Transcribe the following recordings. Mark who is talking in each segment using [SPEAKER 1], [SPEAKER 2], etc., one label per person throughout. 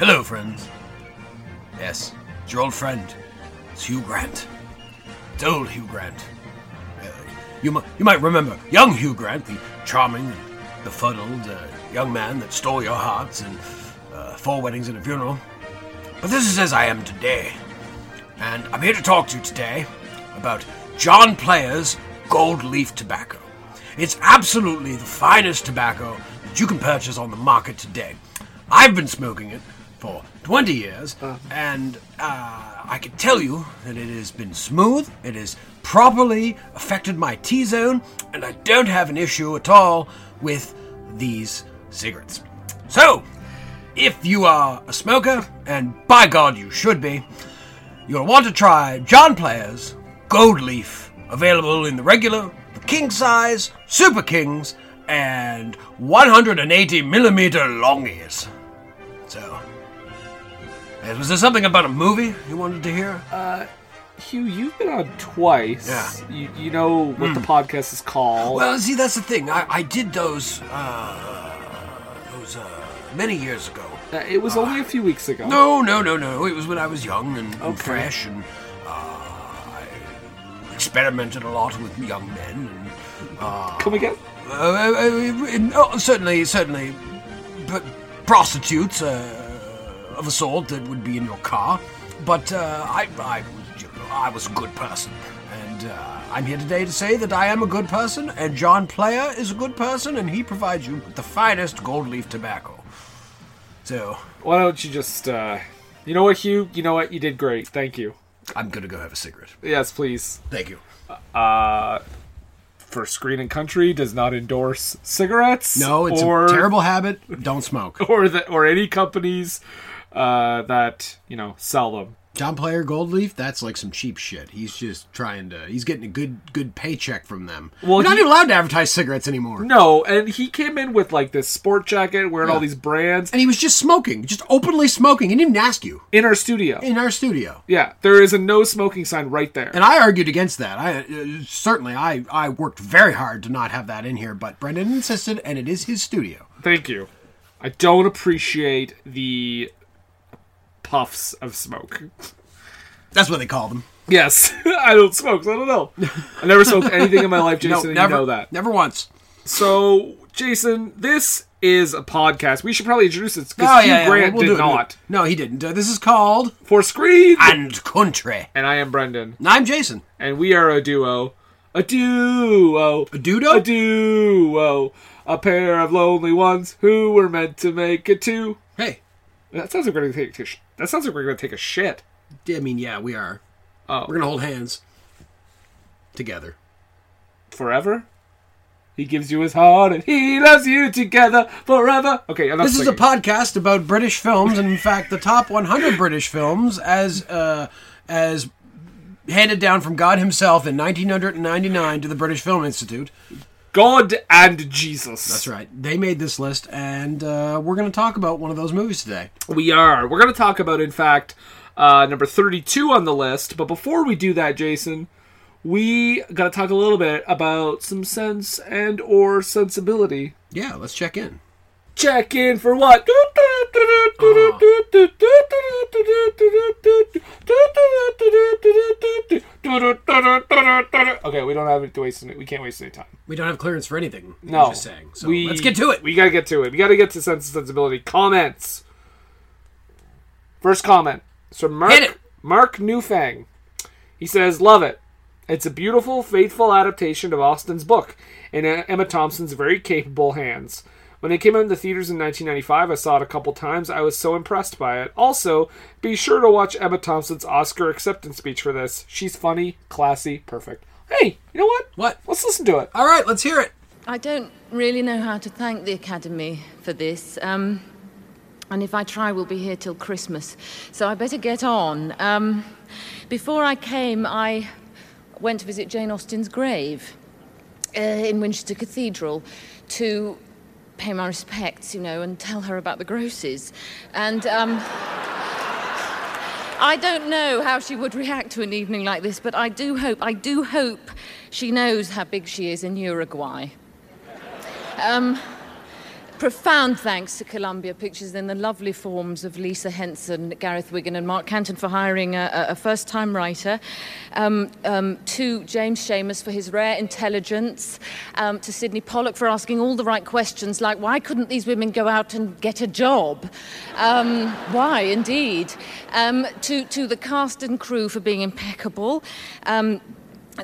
[SPEAKER 1] Hello, friends. Yes, it's your old friend. It's Hugh Grant. It's old Hugh Grant. Uh, you, mi- you might remember young Hugh Grant, the charming, and befuddled uh, young man that stole your hearts in uh, four weddings and a funeral. But this is as I am today. And I'm here to talk to you today about John Player's Gold Leaf Tobacco. It's absolutely the finest tobacco that you can purchase on the market today. I've been smoking it for 20 years, and uh, I can tell you that it has been smooth, it has properly affected my T zone, and I don't have an issue at all with these cigarettes. So, if you are a smoker, and by God you should be, You'll want to try John Player's Gold Leaf, available in the regular, the king size, super kings, and 180 millimeter longies. So, uh, was there something about a movie you wanted to hear?
[SPEAKER 2] Uh, Hugh, you've been on twice.
[SPEAKER 1] Yeah. Hmm.
[SPEAKER 2] You, you know what the podcast is called.
[SPEAKER 1] well, see, that's the thing. I, I did those uh, those uh, many years ago.
[SPEAKER 2] Uh, it was only a few weeks ago.
[SPEAKER 1] No, no, no, no. It was when I was young and, and
[SPEAKER 2] Okay.
[SPEAKER 1] fresh, and uh, I experimented a lot with young men and.
[SPEAKER 2] Come again?
[SPEAKER 1] Uh, uh, uh, oh, certainly, certainly. But prostitutes uh, of a sort that would be in your car. But uh, I, I, was- you know, I was a good person. And uh, I'm here today to say that I am a good person, and John Player is a good person, and he provides you with the finest gold leaf tobacco. So,
[SPEAKER 2] Why don't you just, uh, you know what, Hugh? You know what? You did great. Thank you.
[SPEAKER 1] I'm gonna go have a cigarette.
[SPEAKER 2] Yes, please. Uh,
[SPEAKER 1] Thank you.
[SPEAKER 2] For Screen and Country does not endorse cigarettes.
[SPEAKER 1] No, it's
[SPEAKER 2] or,
[SPEAKER 1] a terrible habit. Don't smoke.
[SPEAKER 2] Or the, or any companies uh, that you know sell them.
[SPEAKER 1] John Player Gold Leaf, that's like some cheap shit. He's just trying to. He's getting a good good paycheck from them.
[SPEAKER 2] Well,
[SPEAKER 1] Well, You're not
[SPEAKER 2] he-
[SPEAKER 1] even allowed to advertise cigarettes anymore.
[SPEAKER 2] No, and he came in with like this sport jacket, wearing all these brands
[SPEAKER 1] And he was just smoking, just openly smoking. He didn't even ask you
[SPEAKER 2] in our studio.
[SPEAKER 1] in our studio.
[SPEAKER 2] yeah, there is a no smoking sign right there.
[SPEAKER 1] And I argued against that. I uh, certainly I I worked very hard to not have that in here, but Brendan insisted, and it is his studio.
[SPEAKER 2] Thank you. I don't appreciate the puffs of smoke.
[SPEAKER 1] That's what they call them.
[SPEAKER 2] Yes, I don't smoke, so I don't know. I never smoked anything in my life, Jason, and
[SPEAKER 1] never
[SPEAKER 2] you know that.
[SPEAKER 1] Never once.
[SPEAKER 2] So, Jason, this is a podcast. We should probably introduce this because Hugh Grant
[SPEAKER 1] Oh, we'll- we'll
[SPEAKER 2] did
[SPEAKER 1] do it.
[SPEAKER 2] not.
[SPEAKER 1] No, he didn't. Uh, this is called
[SPEAKER 2] For Screen!
[SPEAKER 1] and country.
[SPEAKER 2] and I am Brendan,
[SPEAKER 1] And I'm Jason.
[SPEAKER 2] and we are a duo. A duo.
[SPEAKER 1] A dudo?
[SPEAKER 2] A duo. A pair of lonely ones who were meant to make a two.
[SPEAKER 1] Hey,
[SPEAKER 2] That sounds like we're gonna take a sh- that sounds like we're gonna take a shit.
[SPEAKER 1] I mean, yeah, we are.
[SPEAKER 2] Oh.
[SPEAKER 1] We're gonna hold hands together.
[SPEAKER 2] forever. He gives you his heart and he loves you together forever. Okay, enough
[SPEAKER 1] This is a
[SPEAKER 2] singing.
[SPEAKER 1] podcast about British films, and in fact, the top 100 British films, as uh, as handed down from God Himself in 1999 to the British Film Institute.
[SPEAKER 2] God and Jesus.
[SPEAKER 1] That's right. They made this list, and uh, we're gonna talk about one of those movies today.
[SPEAKER 2] We are. We're going to talk about, in fact, uh, number 32 on the list. But before we do that, Jason, we got to talk a little bit about some sense and or sensibility.
[SPEAKER 1] Yeah, let's check in.
[SPEAKER 2] Check in for what? Okay, we don't have to waste. Any, we can't waste any time.
[SPEAKER 1] We don't have clearance for anything. I'm
[SPEAKER 2] No,
[SPEAKER 1] just saying. So
[SPEAKER 2] we,
[SPEAKER 1] let's get to it.
[SPEAKER 2] We gotta get to it. We gotta get to sense and sensibility comments. First comment. So Mark
[SPEAKER 1] Hit it.
[SPEAKER 2] Mark Newfang. He says, "Love it. It's a beautiful, faithful adaptation of Austin's book in Emma Thompson's very capable hands. When it came out in the theaters in 1995, I saw it a couple times. I was so impressed by it. Also, be sure to watch Emma Thompson's Oscar acceptance speech for this. She's funny, classy, perfect. Hey, you know what?
[SPEAKER 1] What?
[SPEAKER 2] Let's listen to it.
[SPEAKER 1] All right, let's hear it.
[SPEAKER 3] I don't really know how to thank the Academy for this. Um, and if I try, we'll be here till Christmas. So I better get on. Um, before I came, I went to visit Jane Austen's grave uh, in Winchester Cathedral to pay my respects, you know, and tell her about the grosses. And. Um, I don't know how she would react to an evening like this, but I do hope, I do hope she knows how big she is in Uruguay. Um, profound thanks to Columbia Pictures and the lovely forms of Lisa Henson, Gareth Wiggin, and Mark Canton for hiring a, a- a first time writer, um, um, to James Seamus for his rare intelligence, um, to Sidney Pollock for asking all the right questions, like why couldn't these women go out and get a job? Um, why, indeed. Um, to, to the cast and crew for being impeccable. Um,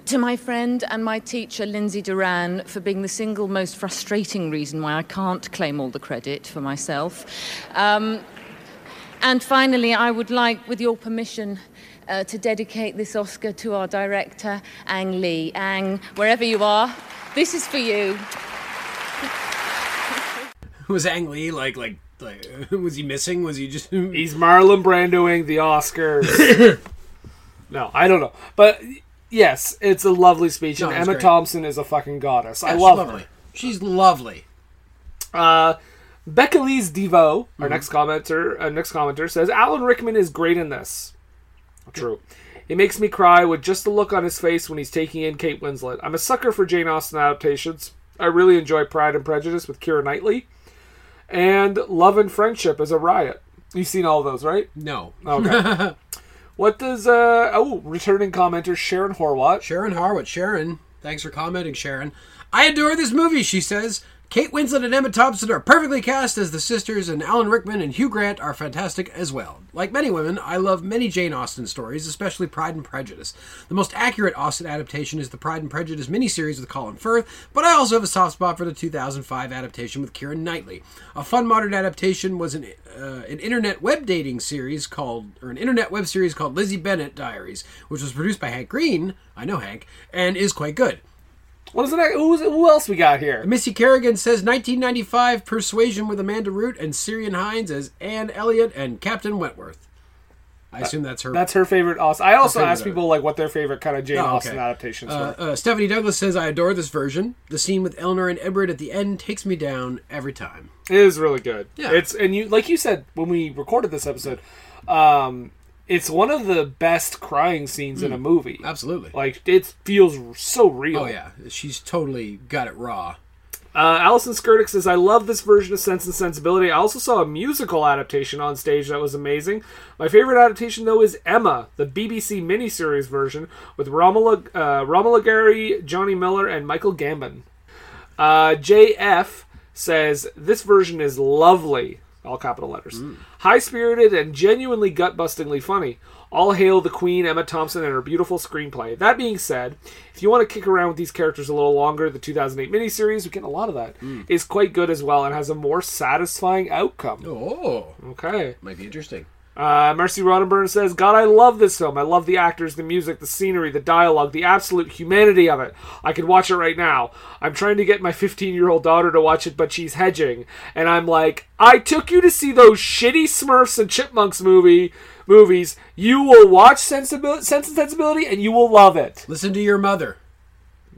[SPEAKER 3] to my friend and my teacher, Lindsay Duran, for being the single most frustrating reason why I can't claim all the credit for myself. Um, and finally, I would like, with your permission, uh, to dedicate this Oscar to our director, Ang Lee. Ang, wherever you are, this is for you.
[SPEAKER 1] Was Ang Lee like like like? Was he missing? Was he just?
[SPEAKER 2] He's Marlon Brandoing the Oscars. no, I don't know, but yes, it's a lovely speech,
[SPEAKER 1] No,
[SPEAKER 2] and
[SPEAKER 1] it's
[SPEAKER 2] Emma
[SPEAKER 1] great.
[SPEAKER 2] Thompson is a fucking goddess. I
[SPEAKER 1] She's
[SPEAKER 2] love
[SPEAKER 1] lovely.
[SPEAKER 2] her.
[SPEAKER 1] She's lovely.
[SPEAKER 2] Uh, Becca Lee's Devo, our next commenter, uh, next commenter says Alan Rickman is great in this. True. He makes me cry with just the look on his face when he's taking in Kate Winslet. I'm a sucker for Jane Austen adaptations. I really enjoy Pride and Prejudice with Kira Knightley, and Love and Friendship is a riot. You've seen all those, right?
[SPEAKER 1] No,
[SPEAKER 2] Okay. what does uh oh returning commenter Sharon Horwat?
[SPEAKER 1] Sharon Harwood. Sharon, thanks for commenting, Sharon. I adore this movie, she says. Kate Winslet and Emma Thompson are perfectly cast as the sisters, and Alan Rickman and Hugh Grant are fantastic as well. Like many women, I love many Jane Austen stories, especially Pride and Prejudice. The most accurate Austen adaptation is the Pride and Prejudice miniseries with Colin Firth, but I also have a soft spot for the 2005 adaptation with Kieran Knightley. A fun modern adaptation was an, uh, an internet web dating series called, or an internet web series called Lizzie Bennett Diaries, which was produced by Hank Green, I know Hank, and is quite good.
[SPEAKER 2] What is it? Who's, who else we got here?
[SPEAKER 1] Missy Kerrigan says 1995 Persuasion with Amanda Root and Syrian Hines as Anne Elliot and Captain Wentworth. I assume that's her.
[SPEAKER 2] That's her favorite Austen. I also
[SPEAKER 1] favorite
[SPEAKER 2] asked people like what their favorite kind of Jane
[SPEAKER 1] Oh, okay.
[SPEAKER 2] Austen adaptations
[SPEAKER 1] Uh,
[SPEAKER 2] were.
[SPEAKER 1] uh, Stephanie Douglas says I adore this version. The scene with Eleanor and Edward at the end takes me down every time.
[SPEAKER 2] It is really good.
[SPEAKER 1] Yeah.
[SPEAKER 2] It's and you like you said when we recorded this episode, um, it's one of the best crying scenes in a movie.
[SPEAKER 1] Mm. Absolutely.
[SPEAKER 2] Like it feels so real.
[SPEAKER 1] Oh yeah, she's totally got it raw.
[SPEAKER 2] Uh, Allison Skirdick says, I love this version of Sense and Sensibility. I also saw a musical adaptation on stage that was amazing. My favorite adaptation, though, is Emma, the BBC miniseries version with Romola, uh, Romola Gary, Johnny Miller, and Michael Gambon. Uh, JF says, This version is lovely. All capital letters. High spirited and genuinely gut bustingly funny. All hail the Queen, Emma Thompson, and her beautiful screenplay. That being said, if you want to kick around with these characters a little longer, the 2008 miniseries, we get a lot of that,
[SPEAKER 4] Hmm.
[SPEAKER 2] is
[SPEAKER 1] Hmm.
[SPEAKER 2] quite good as well and has a more satisfying outcome.
[SPEAKER 1] Oh,
[SPEAKER 2] Okay.
[SPEAKER 1] might be interesting.
[SPEAKER 2] Uh, Mercy Roddenberry says, God, I love this film. I love the actors, the music, the scenery, the dialogue, the absolute humanity of it. I could watch it right now. I'm trying to get my 15 year old daughter to watch it, but she's hedging. And I'm like, I took you to see those shitty Smurfs and Chipmunks movie movies. You will watch Sensibil- Sense and Sensibility and you will love it.
[SPEAKER 1] Listen to your mother.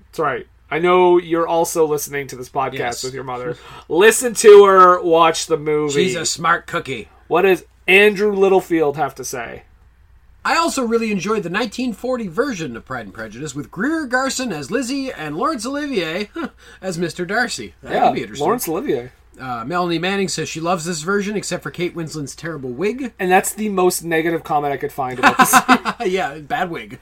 [SPEAKER 2] That's right. I know you're also listening to this podcast
[SPEAKER 1] Yes.
[SPEAKER 2] with your mother. Listen to her, watch the movie.
[SPEAKER 1] She's a smart cookie.
[SPEAKER 2] What does Andrew Littlefield have to say?
[SPEAKER 1] I also really enjoyed the 1940 version of Pride and Prejudice with Greer Garson as Lizzie and Lawrence Olivier huh, as Mr. Darcy. That would be interesting.
[SPEAKER 2] Laurence Olivier.
[SPEAKER 1] Uh, Melanie Manning says she loves this version except for Kate Winslet's terrible wig.
[SPEAKER 2] And that's the most negative comment I could find about this.
[SPEAKER 1] yeah, bad wig.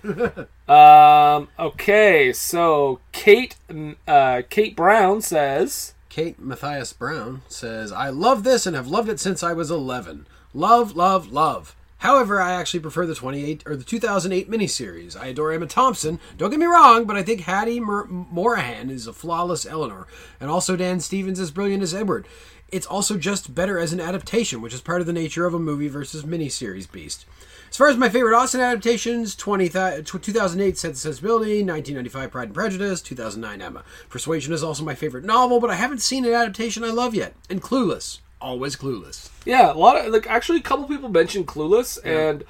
[SPEAKER 2] um, okay, so Kate mm, uh, Kate Brown says
[SPEAKER 1] Kate Matthias Brown says, I love this and have loved it since I was 11. Love, love, love. However, I actually prefer the 28 or the 2008 miniseries. I adore Emma Thompson. Don't get me wrong, but I think Hattie Mor- Morahan is a flawless Eleanor, and also Dan Stevens is brilliant as Edward. It's also just better as an adaptation, which is part of the nature of a movie versus miniseries beast. As far as my favorite Austin adaptations, 20, th- 2008 Sense and Sensibility, 1995 Pride and Prejudice, 2009 Emma. Persuasion is also my favorite novel, but I haven't seen an adaptation I love yet. And Clueless. Always Clueless.
[SPEAKER 2] Yeah, a lot of like actually a couple people mentioned Clueless, and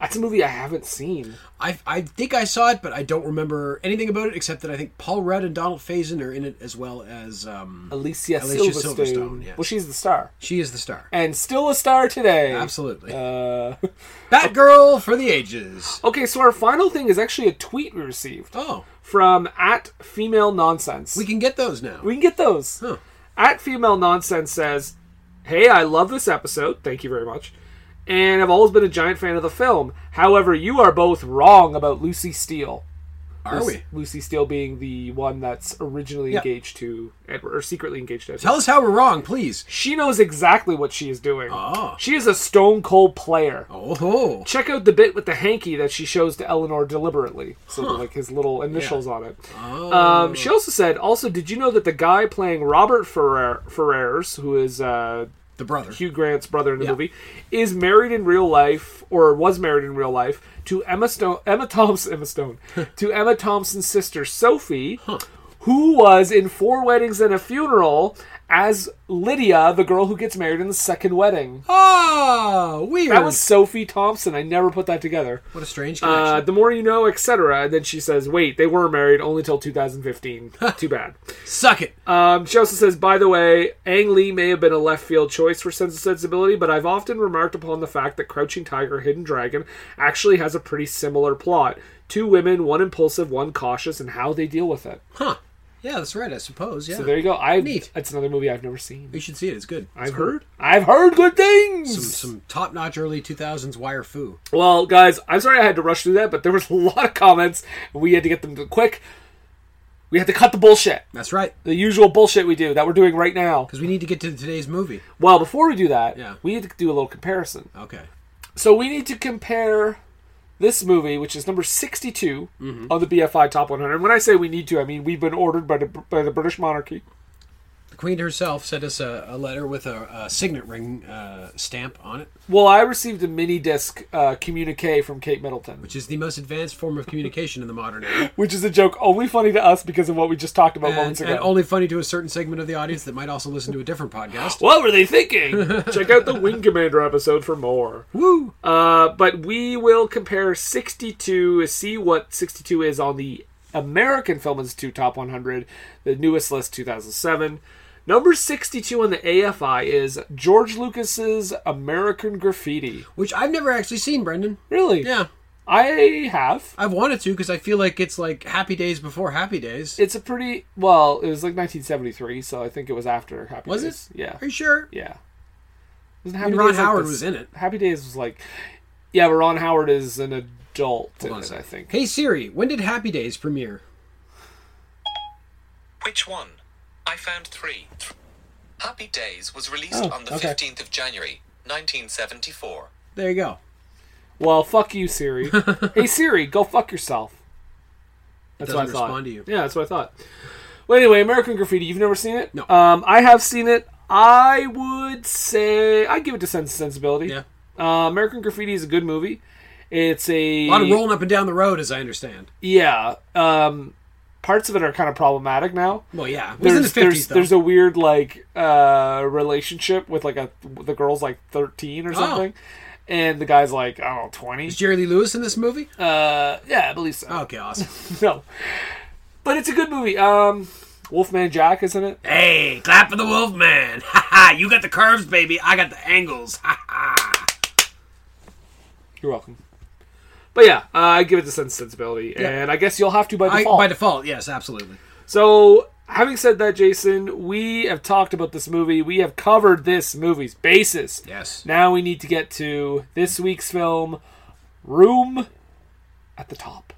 [SPEAKER 2] that's a movie I haven't seen.
[SPEAKER 1] I, I think I saw it, but I don't remember anything about it except that I think Paul Rudd and Donald Faison are in it as well as um,
[SPEAKER 2] Alicia,
[SPEAKER 1] Alicia
[SPEAKER 2] Silverstone.
[SPEAKER 1] Silverstone, yeah.
[SPEAKER 2] Well, she's the star,
[SPEAKER 1] she is the star.
[SPEAKER 2] and still a star today.
[SPEAKER 1] Absolutely.
[SPEAKER 2] Uh,
[SPEAKER 1] Batgirl for the ages.
[SPEAKER 2] okay, so our final thing is actually a tweet we received
[SPEAKER 1] Oh,
[SPEAKER 2] from at female nonsense.
[SPEAKER 1] we can get those now.
[SPEAKER 2] We can get those.
[SPEAKER 1] Huh.
[SPEAKER 2] At Female Nonsense says, Hey, I love this episode. Thank you very much. And I've always been a giant fan of the film. However, you are both wrong about Lucy Steele.
[SPEAKER 1] Are we?
[SPEAKER 2] Lucy Steele being the one that's originally
[SPEAKER 1] Yeah.
[SPEAKER 2] engaged to Edward, or secretly engaged to Edward.
[SPEAKER 1] Tell us how we're wrong, please.
[SPEAKER 2] she knows exactly what she is doing.
[SPEAKER 1] Ah.
[SPEAKER 2] She is a stone cold player.
[SPEAKER 1] Oh, ho.
[SPEAKER 2] Check out the bit with the hanky that she shows to Eleanor deliberately, so that, like his little initials on it. Um,
[SPEAKER 1] Oh.
[SPEAKER 2] she also said, also, did you know that the guy playing Robert Ferrer, Ferrers, who is uh,
[SPEAKER 1] the brother.
[SPEAKER 2] Hugh Grant's brother in the movie, is married in real life or was married in real life to Emma Stone, Emma Thompson, Emma Stone, to Emma Thompson's sister Sophie, who was in four weddings and a funeral as Lydia, the girl who gets married in the second wedding.
[SPEAKER 1] Oh, weird.
[SPEAKER 2] That was Sophie Thompson. I never put that together.
[SPEAKER 1] what a strange
[SPEAKER 2] Uh,
[SPEAKER 1] connection.
[SPEAKER 2] the more you know, etc. And then she says, "Wait, they were married only till 2015. Too bad."
[SPEAKER 1] Suck it.
[SPEAKER 2] Um, she also says, "By the way, Ang Lee may have been a left field choice for Sense of Sensibility, but I've often remarked upon the fact that Crouching Tiger, Hidden Dragon actually has a pretty similar plot: two women, one impulsive, one cautious, and how they deal with it."
[SPEAKER 1] huh. Yeah, that's right, I suppose. Yeah.
[SPEAKER 2] So there you go. I
[SPEAKER 1] Neat.
[SPEAKER 2] that's another movie I've never seen.
[SPEAKER 1] you should see it. It's good.
[SPEAKER 2] I've heard. I've heard good things.
[SPEAKER 1] some, some top notch early 2000s wire foo.
[SPEAKER 2] Well, guys, I'm sorry I had to rush through that, but there was a lot of comments, and we had to get them to quick. We had to cut the bullshit,
[SPEAKER 1] That's right,
[SPEAKER 2] the usual bullshit we do that we're doing right now.
[SPEAKER 1] because we need to get to today's movie.
[SPEAKER 2] Well, before we do that,
[SPEAKER 1] Yeah.
[SPEAKER 2] we need to do a little comparison.
[SPEAKER 1] Okay.
[SPEAKER 2] So we need to compare this movie, which is number 62
[SPEAKER 1] Oh, Mm-hmm.
[SPEAKER 2] on the BFI Top 100. And when I say we need to, I mean we've been ordered by the, by the British monarchy.
[SPEAKER 1] The Queen herself sent us a, a letter with a, a signet ring uh, stamp on it,
[SPEAKER 2] Well, I received a mini disc uh, communique from Kate Middleton,
[SPEAKER 1] which is the most advanced form of communication in the modern era.
[SPEAKER 2] which is a joke only funny to us because of what we just talked about
[SPEAKER 1] And,
[SPEAKER 2] moments ago.
[SPEAKER 1] and only funny to a certain segment of the audience that might also listen to a different podcast.
[SPEAKER 2] What were they thinking? Check out the Wing Commander episode for more.
[SPEAKER 1] Woo!
[SPEAKER 2] Uh, but we will compare 62, see what 62 is on the American Film Institute Top 100, the newest list, 2007. Number 62 on the AFI is George Lucas's American Graffiti.
[SPEAKER 1] Which I've never actually seen, Brendan.
[SPEAKER 2] Really?
[SPEAKER 1] Yeah,
[SPEAKER 2] I have.
[SPEAKER 1] I've wanted to because I feel like it's like Happy Days before Happy Days.
[SPEAKER 2] It's a pretty, well, it was like 1973, so I think it was after Happy
[SPEAKER 1] Was
[SPEAKER 2] Days.
[SPEAKER 1] it?
[SPEAKER 2] Yeah.
[SPEAKER 1] Are you sure?
[SPEAKER 2] Yeah. Wasn't
[SPEAKER 1] mean, Ron Howard was in it.
[SPEAKER 2] Happy Days was like, yeah, but Ron Howard is an adult in
[SPEAKER 1] on a
[SPEAKER 2] it,
[SPEAKER 1] sec.
[SPEAKER 2] I think.
[SPEAKER 1] Hey Siri, when did Happy Days premiere?
[SPEAKER 5] Which one? I found three. Happy Days was released
[SPEAKER 2] Oh,
[SPEAKER 5] on the
[SPEAKER 2] okay.
[SPEAKER 5] 15th of January, 1974.
[SPEAKER 1] There you go.
[SPEAKER 2] Well, fuck you, Siri. hey Siri, go fuck yourself. That's
[SPEAKER 1] doesn't
[SPEAKER 2] what I thought.
[SPEAKER 1] respond to you.
[SPEAKER 2] Yeah, that's what I thought. Well, anyway, American Graffiti. You've never seen it?
[SPEAKER 1] No.
[SPEAKER 2] Um, I have seen it. I would say I give it to Sense and Sensibility.
[SPEAKER 1] Yeah.
[SPEAKER 2] Uh, American Graffiti is a good movie. It's a
[SPEAKER 1] A lot of rolling up and down the road, as I understand.
[SPEAKER 2] Yeah. Um, parts of it are kind of problematic now.
[SPEAKER 1] Well, yeah, it was
[SPEAKER 2] there's,
[SPEAKER 1] in the
[SPEAKER 2] there's,
[SPEAKER 1] fifties though.
[SPEAKER 2] there's a weird like uh relationship with like a the girl's like 13 or something and the guy's like i don't know 20
[SPEAKER 1] Oh. Is Jerry Lee Lewis in this movie?
[SPEAKER 2] uh yeah i believe so
[SPEAKER 1] okay, awesome.
[SPEAKER 2] no but it's a good movie um wolfman jack isn't it
[SPEAKER 1] hey, clap for the Wolf Man! Ha ha! You got the curves, baby. I got the angles. Ha ha!
[SPEAKER 2] you're welcome but yeah uh, i give it the sense and sensibility and i guess you'll have to by
[SPEAKER 1] I,
[SPEAKER 2] default
[SPEAKER 1] by default, yes, absolutely.
[SPEAKER 2] so Having said that, Jason, we have talked about this movie. We have covered this movie's basis.
[SPEAKER 1] Yes.
[SPEAKER 2] Now we need to get to this week's film, Room at the Top.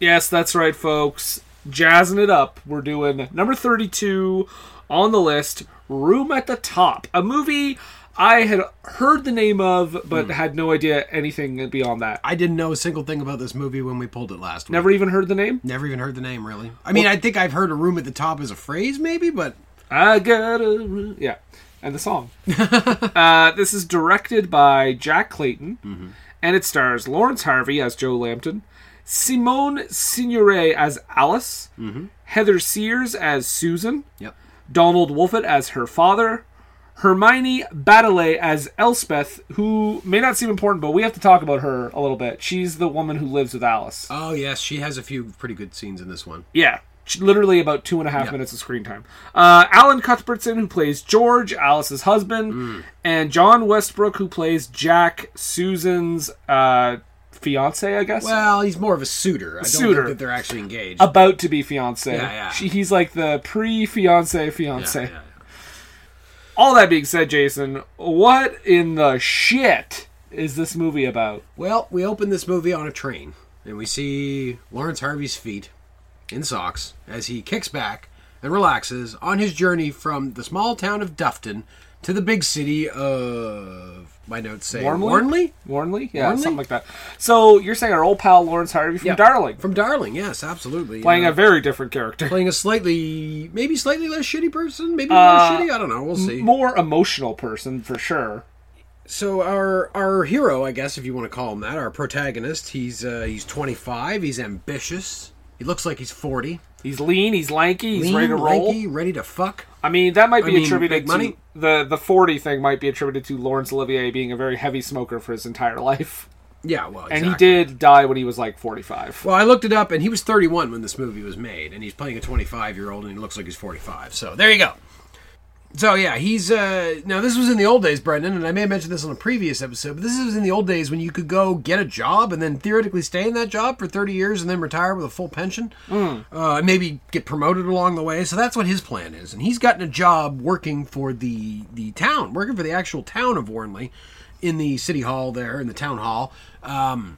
[SPEAKER 2] Yes, that's right, folks. Jazzing it up. We're doing number 32 on the list Room at the Top, a movie I had heard the name of, but had no idea anything beyond that.
[SPEAKER 1] Hmm. I didn't know a single thing about this movie when we pulled it last week.
[SPEAKER 2] Never even heard the name?
[SPEAKER 1] Never even heard the name, really. I mean, I think I've heard a room at the top as a phrase, maybe, but
[SPEAKER 2] I got a room. Yeah, and the song. uh, this is directed by Jack Clayton, and it stars Lawrence Harvey as Joe Lambton, Simone Signoret as Alice, Heather Sears as Susan,
[SPEAKER 1] yep.
[SPEAKER 2] Donald Wolfett as her father, Hermione Baddeley as Elspeth, who may not seem important, but we have to talk about her a little bit. She's the woman who lives with Alice.
[SPEAKER 1] Oh yes, she has a few pretty good scenes in this one.
[SPEAKER 2] Yeah. Ch- Literally about two and a half minutes of screen time. Uh, Alan Cuthbertson, who plays George, Alice's husband,
[SPEAKER 1] Mm.
[SPEAKER 2] and John Westbrook, who plays Jack, Susan's uh, fiance, I guess.
[SPEAKER 1] Well, he's more of a suitor. I don't
[SPEAKER 2] Suitor.
[SPEAKER 1] think that they're actually engaged.
[SPEAKER 2] about to be fiance.
[SPEAKER 1] Yeah, yeah.
[SPEAKER 2] She, he's like the pre fiance
[SPEAKER 1] Yeah,
[SPEAKER 2] fiance.
[SPEAKER 1] yeah, yeah.
[SPEAKER 2] All that being said, Jason, what in the shit is this movie about?
[SPEAKER 1] Well, we open this movie on a train, and we see Lawrence Harvey's feet in socks as he kicks back and relaxes on his journey from the small town of Dufton to the big city of my notes say
[SPEAKER 2] Warmly?
[SPEAKER 1] Warnley?
[SPEAKER 2] Warnley? Yeah,
[SPEAKER 1] Warnley?
[SPEAKER 2] something like that. So you're saying our old pal Lawrence Harvey from
[SPEAKER 1] Yeah.
[SPEAKER 2] Darling,
[SPEAKER 1] From Darling, yes, absolutely. You
[SPEAKER 2] playing
[SPEAKER 1] know,
[SPEAKER 2] a very different character.
[SPEAKER 1] playing a slightly maybe slightly less shitty person, maybe
[SPEAKER 2] Uh,
[SPEAKER 1] more shitty, I don't know, we'll see.
[SPEAKER 2] More emotional person for sure.
[SPEAKER 1] So our our hero, I guess if you want to call him that, our protagonist, he's uh, he's 25, he's ambitious. He looks like he's 40.
[SPEAKER 2] He's lean, he's lanky, he's
[SPEAKER 1] Lean,
[SPEAKER 2] ready to roll.
[SPEAKER 1] lanky, ready to fuck.
[SPEAKER 2] I mean, that might
[SPEAKER 1] I
[SPEAKER 2] be
[SPEAKER 1] mean,
[SPEAKER 2] attributed
[SPEAKER 1] big
[SPEAKER 2] to
[SPEAKER 1] money.
[SPEAKER 2] the the forty thing. Might be attributed to Laurence Olivier being a very heavy smoker for his entire life,
[SPEAKER 1] Yeah, well,
[SPEAKER 2] and
[SPEAKER 1] exactly.
[SPEAKER 2] he did die when he was like forty five.
[SPEAKER 1] Well, I looked it up, and he was 31 when this movie was made, and he's playing a 25 year old, and he looks like he's 45. So there you go. So yeah, he's uh now this was in the old days, Brendan, and I may have mentioned this on a previous episode, but this was in the old days when you could go get a job and then theoretically stay in that job for 30 years and then retire with a full pension, uh, and maybe get promoted along the way. So that's what his plan is, and he's gotten a job working for the the town, working for the actual town of Warnley, in the city hall there, in the town hall. Um,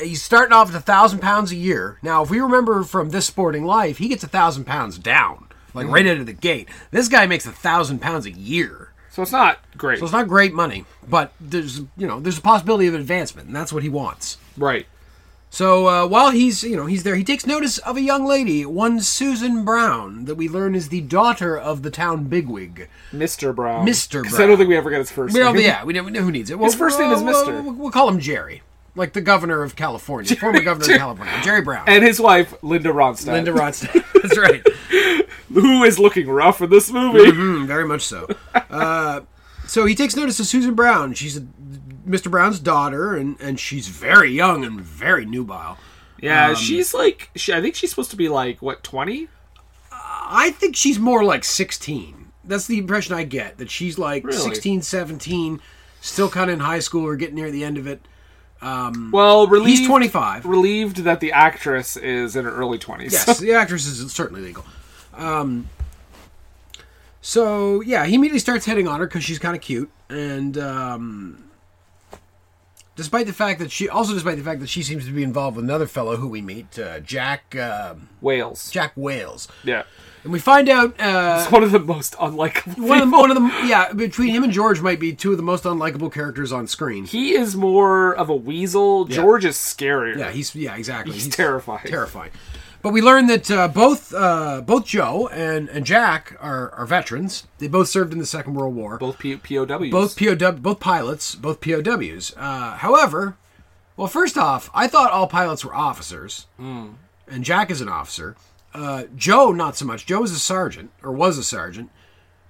[SPEAKER 1] he's starting off at a thousand pounds a year. Now, if we remember from this sporting life, he gets a thousand pounds down, like right out of the gate. This guy makes a thousand pounds a year.
[SPEAKER 2] So it's not great,
[SPEAKER 1] So it's not great money, but there's you know there's a possibility of advancement, and that's what he wants.
[SPEAKER 2] right?
[SPEAKER 1] So uh, while he's you know he's there, he takes notice of a young lady, one Susan Brown, that we learn is the daughter of the town bigwig.
[SPEAKER 2] Mr. Brown.
[SPEAKER 1] Mr.
[SPEAKER 2] Um, 'Cause I don't
[SPEAKER 1] Brown.
[SPEAKER 2] think we ever get his first
[SPEAKER 1] We don't,
[SPEAKER 2] name.
[SPEAKER 1] yeah, we don't know who needs it. Well,
[SPEAKER 2] His first name is
[SPEAKER 1] well,
[SPEAKER 2] Mr..
[SPEAKER 1] We'll, we'll call him Jerry, like the governor of California, former governor of California, Jerry Brown.
[SPEAKER 2] And his wife, Linda Ronstadt,
[SPEAKER 1] Linda Ronstadt. That's right.
[SPEAKER 2] who is looking rough in this movie.
[SPEAKER 1] Mm, very much so. Uh, so he takes notice of Susan Brown. She's a, Mr. Brown's daughter, and, and she's very young and very nubile. Um,
[SPEAKER 2] Yeah, she's like, she, I think she's supposed to be like what twenty.
[SPEAKER 1] I think she's more like 16. That's the impression I get, that she's like
[SPEAKER 2] Really?
[SPEAKER 1] sixteen, seventeen, 16, 17, still kind of in high school or getting near the end of it. Um,
[SPEAKER 2] Well, relieved,
[SPEAKER 1] He's 25.
[SPEAKER 2] Relieved that the actress is in her early twenties.
[SPEAKER 1] Yes, the actress is certainly legal. Um, so yeah, he immediately starts hitting on her because she's kind of cute, and um, despite the fact that she, also despite the fact that she seems to be involved with another fellow who we meet, uh, Jack um
[SPEAKER 2] Wales.
[SPEAKER 1] Jack Wales,
[SPEAKER 2] Yeah,
[SPEAKER 1] and we find out uh,
[SPEAKER 2] it's one of the most unlikable.
[SPEAKER 1] one of the,
[SPEAKER 2] people.
[SPEAKER 1] one of the yeah between him and George might be two of the most unlikable characters on screen.
[SPEAKER 2] He is more of a weasel. George is scarier.
[SPEAKER 1] Yeah, he's yeah, exactly.
[SPEAKER 2] He's terrifying.
[SPEAKER 1] Terrifying. But we learned that uh, both uh, both Joe and, and Jack are, are veterans. They both served in the Second World War.
[SPEAKER 2] both P- POWs.
[SPEAKER 1] Both POW, both pilots, both POWs. Uh, however, Well, first off, I thought all pilots were officers,
[SPEAKER 2] Hmm.
[SPEAKER 1] and Jack is an officer. Uh, Joe, not so much. Joe is a sergeant, or was a sergeant.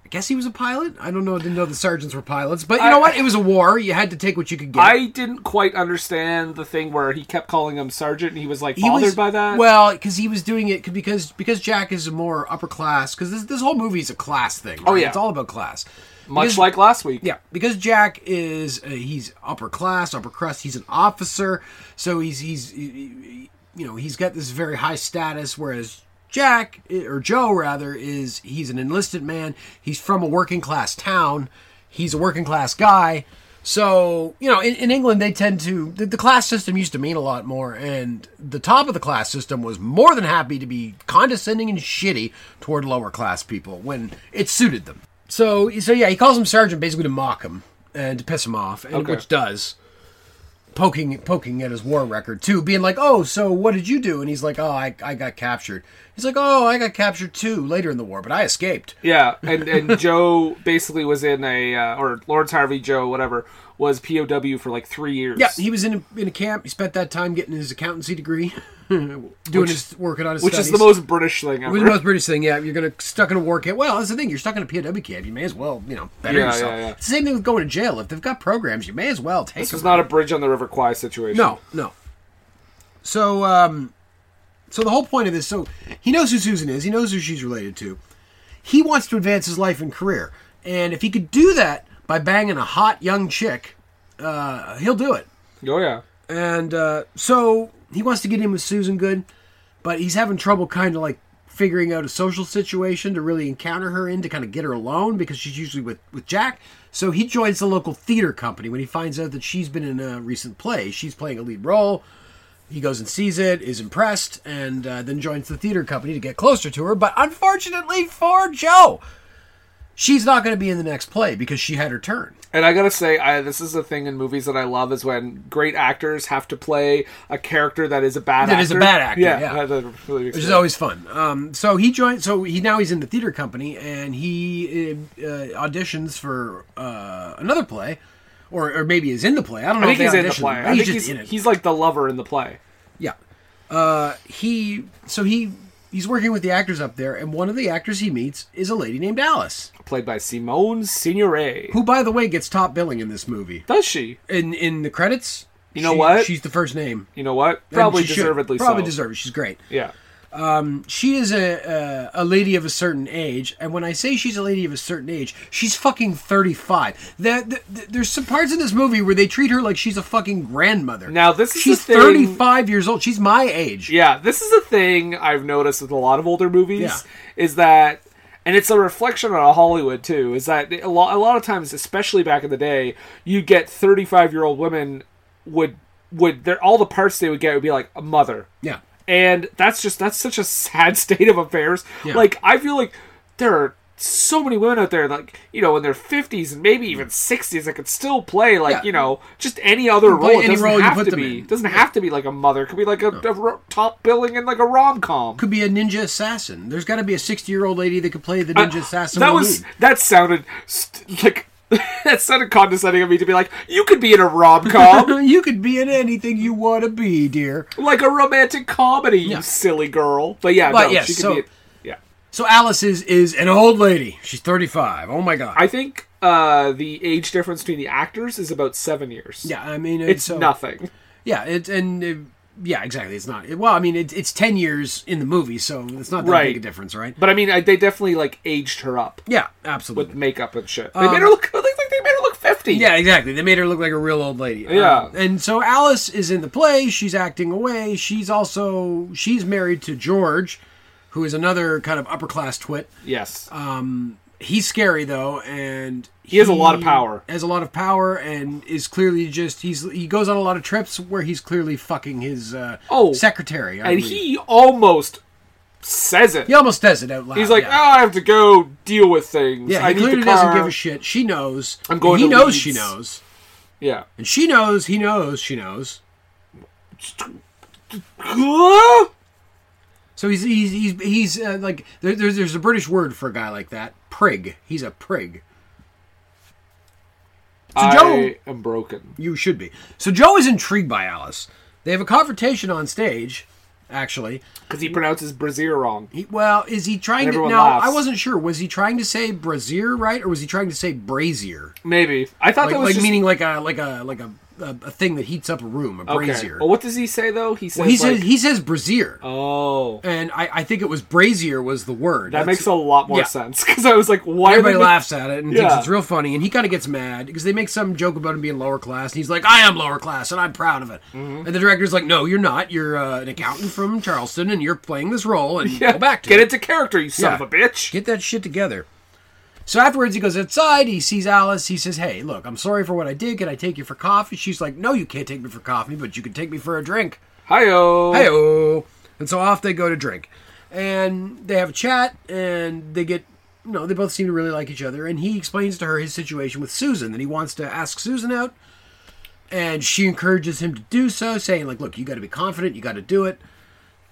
[SPEAKER 1] I guess he was a pilot. I don't know. I didn't know the sergeants were pilots, but you know
[SPEAKER 2] I-
[SPEAKER 1] what? It was a war. You had to take what you could get.
[SPEAKER 2] I didn't quite understand the thing where he kept calling him sergeant and he was like
[SPEAKER 1] he
[SPEAKER 2] bothered
[SPEAKER 1] was,
[SPEAKER 2] by that.
[SPEAKER 1] Well, because he was doing it c- because because Jack is a more upper class. Because this this whole movie is a class thing. right?
[SPEAKER 2] Oh, yeah.
[SPEAKER 1] it's all about class.
[SPEAKER 2] much
[SPEAKER 1] because-
[SPEAKER 2] like last week.
[SPEAKER 1] Yeah, because Jack is uh, he's upper class, upper crust. He's an officer, so he's he's he- he- you know he's got this very high status. Whereas Jack eh, or Joe rather is he's an enlisted man. He's from a working class town. He's a working class guy. So you know, in, in England they tend to the, the class system used to mean a lot more, and the top of the class system was more than happy to be condescending and shitty toward lower class people when it suited them. So, so yeah, he calls him sergeant basically to mock him and to piss him off, and
[SPEAKER 2] Okay.
[SPEAKER 1] which does poking poking at his war record too, being like, "Oh, so what did you do?" And he's like, "Oh, I, I got captured." He's like, "Oh, I got captured too later in the war, but I escaped."
[SPEAKER 2] Yeah, and and Joe basically was in a uh, or Lawrence Harvey Joe whatever was POW for like three years.
[SPEAKER 1] Yeah, he was in a, in a camp. He spent that time getting his accountancy degree, doing his working on his
[SPEAKER 2] which is the
[SPEAKER 1] studies.
[SPEAKER 2] most British thing
[SPEAKER 1] It
[SPEAKER 2] ever.
[SPEAKER 1] was the most British thing, yeah. You're gonna stuck in a war camp. Well, that's the thing. You're stuck in a POW camp. You may as well, you know, better
[SPEAKER 2] Yeah,
[SPEAKER 1] yourself.
[SPEAKER 2] yeah, yeah.
[SPEAKER 1] It's the same thing with going to jail. If they've got programs, you may as well take
[SPEAKER 2] this was
[SPEAKER 1] them.
[SPEAKER 2] not a bridge on the River Kwai situation.
[SPEAKER 1] No, no. So, um, so the whole point of this, so he knows who Susan is. He knows who she's related to. He wants to advance his life and career, and if he could do that by banging a hot young chick, uh, he'll do it.
[SPEAKER 2] Oh yeah.
[SPEAKER 1] And uh, so he wants to get in with Susan Good, but he's having trouble kind of like figuring out a social situation to really encounter her in to kind of get her alone because she's usually with, with Jack. So he joins the local theater company when he finds out that she's been in a recent play. She's playing a lead role. He goes and sees it, is impressed, and uh, then joins the theater company to get closer to her. But unfortunately for Joe, she's not going to be in the next play because she had her turn.
[SPEAKER 2] And I gotta say, I, this is the thing in movies that I love is when great actors have to play a character that is a bad
[SPEAKER 1] That
[SPEAKER 2] actor.
[SPEAKER 1] is a bad actor, yeah.
[SPEAKER 2] that- that really makes
[SPEAKER 1] which
[SPEAKER 2] me-
[SPEAKER 1] is always fun. Um, so he joined. So he now he's in the theater company, and he uh, uh, auditions for uh, another play, or, or maybe is in the play. I don't
[SPEAKER 2] I
[SPEAKER 1] know.
[SPEAKER 2] think
[SPEAKER 1] if
[SPEAKER 2] he's
[SPEAKER 1] they
[SPEAKER 2] in the
[SPEAKER 1] auditioned.
[SPEAKER 2] play.
[SPEAKER 1] I
[SPEAKER 2] I
[SPEAKER 1] think
[SPEAKER 2] think
[SPEAKER 1] he's just
[SPEAKER 2] he's,
[SPEAKER 1] in it.
[SPEAKER 2] he's like the lover in the play.
[SPEAKER 1] Yeah. Uh, he so he he's working with the actors up there, and one of the actors he meets is a lady named Alice,
[SPEAKER 2] Played by Simone Signore.
[SPEAKER 1] who by the way gets top billing in this movie.
[SPEAKER 2] Does she?
[SPEAKER 1] In in the credits,
[SPEAKER 2] You know
[SPEAKER 1] she-
[SPEAKER 2] what?
[SPEAKER 1] She's the first name.
[SPEAKER 2] You know what?
[SPEAKER 1] And
[SPEAKER 2] Probably
[SPEAKER 1] she should.
[SPEAKER 2] deservedly
[SPEAKER 1] Probably
[SPEAKER 2] so.
[SPEAKER 1] deserved. it. She's great. Um,
[SPEAKER 2] Yeah.
[SPEAKER 1] she is a, a a lady of a certain age, and when I say she's a lady of a certain age, she's fucking thirty five. That the, the, there's some parts in this movie where they treat her like she's a fucking grandmother.
[SPEAKER 2] Now, this is
[SPEAKER 1] she's
[SPEAKER 2] the thing-
[SPEAKER 1] thirty five years old. She's my age.
[SPEAKER 2] Yeah, this is a thing I've noticed with a lot of older movies
[SPEAKER 1] Yeah.
[SPEAKER 2] is that and it's a reflection on Hollywood too, is that a lot, a lot of times, especially back in the day, you get 35 year old women would would they're all the parts they would get would be like a mother.
[SPEAKER 1] Yeah.
[SPEAKER 2] And that's just that's such a sad state of affairs.
[SPEAKER 1] Yeah.
[SPEAKER 2] Like I feel like there are so many women out there like you know in their 50s and maybe even 60s that could still play like
[SPEAKER 1] Yeah.
[SPEAKER 2] you know just any other
[SPEAKER 1] play
[SPEAKER 2] role it
[SPEAKER 1] any
[SPEAKER 2] doesn't
[SPEAKER 1] role you
[SPEAKER 2] have
[SPEAKER 1] put
[SPEAKER 2] to
[SPEAKER 1] them
[SPEAKER 2] be
[SPEAKER 1] in.
[SPEAKER 2] doesn't have to be like a mother it could be like a, a ro- top billing in like a rom-com
[SPEAKER 1] Oh. Could be a ninja assassin. There's got to be a sixty year old lady that could play the ninja assassin.
[SPEAKER 2] Uh, that
[SPEAKER 1] in the
[SPEAKER 2] was
[SPEAKER 1] lead.
[SPEAKER 2] that sounded st- like that sounded condescending of me to be like you could be in a rom-com
[SPEAKER 1] you could be in anything you want to be, dear.
[SPEAKER 2] like a romantic comedy
[SPEAKER 1] Yeah.
[SPEAKER 2] you silly girl but yeah
[SPEAKER 1] But
[SPEAKER 2] no,
[SPEAKER 1] yes,
[SPEAKER 2] she could
[SPEAKER 1] so-
[SPEAKER 2] be a, yeah
[SPEAKER 1] So Alice is is an old lady. She's thirty five. Oh my god.
[SPEAKER 2] i think uh the age difference between the actors is about seven years
[SPEAKER 1] yeah, I mean
[SPEAKER 2] it's
[SPEAKER 1] so-
[SPEAKER 2] nothing
[SPEAKER 1] Yeah, it and uh yeah, exactly. It's not well. I mean, it, it's ten years in the movie, so it's not that
[SPEAKER 2] Right.
[SPEAKER 1] big a difference, right?
[SPEAKER 2] but i mean I, they definitely like aged her up
[SPEAKER 1] yeah,
[SPEAKER 2] with
[SPEAKER 1] absolutely.
[SPEAKER 2] makeup and shit they
[SPEAKER 1] Um,
[SPEAKER 2] made her look like they made her look 50
[SPEAKER 1] yeah, exactly. They made her look like a real old lady.
[SPEAKER 2] Yeah.
[SPEAKER 1] Um, and so Alice is in the play. She's acting away. She's also she's married to George, who is another kind of upper class twit. Um,
[SPEAKER 2] yes
[SPEAKER 1] He's scary though, and he
[SPEAKER 2] has a lot of power.
[SPEAKER 1] Has a lot of power, and is clearly just he's he goes on a lot of trips where he's clearly fucking his uh,
[SPEAKER 2] Oh,
[SPEAKER 1] secretary. I
[SPEAKER 2] and
[SPEAKER 1] believe.
[SPEAKER 2] he almost says it
[SPEAKER 1] he almost does it out loud.
[SPEAKER 2] He's like,
[SPEAKER 1] yeah.
[SPEAKER 2] oh, I have to go deal with things.
[SPEAKER 1] Yeah,
[SPEAKER 2] I
[SPEAKER 1] he
[SPEAKER 2] need
[SPEAKER 1] clearly
[SPEAKER 2] the car.
[SPEAKER 1] doesn't give a shit. She knows.
[SPEAKER 2] I'm
[SPEAKER 1] and
[SPEAKER 2] going
[SPEAKER 1] He
[SPEAKER 2] to
[SPEAKER 1] knows
[SPEAKER 2] Leeds.
[SPEAKER 1] she knows,
[SPEAKER 2] Yeah.
[SPEAKER 1] and she knows he knows she knows. So he's he's he's, he's uh, like there, there's there's a British word for a guy like that. Prig. He's a prig. So Joe,
[SPEAKER 2] I am broken.
[SPEAKER 1] you should be. So Joe is intrigued by Alice. They have a confrontation on stage. Actually,
[SPEAKER 2] Because he pronounces Brazier wrong.
[SPEAKER 1] he, well, is he trying to?
[SPEAKER 2] Everyone
[SPEAKER 1] Now,
[SPEAKER 2] laughs.
[SPEAKER 1] I wasn't sure. Was he trying to say brazier right, or was he trying to say brazier?
[SPEAKER 2] Maybe. I thought
[SPEAKER 1] Like,
[SPEAKER 2] that was
[SPEAKER 1] like
[SPEAKER 2] just...
[SPEAKER 1] meaning like a like a like a, a, a thing that heats up a room, a
[SPEAKER 2] Okay.
[SPEAKER 1] brazier.
[SPEAKER 2] Well, what does he say, though? He says,
[SPEAKER 1] Well, he says
[SPEAKER 2] like,
[SPEAKER 1] he says brazier,
[SPEAKER 2] Oh.
[SPEAKER 1] and I, I think it was brazier was the word.
[SPEAKER 2] That makes a lot more
[SPEAKER 1] yeah.
[SPEAKER 2] sense. Because I was like, why
[SPEAKER 1] Everybody
[SPEAKER 2] would they-
[SPEAKER 1] laughs at it and thinks
[SPEAKER 2] Yeah.
[SPEAKER 1] it's real funny, and he kind of gets mad because they make some joke about him being lower class, and he's like, "I am lower class, and I'm proud of it."
[SPEAKER 2] mm-hmm.
[SPEAKER 1] And the director's like, "No, you're not. You're uh, an accountant from Charleston, and you're playing this role, and
[SPEAKER 2] Yeah,
[SPEAKER 1] go back to
[SPEAKER 2] Get
[SPEAKER 1] it.
[SPEAKER 2] into character, you son
[SPEAKER 1] Yeah.
[SPEAKER 2] of a bitch.
[SPEAKER 1] Get that shit together." So afterwards, he goes outside. He sees Alice. He says, "Hey, look, I'm sorry for what I did. Can I take you for coffee?" She's like, "No, you can't take me for coffee, but you can take me for a drink."
[SPEAKER 2] Hi-yo.
[SPEAKER 1] Heyo. And so off they go to drink. And they have a chat and they get you know, they both seem to really like each other and he explains to her his situation with Susan that he wants to ask Susan out and she encourages him to do so saying like look, you got to be confident, you got to do it.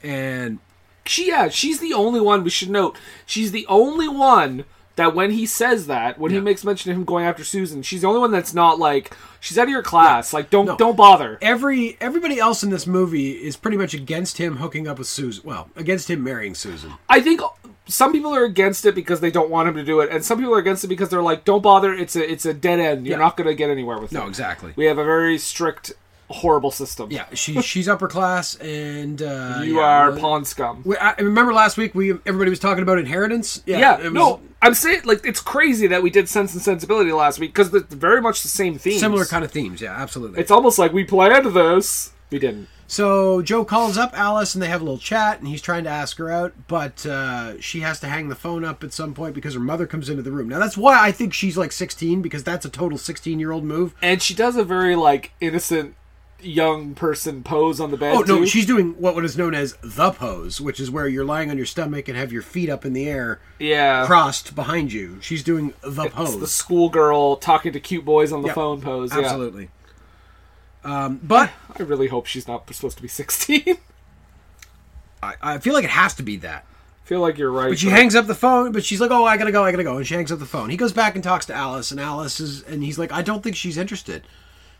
[SPEAKER 1] And
[SPEAKER 2] She, yeah, she's the only one we should note. She's the only one that when he says that, when he
[SPEAKER 1] Yeah.
[SPEAKER 2] makes mention of him going after Susan, she's the only one that's not like she's out of your class. Like don't
[SPEAKER 1] No.
[SPEAKER 2] don't bother.
[SPEAKER 1] every everybody else in this movie is pretty much against him hooking up with Susan, well, against him marrying Susan.
[SPEAKER 2] I think some people are against it because they don't want him to do it, and some people are against it because they're like, don't bother. It's a it's a dead end. You're
[SPEAKER 1] Yeah.
[SPEAKER 2] not going to get anywhere with it.
[SPEAKER 1] No, exactly.
[SPEAKER 2] We have a very strict, horrible system.
[SPEAKER 1] Yeah, she she's upper class and uh
[SPEAKER 2] you
[SPEAKER 1] yeah,
[SPEAKER 2] are
[SPEAKER 1] well,
[SPEAKER 2] pawn scum.
[SPEAKER 1] we, I I remember last week we everybody was talking about inheritance.
[SPEAKER 2] yeah,
[SPEAKER 1] it was-
[SPEAKER 2] no, I'm saying like it's crazy that we did Sense and Sensibility last week because it's very much the same theme.
[SPEAKER 1] similar kind of themes. Yeah, absolutely.
[SPEAKER 2] It's almost like we planned this. We didn't.
[SPEAKER 1] so Joe calls up Alice and they have a little chat, and he's trying to ask her out, but uh, she has to hang the phone up at some point because her mother comes into the room. Now that's why I think she's like 16 because that's a total 16 year old move.
[SPEAKER 2] And she does a very like innocent young person pose on the bed.
[SPEAKER 1] Oh no,
[SPEAKER 2] too.
[SPEAKER 1] she's doing what is known as the pose, which is where you're lying on your stomach and have your feet up in the air,
[SPEAKER 2] yeah.
[SPEAKER 1] crossed behind you. She's doing the pose.
[SPEAKER 2] It's the schoolgirl talking to cute boys on the
[SPEAKER 1] Yeah,
[SPEAKER 2] phone pose. Yeah.
[SPEAKER 1] Absolutely. Um, but
[SPEAKER 2] I really hope she's not supposed to be 16.
[SPEAKER 1] I, I feel like it has to be that.
[SPEAKER 2] feel like you're right.
[SPEAKER 1] But she hangs up the phone, but she's like, "Oh, I gotta go, I gotta go," and she hangs up the phone. He goes back and talks to Alice, and Alice is, and he's like, "I don't think she's interested."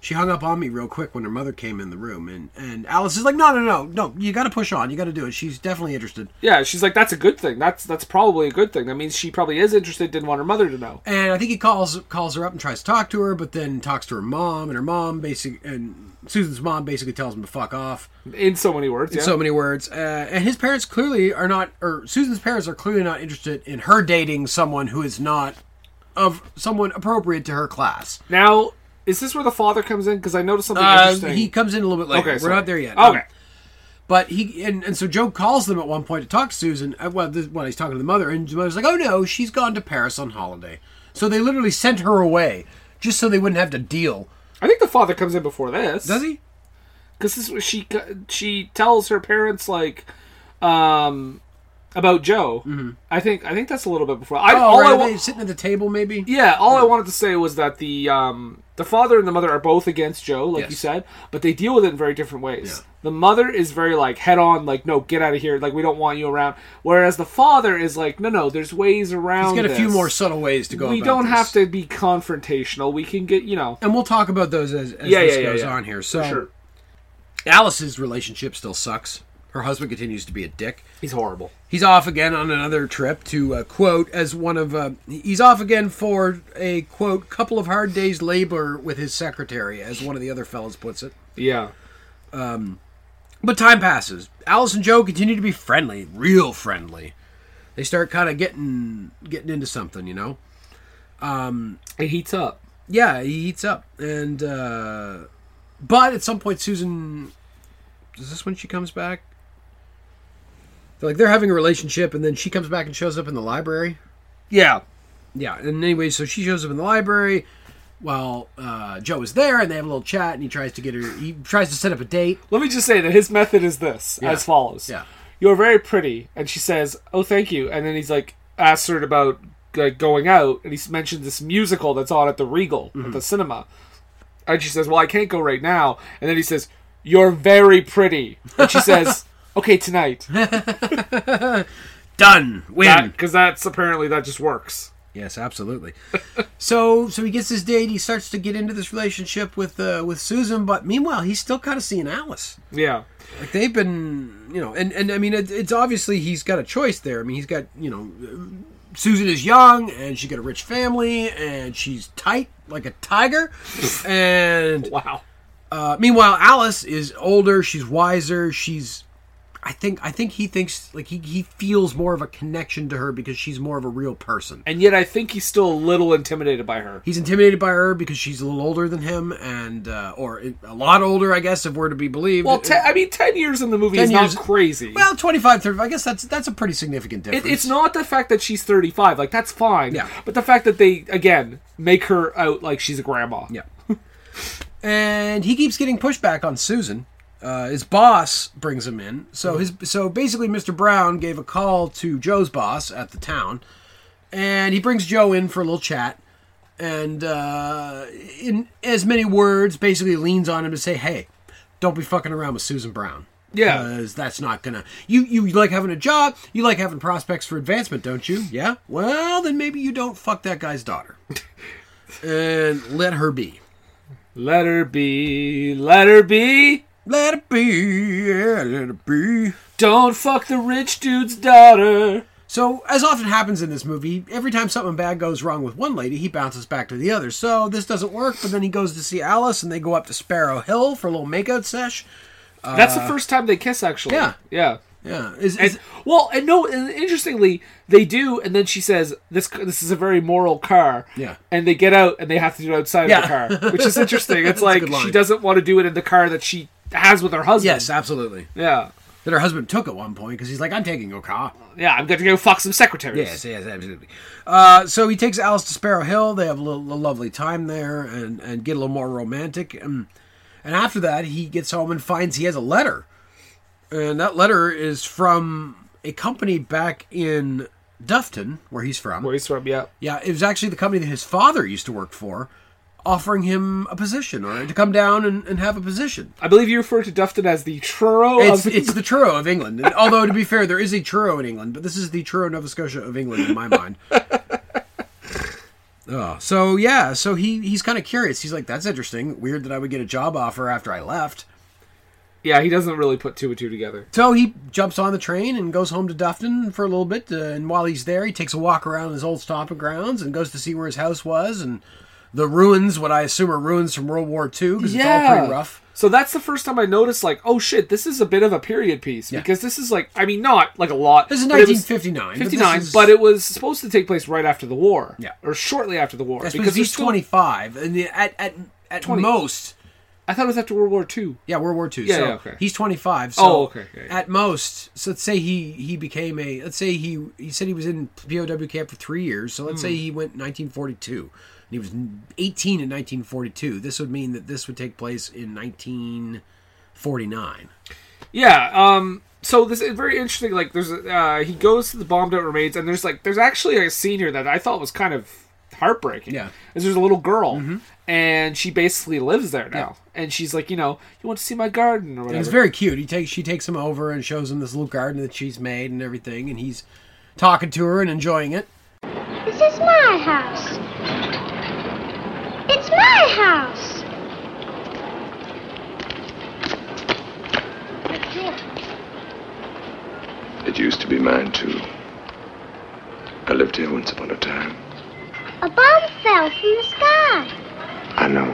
[SPEAKER 1] She hung up on me real quick when her mother came in the room, and and Alice is like, "No, no, no, no, you gotta push on, you gotta do it. She's definitely interested."
[SPEAKER 2] Yeah, she's like, that's a good thing. That's that's probably a good thing. That means she probably is interested. Didn't want her mother to know.
[SPEAKER 1] And I think he calls calls her up and tries to talk to her, but then talks to her mom, and her mom basically, and Susan's mom basically tells him to fuck off.
[SPEAKER 2] In so many words. Yeah.
[SPEAKER 1] so many words. Uh, and his parents clearly are not, or Susan's parents are clearly not interested in her dating someone who is not of someone appropriate to her class.
[SPEAKER 2] now, is this where the father comes in? Because I noticed something
[SPEAKER 1] Uh,
[SPEAKER 2] interesting.
[SPEAKER 1] he comes in a little bit later. We're
[SPEAKER 2] sorry.
[SPEAKER 1] not there yet.
[SPEAKER 2] Okay.
[SPEAKER 1] Um, but he and, and so Joe calls them at one point to talk to Susan. uh, Well, this, when he's talking to the mother, and the mother's like, "Oh no, she's gone to Paris on holiday." So they literally sent her away just so they wouldn't have to deal.
[SPEAKER 2] I think the father comes in before this.
[SPEAKER 1] Does he?
[SPEAKER 2] because this she she tells her parents like um about Joe. Mm-hmm. I think I think that's a little bit before. I,
[SPEAKER 1] Oh,
[SPEAKER 2] all
[SPEAKER 1] right,
[SPEAKER 2] I
[SPEAKER 1] are
[SPEAKER 2] wa-
[SPEAKER 1] they sitting at the table, maybe.
[SPEAKER 2] yeah, all I wanted to say was that the um the father and the mother are both against Joe, like you
[SPEAKER 1] Yes.
[SPEAKER 2] said, but they deal with it in very different ways. The mother is very like head on, like no, get out of here, like we don't want you around. Whereas the father is like, no, no, there's ways around.
[SPEAKER 1] He's got a few
[SPEAKER 2] this.
[SPEAKER 1] more subtle ways to go.
[SPEAKER 2] We
[SPEAKER 1] about
[SPEAKER 2] don't
[SPEAKER 1] this.
[SPEAKER 2] have to be confrontational. We can get you know.
[SPEAKER 1] and we'll talk about those as, as
[SPEAKER 2] Yeah,
[SPEAKER 1] this
[SPEAKER 2] yeah, yeah,
[SPEAKER 1] goes
[SPEAKER 2] yeah.
[SPEAKER 1] on here. So
[SPEAKER 2] Sure,
[SPEAKER 1] Alice's relationship still sucks. Her husband continues to be a dick.
[SPEAKER 2] he's horrible.
[SPEAKER 1] He's off again on another trip to uh, quote as one of uh, he's off again for a quote couple of hard days labor with his secretary as one of the other fellas puts it.
[SPEAKER 2] Yeah. Um,
[SPEAKER 1] But time passes. Alice and Joe continue to be friendly, real friendly. They start kind of getting getting into something, you know. Um,
[SPEAKER 2] It heats up.
[SPEAKER 1] Yeah, he eats up, and uh, but at some point, Susan is this when she comes back? They're like they're having a relationship, and then she comes back and shows up in the library.
[SPEAKER 2] Yeah.
[SPEAKER 1] Yeah, and anyway, so she shows up in the library while uh, Joe is there, and they have a little chat, and he tries to get her. He tries to set up a date.
[SPEAKER 2] Let me just say that his method is this as follows.
[SPEAKER 1] Yeah.
[SPEAKER 2] You're very pretty. And she says, Oh, thank you. And then he's like, asks her about like, going out. And he mentioned this musical that's on at the Regal,
[SPEAKER 1] Mm-hmm.
[SPEAKER 2] at the cinema. And she says, Well, I can't go right now. And then he says, You're very pretty. And she says, Okay, tonight.
[SPEAKER 1] Done. Win.
[SPEAKER 2] Because that's apparently that just works.
[SPEAKER 1] Yes, absolutely. so, so he gets his date. He starts to get into this relationship with uh, with Susan, but meanwhile, he's still kind of seeing Alice.
[SPEAKER 2] Yeah.
[SPEAKER 1] Like they've been, you know, and and I mean, it, it's obviously he's got a choice there. I mean, he's got, you know, Susan is young and she got a rich family and she's tight like a tiger, and
[SPEAKER 2] Wow.
[SPEAKER 1] uh, meanwhile, Alice is older. She's wiser. She's, I think, I think he thinks like he, he feels more of a connection to her because she's more of a real person.
[SPEAKER 2] And yet, I think he's still a little intimidated by her.
[SPEAKER 1] He's intimidated by her because she's a little older than him, and uh, or a lot older, I guess, if we're to be believed.
[SPEAKER 2] Well, te- I mean, ten years in the movie
[SPEAKER 1] 10
[SPEAKER 2] is
[SPEAKER 1] years-
[SPEAKER 2] not crazy.
[SPEAKER 1] well, 25, 35, I guess that's that's a pretty significant difference.
[SPEAKER 2] It, it's not the fact that she's 35, like that's fine.
[SPEAKER 1] Yeah.
[SPEAKER 2] But the fact that they again make her out like she's a grandma.
[SPEAKER 1] Yeah. and he keeps getting pushback on Susan. Uh, his boss brings him in. So
[SPEAKER 2] Mm-hmm.
[SPEAKER 1] his so basically, Mr. Brown gave a call to Joe's boss at the town, and he brings Joe in for a little chat. And uh, in as many words, basically leans on him to say, "Hey, don't be fucking around with Susan Brown."
[SPEAKER 2] Yeah.
[SPEAKER 1] because that's not gonna. You you like having a job. You like having prospects for advancement, don't you? Yeah. Well, then maybe you don't fuck that guy's daughter, and let her be.
[SPEAKER 2] Let her be. Let her be.
[SPEAKER 1] Let it be, yeah, let it be.
[SPEAKER 2] Don't fuck the rich dude's daughter.
[SPEAKER 1] So, as often happens in this movie, every time something bad goes wrong with one lady, he bounces back to the other. So, this doesn't work, but then he goes to see Alice and they go up to Sparrow Hill for a little makeout sesh. Uh,
[SPEAKER 2] That's the first time they kiss, actually.
[SPEAKER 1] yeah.
[SPEAKER 2] Yeah.
[SPEAKER 1] Yeah. Is, is,
[SPEAKER 2] And, well, and no, and interestingly, they do, and then she says, "This this is a very moral car."
[SPEAKER 1] Yeah.
[SPEAKER 2] And they get out, and they have to do it outside
[SPEAKER 1] Yeah.
[SPEAKER 2] of the car, which is interesting.
[SPEAKER 1] That's
[SPEAKER 2] It's
[SPEAKER 1] a
[SPEAKER 2] like
[SPEAKER 1] good line.
[SPEAKER 2] she doesn't want to do it in the car that she has with her husband.
[SPEAKER 1] yes, absolutely.
[SPEAKER 2] Yeah.
[SPEAKER 1] That her husband took at one point because he's like, I'm taking your car.
[SPEAKER 2] Yeah. I'm going to go fuck some secretaries.
[SPEAKER 1] Yes, yes, absolutely. Uh, so he takes Alice to Sparrow Hill. They have a, little, a lovely time there and, and get a little more romantic. And, and after that, he gets home and finds he has a letter. And that letter is from a company back in Dufton, where he's from.
[SPEAKER 2] Where he's from. Yeah.
[SPEAKER 1] Yeah, it was actually the company that his father used to work for, offering him a position or to come down and, and have a position.
[SPEAKER 2] I believe you refer to Dufton as the Truro
[SPEAKER 1] It's,
[SPEAKER 2] of
[SPEAKER 1] it's the Truro of England. And although, to be fair, there is a Truro in England, but this is the Truro, Nova Scotia of England in my mind. Oh, so yeah, so he he's kind of curious. He's like, "That's interesting. Weird that I would get a job offer after I left."
[SPEAKER 2] Yeah, he doesn't really put two and two together.
[SPEAKER 1] So he jumps on the train and goes home to Dufton for a little bit. Uh, and while he's there, he takes a walk around his old stomping grounds and goes to see where his house was and the ruins, what I assume are ruins from World War II, because it's all pretty rough.
[SPEAKER 2] So that's the first time I noticed, like, oh shit, this is a bit of a period piece because this is like, I mean, not like a lot.
[SPEAKER 1] This is
[SPEAKER 2] but it was
[SPEAKER 1] 1959, but this
[SPEAKER 2] 59,
[SPEAKER 1] is-
[SPEAKER 2] but it was supposed to take place right after the war.
[SPEAKER 1] Yeah.
[SPEAKER 2] or shortly after the war.
[SPEAKER 1] That's because
[SPEAKER 2] because
[SPEAKER 1] he's
[SPEAKER 2] there's still-
[SPEAKER 1] twenty five, and the- at at at
[SPEAKER 2] 20.
[SPEAKER 1] most
[SPEAKER 2] I thought it was after World War Two.
[SPEAKER 1] Yeah, World War Two.
[SPEAKER 2] Yeah,
[SPEAKER 1] so
[SPEAKER 2] yeah, okay.
[SPEAKER 1] He's 25. So
[SPEAKER 2] Oh, okay, okay.
[SPEAKER 1] At most, so let's say he he became a let's say he he said he was in POW camp for three years. So let's say
[SPEAKER 2] Hmm.
[SPEAKER 1] he went 1942, and he was 18 in 1942. This would mean that this would take place in 1949.
[SPEAKER 2] Yeah. Um. So this is very interesting. Like, there's a- uh, he goes to the bombed out remains, and there's like there's actually a scene here that I thought was kind of heartbreaking.
[SPEAKER 1] Yeah. Mm-hmm.
[SPEAKER 2] Is there's a little girl, and she basically lives there now, and she's like, you know, you want to see my garden or whatever.
[SPEAKER 1] And it's very cute. He takes she takes him over and shows him this little garden that she's made and everything, and he's talking to her and enjoying it.
[SPEAKER 6] This is my house. It's my house.
[SPEAKER 7] It used to be mine, too. I lived here once upon a time.
[SPEAKER 6] A bomb fell from the sky.
[SPEAKER 7] I know.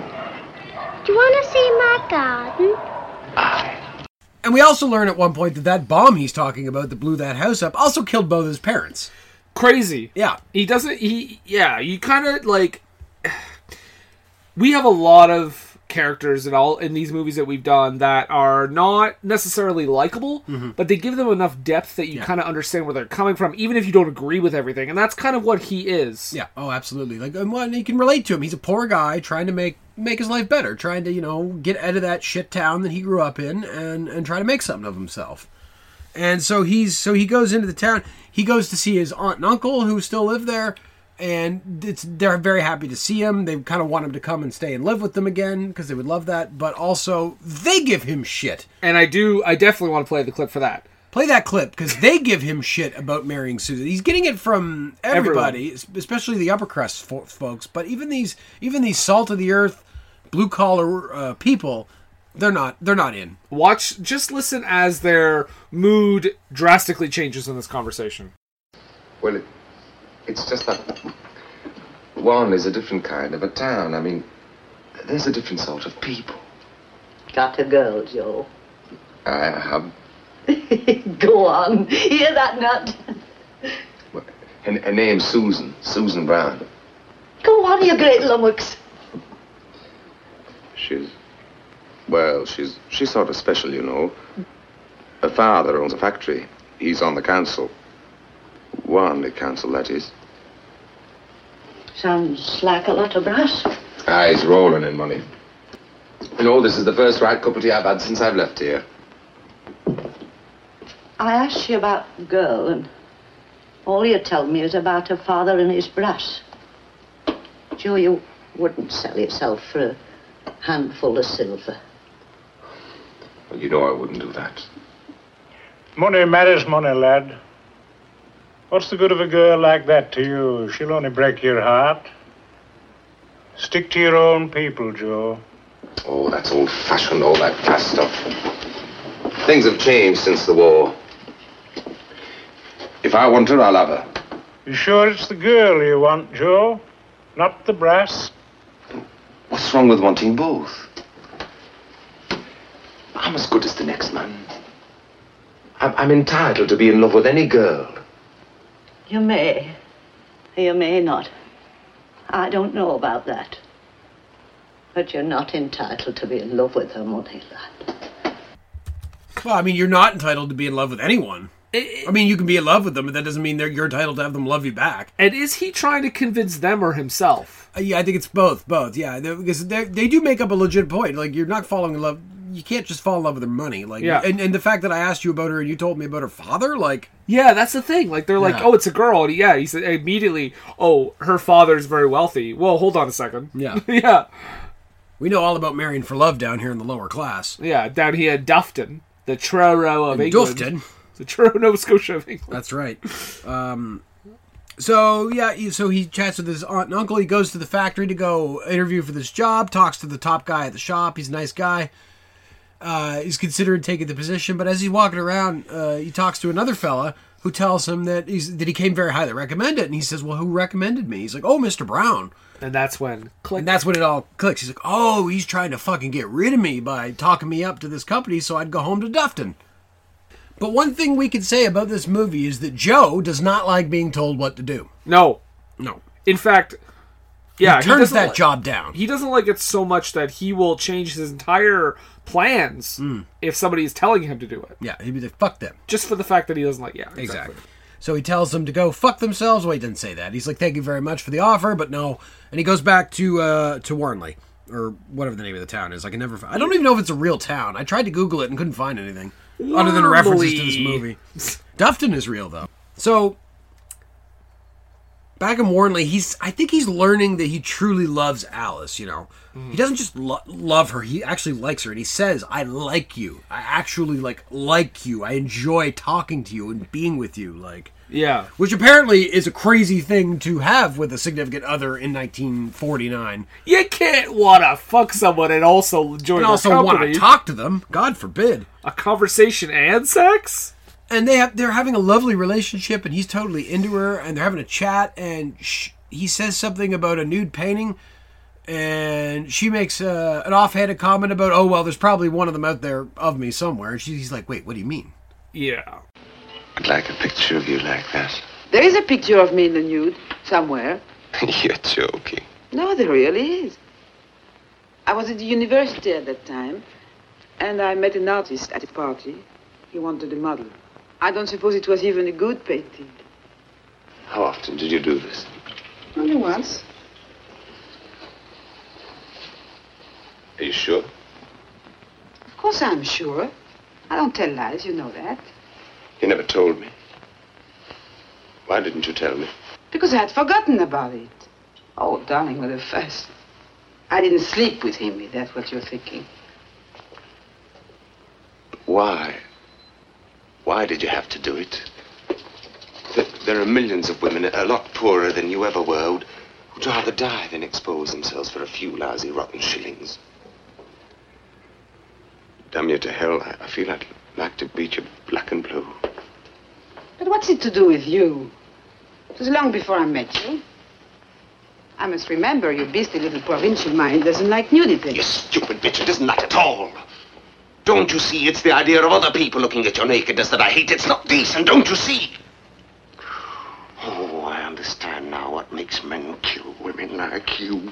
[SPEAKER 6] Do you want to see my garden?
[SPEAKER 1] And we also learn at one point that that bomb he's talking about that blew that house up also killed both his parents.
[SPEAKER 2] crazy.
[SPEAKER 1] Yeah.
[SPEAKER 2] He doesn't. He yeah. You kind of like. We have a lot of characters in all in these movies that we've done that are not necessarily likable,
[SPEAKER 1] Mm-hmm.
[SPEAKER 2] but they give them enough depth that you kind of understand where they're coming from, even if you don't agree with everything. And that's kind of what he is.
[SPEAKER 1] Yeah. Oh, absolutely. Like, um, well, and you can relate to him. He's a poor guy trying to make make his life better, trying to you know get out of that shit town that he grew up in, and and try to make something of himself. And so he's so he goes into the town. He goes to see his aunt and uncle who still live there, and it's they're very happy to see him. They kind of want him to come and stay and live with them again because they would love that. But also they give him shit.
[SPEAKER 2] And I do. I definitely want to play the clip for that.
[SPEAKER 1] Play that clip because they give him shit about marrying Susan. He's getting it from everybody, es- especially the upper crust fo- folks. But even these, even these salt of the earth, blue collar uh, people, they're not. They're not in.
[SPEAKER 2] Watch, just listen as their mood drastically changes in this conversation.
[SPEAKER 8] Well, it, it's just that Warren is a different kind of a town. I mean, there's a different sort of people.
[SPEAKER 9] Got a girl, Joe.
[SPEAKER 8] I have,
[SPEAKER 9] Go on. Hear that nut?
[SPEAKER 8] her, her name's Susan, Susan Brown.
[SPEAKER 9] Go on, you great lummox.
[SPEAKER 8] She's, well, she's she's sort of special, you know. Her father owns a factory. He's on the council. Warnley Council, that is.
[SPEAKER 9] Sounds like a lot of brass.
[SPEAKER 8] Eyes Ah, rolling in money. You know, this is the first right cup of tea I've had since I've left here.
[SPEAKER 9] I asked you about the girl, and all you tell me is about her father and his brass. Joe, you wouldn't sell yourself for a handful of silver.
[SPEAKER 8] Well, you know I wouldn't do that.
[SPEAKER 10] Money matters money, lad. What's the good of a girl like that to you? She'll only break your heart. Stick to your own people, Joe.
[SPEAKER 8] Oh, that's old-fashioned, all that past stuff. Things have changed since the war. If I want her, I'll have her.
[SPEAKER 10] You sure it's the girl you want, Joe? Not the brass?
[SPEAKER 8] What's wrong with wanting both? I'm as good as the next man. I'm, I'm entitled to be in love with any girl.
[SPEAKER 9] You may. You may not. I don't know about that. But you're not entitled to be in love with her, money lad.
[SPEAKER 1] Well, I mean, you're not entitled to be in love with anyone. I mean, you can be in love with them, but that doesn't mean they're, you're entitled to have them love you back.
[SPEAKER 2] And is he trying to convince them or himself?
[SPEAKER 1] Uh, yeah, I think it's both, both. Yeah, they- because they they do make up a legit point. Like you're not falling in love. You can't just fall in love with her money. Like,
[SPEAKER 2] Yeah.
[SPEAKER 1] and, and the fact that I asked you about her and you told me about her father, like,
[SPEAKER 2] Yeah, that's the thing. Like they're like,
[SPEAKER 1] Yeah.
[SPEAKER 2] oh, it's a girl. And yeah, he said immediately, oh, her father's very wealthy. Well, hold on a second.
[SPEAKER 1] yeah,
[SPEAKER 2] yeah,
[SPEAKER 1] we know all about marrying for love down here in the lower class.
[SPEAKER 2] yeah. Down here, in Dufton, the Truro of England,
[SPEAKER 1] Dufton.
[SPEAKER 2] the Truro, Nova Scotia of England.
[SPEAKER 1] That's right. Um, so yeah, he- so he chats with his aunt and uncle. He goes to the factory to go interview for this job. Talks to the top guy at the shop. He's a nice guy. Uh, he's considering taking the position, but as he's walking around, uh, he talks to another fella who tells him that he's that he came very highly recommended, and he says, "Well, who recommended me?" He's like, "Oh, Mister Brown."
[SPEAKER 2] And that's when click.
[SPEAKER 1] And that's when it all clicks. He's like, "Oh, he's trying to fucking get rid of me by talking me up to this company, so I'd go home to Dufton." But one thing we can say about this movie is that Joe does not like being told what to do.
[SPEAKER 2] no,
[SPEAKER 1] No,
[SPEAKER 2] in fact, yeah,
[SPEAKER 1] he turns
[SPEAKER 2] doesn't
[SPEAKER 1] that
[SPEAKER 2] li-
[SPEAKER 1] job down.
[SPEAKER 2] He doesn't like it so much that he will change his entire plans if somebody is telling him to do it,
[SPEAKER 1] Mm. yeah, he'd be like, "Fuck them."
[SPEAKER 2] just for the fact that he doesn't like. Yeah,
[SPEAKER 1] Exactly. So he tells them to go fuck themselves. Well, he didn't say that. He's like, "Thank you very much for the offer, but no." And he goes back to uh, to Warnley or whatever the name of the town is. I can never. Find, I don't even know if it's a real town. I tried to Google it and couldn't find anything other than references to this
[SPEAKER 2] Warnley.
[SPEAKER 1] movie. Dufton is real though. So back in Warnley, he's. I think he's learning that he truly loves Alice. You know, he doesn't just lo- love her. He actually likes her, and he says, "I like you. I actually like like you. I enjoy talking to you and being with you." Like
[SPEAKER 2] Yeah,
[SPEAKER 1] which apparently is a crazy thing to have with a significant other in 1949
[SPEAKER 2] you can't wanna fuck someone and also enjoy
[SPEAKER 1] and
[SPEAKER 2] their
[SPEAKER 1] also want
[SPEAKER 2] company.
[SPEAKER 1] to talk to them god forbid
[SPEAKER 2] a conversation and sex.
[SPEAKER 1] and they have they're having a lovely relationship and he's totally into her and they're having a chat and sh- he says something about a nude painting and she makes uh, an offhanded comment about oh well there's probably one of them out there of me somewhere and she's like wait what do you mean
[SPEAKER 2] Yeah.
[SPEAKER 7] I'd like a picture of you like that.
[SPEAKER 9] There is a picture of me in the nude somewhere.
[SPEAKER 7] You're joking.
[SPEAKER 9] No, there really is. I was at the university at that time, and I met an artist at a party. He wanted a model. I don't suppose it was even a good painting.
[SPEAKER 7] How often did you do this?
[SPEAKER 9] Only once.
[SPEAKER 7] Are you sure?
[SPEAKER 9] Of course, I'm sure. I don't tell lies, you know that.
[SPEAKER 7] You never told me. Why didn't you tell me?
[SPEAKER 9] Because I had forgotten about it. Oh, darling, what a fuss. I didn't sleep with him, if that's what you're thinking.
[SPEAKER 7] Why?
[SPEAKER 8] Why did you have to do it? Th- There are millions of women a lot poorer than you ever were who'd who'd rather die than expose themselves for a few lousy rotten shillings. Damn you to hell, I I feel I'd like to beat you black and blue.
[SPEAKER 11] But what's it to do with you? It was long before I met you. I must remember your beastly little provincial mind doesn't like nudity.
[SPEAKER 8] You stupid bitch, it isn't that at all. Don't you see? It's the idea of other people looking at your nakedness that I hate. It's not decent, don't you see? Oh, I understand now what makes men kill women like you.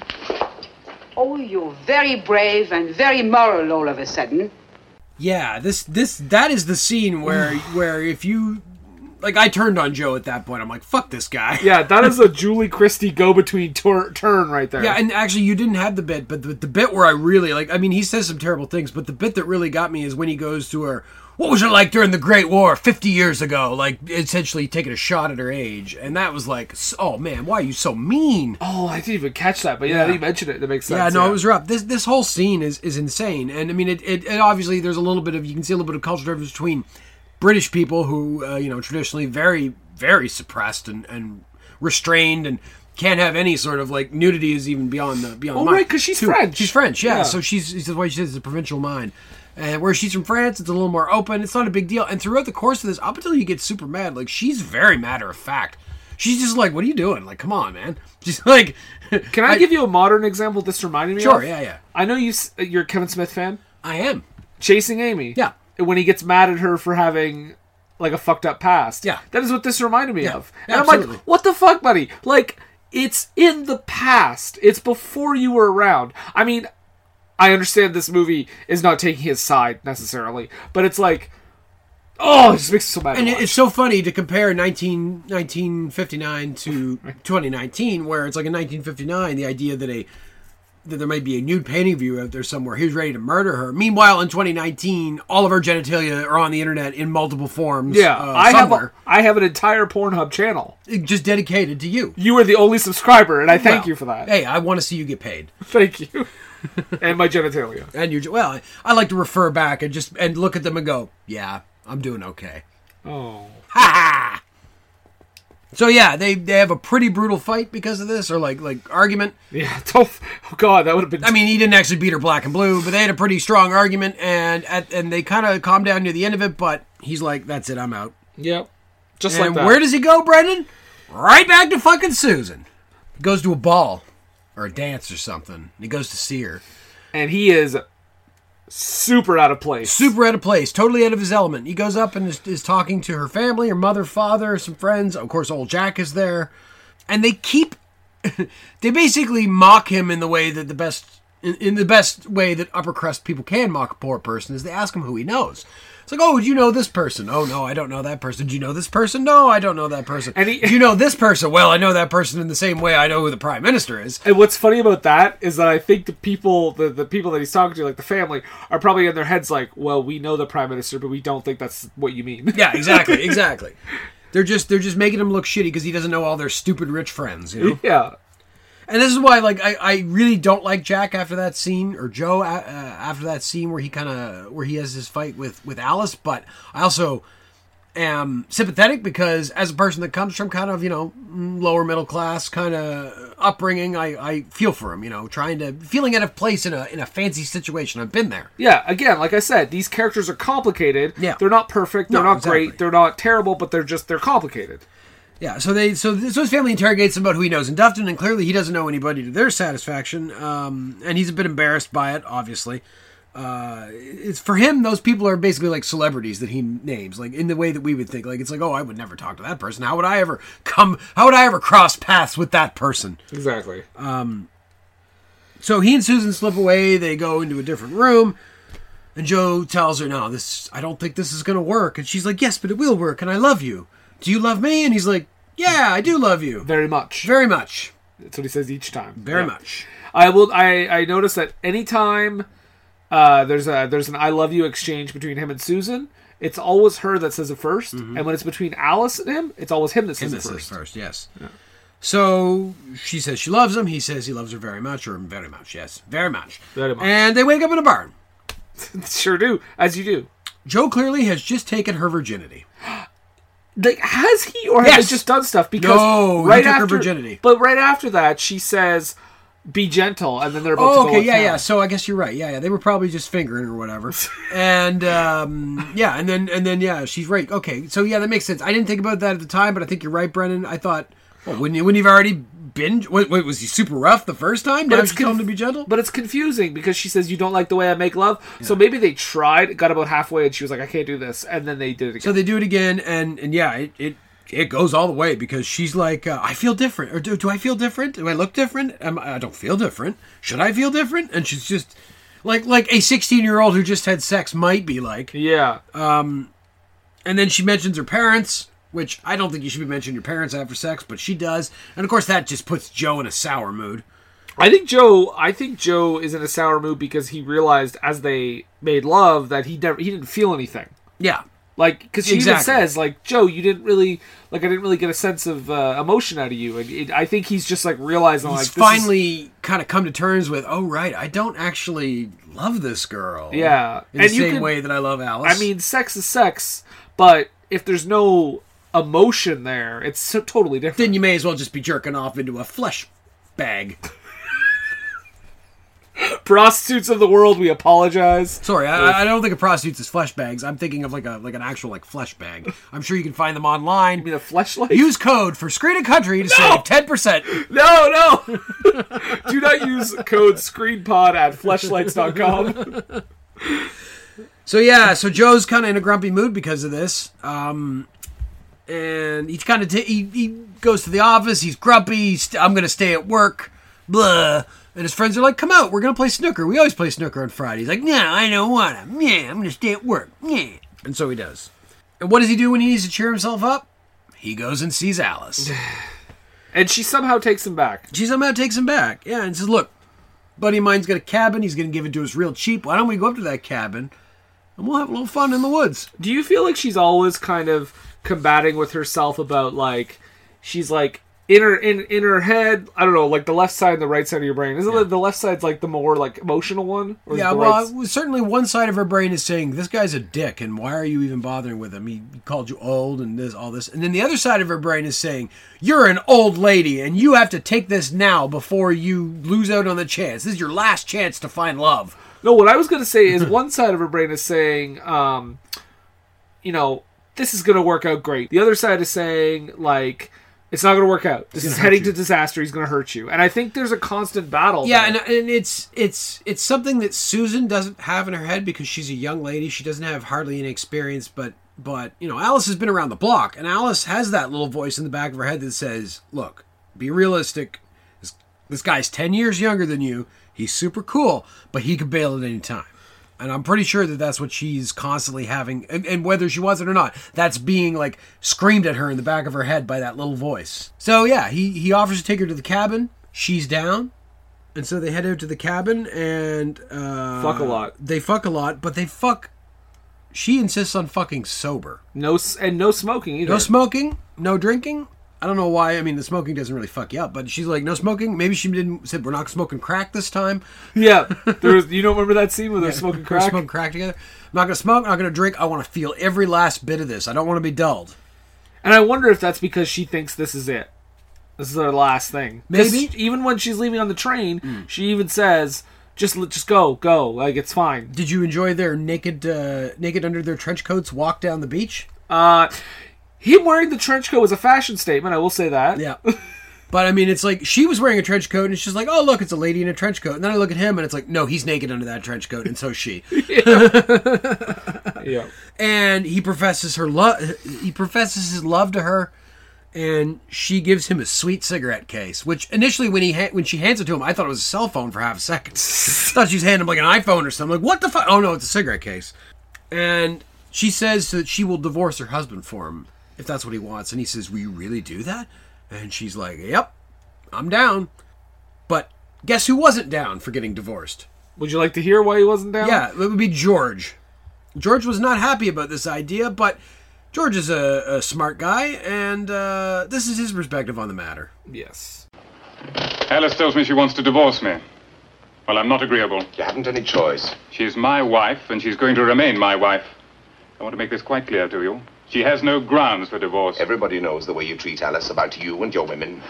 [SPEAKER 11] Oh, you're very brave and very moral all of a sudden.
[SPEAKER 1] Yeah, this this that is the scene where where if you like I turned on Joe at that point. I'm like, fuck this guy.
[SPEAKER 2] Yeah, that is a Julie Christie go between tur- turn right there.
[SPEAKER 1] Yeah, and actually, you didn't have the bit, but the, the bit where I really like, I mean, he says some terrible things, but the bit that really got me is when he goes to her, What was it like during the Great War 50 years ago? Like, essentially taking a shot at her age. And that was like, s- Oh man, why are you so mean?
[SPEAKER 2] Oh, I didn't even catch that, but yeah,
[SPEAKER 1] Yeah.
[SPEAKER 2] you mentioned it. That makes sense.
[SPEAKER 1] Yeah, no, it was rough. This this whole scene is, is insane, and I mean, it, it, it obviously there's a little bit of you can see a little bit of cultural difference between British people who uh, you know traditionally very very suppressed and, and restrained and can't have any sort of like nudity is even beyond the beyond.
[SPEAKER 2] Oh,
[SPEAKER 1] mine.
[SPEAKER 2] right, 'cause she's
[SPEAKER 1] Too-
[SPEAKER 2] French.
[SPEAKER 1] She's French, yeah.
[SPEAKER 2] Yeah.
[SPEAKER 1] So she's this is why she says it's a provincial mind. And where she's from France, it's a little more open. It's not a big deal. And throughout the course of this, up until you get super mad, like she's very matter of fact. She's just like, "What are you doing? Like, come on, man." She's like,
[SPEAKER 2] Can I, give you a modern example? This reminded me.
[SPEAKER 1] Sure,
[SPEAKER 2] of?
[SPEAKER 1] yeah, yeah.
[SPEAKER 2] I know you. s- You're a Kevin Smith fan.
[SPEAKER 1] I am.
[SPEAKER 2] Chasing Amy.
[SPEAKER 1] Yeah.
[SPEAKER 2] When he gets mad at her for having like a fucked up past. Yeah. That is what this reminded me of. And I'm
[SPEAKER 1] absolutely.
[SPEAKER 2] like, what the fuck, buddy? Like, it's in the past. It's before you were around. I mean, I understand this movie is not taking his side necessarily, but it's like, oh, it just makes me so mad. to
[SPEAKER 1] And it-
[SPEAKER 2] watch.
[SPEAKER 1] it's so funny to compare 19, 1959 to 2019, where it's like in 1959, the idea that a that there might be a nude painting of you out there somewhere. He was ready to murder her. Meanwhile, in 2019, all of our genitalia are on the internet in multiple forms.
[SPEAKER 2] Yeah,
[SPEAKER 1] uh,
[SPEAKER 2] I have
[SPEAKER 1] somewhere.
[SPEAKER 2] a, I have an entire Pornhub channel
[SPEAKER 1] just dedicated to you.
[SPEAKER 2] You are the only subscriber, and I thank
[SPEAKER 1] Well,
[SPEAKER 2] you for that.
[SPEAKER 1] Hey, I want to see you get paid.
[SPEAKER 2] Thank you. and my genitalia.
[SPEAKER 1] And you well, I, I like to refer back and just and look at them and go, yeah, I'm doing okay.
[SPEAKER 2] Oh.
[SPEAKER 1] Ha! So yeah, they they have a pretty brutal fight because of this, or like like argument.
[SPEAKER 2] Yeah. Don't, oh god, that would have been.
[SPEAKER 1] I mean, he didn't actually beat her black and blue, but they had a pretty strong argument, and at, and they kind of calmed down near the end of it. But he's like, "That's it, I'm out."
[SPEAKER 2] Yep. Just
[SPEAKER 1] and
[SPEAKER 2] like that.
[SPEAKER 1] Where does he go, Brendan? Right back to fucking Susan. He goes to a ball or a dance or something. and He goes to see her.
[SPEAKER 2] And he is super out of place.
[SPEAKER 1] Super out of place. Totally out of his element. He goes up and is, is talking to her family, her mother, father, some friends. Of course, old Jack is there. And they keep. they basically mock him in the way that the best. In, in the best way that upper crust people can mock a poor person is they ask him who he knows. It's like, oh, do you know this person? Oh, no, I don't know that person. Do you know this person? No, I don't know that person. And do you know this person? Well, I know that person in the same way I know who the prime minister is.
[SPEAKER 2] And what's funny about that is that I think the people, the, the people that he's talking to, like the family, are probably in their heads like, "Well, we know the prime minister, but we don't think that's what you mean."
[SPEAKER 1] Yeah, exactly, exactly. They're just they're just making him look shitty because he doesn't know all their stupid rich friends. You know.
[SPEAKER 2] Yeah.
[SPEAKER 1] And this is why, like, I, I really don't like Jack after that scene, or Joe uh, uh, after that scene where he kind of where he has his fight with with Alice. But I also am sympathetic because as a person that comes from kind of you know lower middle class kind of upbringing, I I feel for him. You know, trying to feeling out of place in a in a fancy situation. I've been there.
[SPEAKER 2] Yeah, again, like I said, these characters are complicated. Yeah. They're not perfect, they're
[SPEAKER 1] No,
[SPEAKER 2] not
[SPEAKER 1] exactly.
[SPEAKER 2] great, they're not terrible, but they're just they're complicated.
[SPEAKER 1] Yeah, so they so so his family interrogates him about who he knows in Dufton, and clearly he doesn't know anybody to their satisfaction, um, and he's a bit embarrassed by it. Obviously, uh, it's for him those people are basically like celebrities that he names, like in the way that we would think. Like it's like, oh, I would never talk to that person. How would I ever come? How would I ever cross paths with that person?
[SPEAKER 2] Exactly.
[SPEAKER 1] Um, so he and Susan slip away. They go into a different room, and Joe tells her, "No, this. I don't think this is going to work." And she's like, "Yes, but it will work, and I love you. Do you love me?" And he's like, "Yeah, I do love you
[SPEAKER 2] very much,
[SPEAKER 1] very much."
[SPEAKER 2] That's what he says each time.
[SPEAKER 1] Very
[SPEAKER 2] Yeah.
[SPEAKER 1] much.
[SPEAKER 2] I will. I I notice that anytime uh, there's a there's an I love you exchange between him and Susan, it's always her that says it 1st and when it's between Alice and him, it's always him that
[SPEAKER 1] Mm-hmm.
[SPEAKER 2] says
[SPEAKER 1] Him
[SPEAKER 2] it
[SPEAKER 1] that says
[SPEAKER 2] first.
[SPEAKER 1] first, yes. So she says she loves him. He says he loves her very much, or very much, yes, very much.
[SPEAKER 2] Very much.
[SPEAKER 1] And they wake up in a barn.
[SPEAKER 2] sure do, as you do.
[SPEAKER 1] Joe clearly has just taken her virginity.
[SPEAKER 2] Like, has he or has
[SPEAKER 1] Yes.
[SPEAKER 2] he just done stuff? Because
[SPEAKER 1] No, he
[SPEAKER 2] right
[SPEAKER 1] took her
[SPEAKER 2] after
[SPEAKER 1] virginity.
[SPEAKER 2] but right after that, she says, "Be gentle," and then they're about
[SPEAKER 1] Oh,
[SPEAKER 2] to go
[SPEAKER 1] okay,
[SPEAKER 2] with
[SPEAKER 1] yeah,
[SPEAKER 2] him.
[SPEAKER 1] yeah. So I guess you're right. Yeah, yeah. They were probably just fingering or whatever. And um, yeah, and then and then yeah, she's right. Okay, so yeah, that makes sense. I didn't think about that at the time, but I think you're right, Brennan. I thought, well, wouldn't you, wouldn't you have already been? Wait, wait, was he super rough the first time? Now she's telling him to be gentle.
[SPEAKER 2] But it's confusing because she says you don't like the way I make love. So maybe they tried, got about halfway, and she was like, "I can't do this," and then they did it again.
[SPEAKER 1] So they do it again, and and yeah, it it, it goes all the way because she's like, uh, I feel different, or do, do I feel different? Do I look different? Am I, I don't feel different. Should I feel different? And she's just like like a sixteen year old who just had sex might be like.
[SPEAKER 2] Yeah.
[SPEAKER 1] Um, and then she mentions her parents, which I don't think you should be mentioning your parents after sex, but she does, and of course that just puts Joe in a sour mood.
[SPEAKER 2] I think Joe. I think Joe is in a sour mood because he realized as they made love that he never he didn't feel anything.
[SPEAKER 1] Yeah.
[SPEAKER 2] Like because she even
[SPEAKER 1] Exactly.
[SPEAKER 2] says like Joe, you didn't really like I didn't really get a sense of uh, emotion out of you, and it, I think he's just like realizing like
[SPEAKER 1] He's
[SPEAKER 2] this is-
[SPEAKER 1] finally kind of come to terms with, oh right, I don't actually love this girl.
[SPEAKER 2] Yeah,
[SPEAKER 1] Oh, in
[SPEAKER 2] And
[SPEAKER 1] the
[SPEAKER 2] you
[SPEAKER 1] same
[SPEAKER 2] can-
[SPEAKER 1] way that I love Alice.
[SPEAKER 2] I mean, sex is sex, but if there's no emotion there, it's so totally different.
[SPEAKER 1] then you may as well just be jerking off into a flesh bag.
[SPEAKER 2] Prostitutes of the world, we apologize.
[SPEAKER 1] Sorry, I, I don't think of prostitutes as flesh bags. I'm thinking of like a like an actual like flesh bag. I'm sure you can find them online. You
[SPEAKER 2] mean a fleshlight?
[SPEAKER 1] Use code for Screen and Country to save ten percent.
[SPEAKER 2] No, no. Do not use code ScreenPod at fleshlights.com.
[SPEAKER 1] So yeah, so Joe's kind of in a grumpy mood because of this, um, and he kind of t- he, he goes to the office. He's grumpy. He's st- I'm gonna stay at work. Blah. And his friends are like, "Come out, we're gonna play snooker. We always play snooker on Fridays." Like, "No, I don't wanna. Yeah, I'm gonna stay at work." Yeah. And so he does. And what does he do when he needs to cheer himself up? He goes and sees Alice.
[SPEAKER 2] and she somehow takes him back.
[SPEAKER 1] She somehow takes him back. Yeah, and says, "Look, buddy of mine's got a cabin. He's gonna give it to us real cheap. Why don't we go up to that cabin and we'll have a little fun in the woods?"
[SPEAKER 2] Do you feel like she's always kind of combating with herself about like she's like in her in in her head, I don't know, like the left side and the right side of your brain. Isn't it the left side's like the more like emotional one? is
[SPEAKER 1] yeah,
[SPEAKER 2] the
[SPEAKER 1] well,
[SPEAKER 2] right-
[SPEAKER 1] I- certainly one side of her brain is saying, "This guy's a dick, and why are you even bothering with him? He called you old and this, all this." And then the other side of her brain is saying, "You're an old lady, and you have to take this now before you lose out on the chance. This is your last chance to find love."
[SPEAKER 2] No, what I was gonna say is one side of her brain is saying, um, you know, this is gonna work out great. The other side is saying, like, it's not gonna work out. This
[SPEAKER 1] gonna
[SPEAKER 2] is
[SPEAKER 1] hurt
[SPEAKER 2] heading
[SPEAKER 1] you.
[SPEAKER 2] to disaster. He's gonna hurt you. And I think there's a constant battle.
[SPEAKER 1] Yeah,
[SPEAKER 2] there.
[SPEAKER 1] and, and it's it's it's something that Susan doesn't have in her head because she's a young lady. She doesn't have hardly any experience, but but you know, Alice has been around the block, and Alice has that little voice in the back of her head that says, "Look, be realistic. This, this guy's ten years younger than you. He's super cool, but he could bail at any time." And I'm pretty sure that that's what she's constantly having, and, and whether she wants it or not, that's being like screamed at her in the back of her head by that little voice. So yeah, he he offers to take her to the cabin. She's down. And so they head out to the cabin and uh,
[SPEAKER 2] Fuck a lot.
[SPEAKER 1] They fuck a lot, but they fuck. She insists on fucking sober.
[SPEAKER 2] no s- and no smoking either.
[SPEAKER 1] No smoking, no drinking. I don't know why. I mean, the smoking doesn't really fuck you up, but she's like, no smoking. Maybe she didn't said we're not smoking crack this time.
[SPEAKER 2] Yeah, there was, you don't remember that scene where they're smoking
[SPEAKER 1] We're
[SPEAKER 2] crack?
[SPEAKER 1] smoking crack together. I'm not gonna smoke. I'm not gonna drink. I want to feel every last bit of this. I don't want to be dulled.
[SPEAKER 2] And I wonder if that's because she thinks this is it. This is her last thing. 'Cause
[SPEAKER 1] Maybe.
[SPEAKER 2] even when she's leaving on the train,
[SPEAKER 1] Hmm.
[SPEAKER 2] she even says, "Just l- just go, go. Like it's fine."
[SPEAKER 1] Did you enjoy their naked, uh, naked under their trench coats walk down the beach?
[SPEAKER 2] Uh, him wearing the trench coat was a fashion statement. I will say that.
[SPEAKER 1] Yeah. But I mean, it's like she was wearing a trench coat, and she's like, "Oh, look, it's a lady in a trench coat." And then I look at him, and it's like, "No, he's naked under that trench coat," and so is she.
[SPEAKER 2] Yeah.
[SPEAKER 1] and he professes her love. He professes his love to her, and she gives him a sweet cigarette case. Which initially, when he ha- when she hands it to him, I thought it was a cell phone for half a second. thought she was handing him like an iPhone or something. Like, what the fuck? Oh no, it's a cigarette case. And she says that she will divorce her husband for him if that's what he wants. And he says, "Will you really do that?" And she's like, "Yep, I'm down." But guess who wasn't down for getting divorced?
[SPEAKER 2] Would you like to hear why he wasn't down?
[SPEAKER 1] Yeah, it would be George. George was not happy about this idea, but George is a, a smart guy, and uh, this is his perspective on the matter.
[SPEAKER 2] Yes.
[SPEAKER 4] Alice tells me she wants to divorce me. Well, I'm not agreeable.
[SPEAKER 8] You haven't any choice.
[SPEAKER 4] She's my wife, and she's going to remain my wife. I want to make this quite clear to you. She has no grounds for divorce.
[SPEAKER 12] Everybody knows the way you treat Alice about you and your women.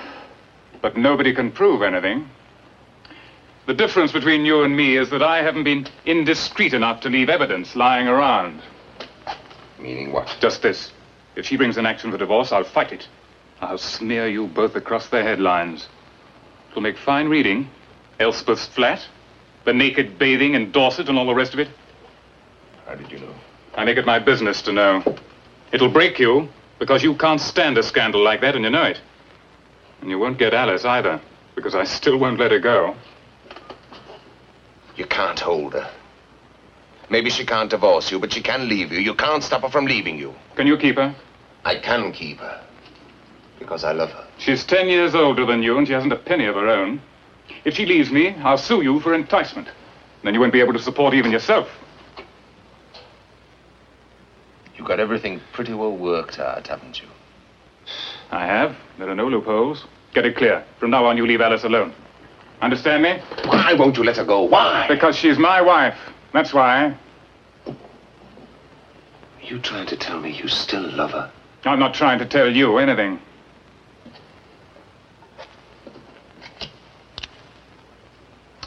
[SPEAKER 4] But nobody can prove anything. The difference between you and me is that I haven't been indiscreet enough to leave evidence lying around.
[SPEAKER 12] Meaning what?
[SPEAKER 4] Just this. If she brings an action for divorce, I'll fight it. I'll smear you both across the headlines. It'll make fine reading. Elspeth's flat, the naked bathing in Dorset and all the rest of it.
[SPEAKER 12] How did you know?
[SPEAKER 4] I make it my business to know. It'll break you because you can't stand a scandal like that and you know it. And you won't get Alice either because I still won't let her go.
[SPEAKER 12] You can't hold her. Maybe she can't divorce you, but she can leave you. You can't stop her from leaving you.
[SPEAKER 4] Can you keep her?
[SPEAKER 12] I can keep her. Because I love her.
[SPEAKER 4] She's ten years older than you and she hasn't a penny of her own. If she leaves me, I'll sue you for enticement. Then you won't be able to support even yourself.
[SPEAKER 12] You got everything pretty well worked out, haven't you?
[SPEAKER 4] I have. There are no loopholes. Get it clear. From now on, you leave Alice alone. Understand me?
[SPEAKER 12] Why won't you let her go? Why?
[SPEAKER 4] Because she's my wife. That's why.
[SPEAKER 12] Are you trying to tell me you still love her?
[SPEAKER 4] I'm not trying to tell you anything.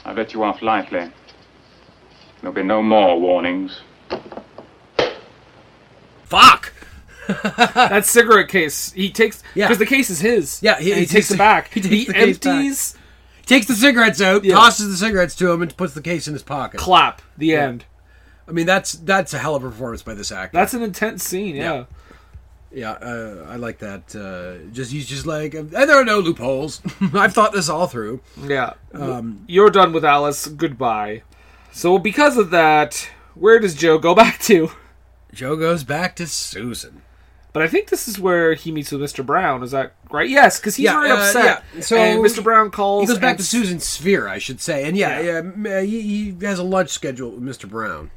[SPEAKER 4] I've let you off lightly. There'll be no more warnings.
[SPEAKER 2] Fuck. that cigarette case. He takes because the case is his.
[SPEAKER 1] Yeah, he-
[SPEAKER 2] And
[SPEAKER 1] he
[SPEAKER 2] he,
[SPEAKER 1] takes
[SPEAKER 2] takes it back.
[SPEAKER 1] he
[SPEAKER 2] He,
[SPEAKER 1] takes the case back.
[SPEAKER 2] empties.
[SPEAKER 1] Takes the cigarettes out,
[SPEAKER 2] Yeah.
[SPEAKER 1] tosses the cigarettes to him, and puts the case in his pocket.
[SPEAKER 2] Clap. The end.
[SPEAKER 1] I mean, that's that's a hell of a performance by this actor.
[SPEAKER 2] That's an intense scene. Yeah.
[SPEAKER 1] Yeah, uh, I like that. Uh, just he's just like, and there are no loopholes. I've thought this all through.
[SPEAKER 2] Yeah.
[SPEAKER 1] Um,
[SPEAKER 2] You're done with Alice. Goodbye. So because of that, where does Joe go back to?
[SPEAKER 1] Joe goes back to Susan.
[SPEAKER 2] But I think this is where he meets with Mr. Brown. Is that right? Yes, because he's
[SPEAKER 1] Yeah,
[SPEAKER 2] very
[SPEAKER 1] uh,
[SPEAKER 2] upset.
[SPEAKER 1] yeah. So
[SPEAKER 2] So and Mr. Brown calls.
[SPEAKER 1] He goes back
[SPEAKER 2] and-
[SPEAKER 1] to Susan Sphere, I should say, and yeah, yeah. m- uh, he, he has a lunch schedule with Mr. Brown.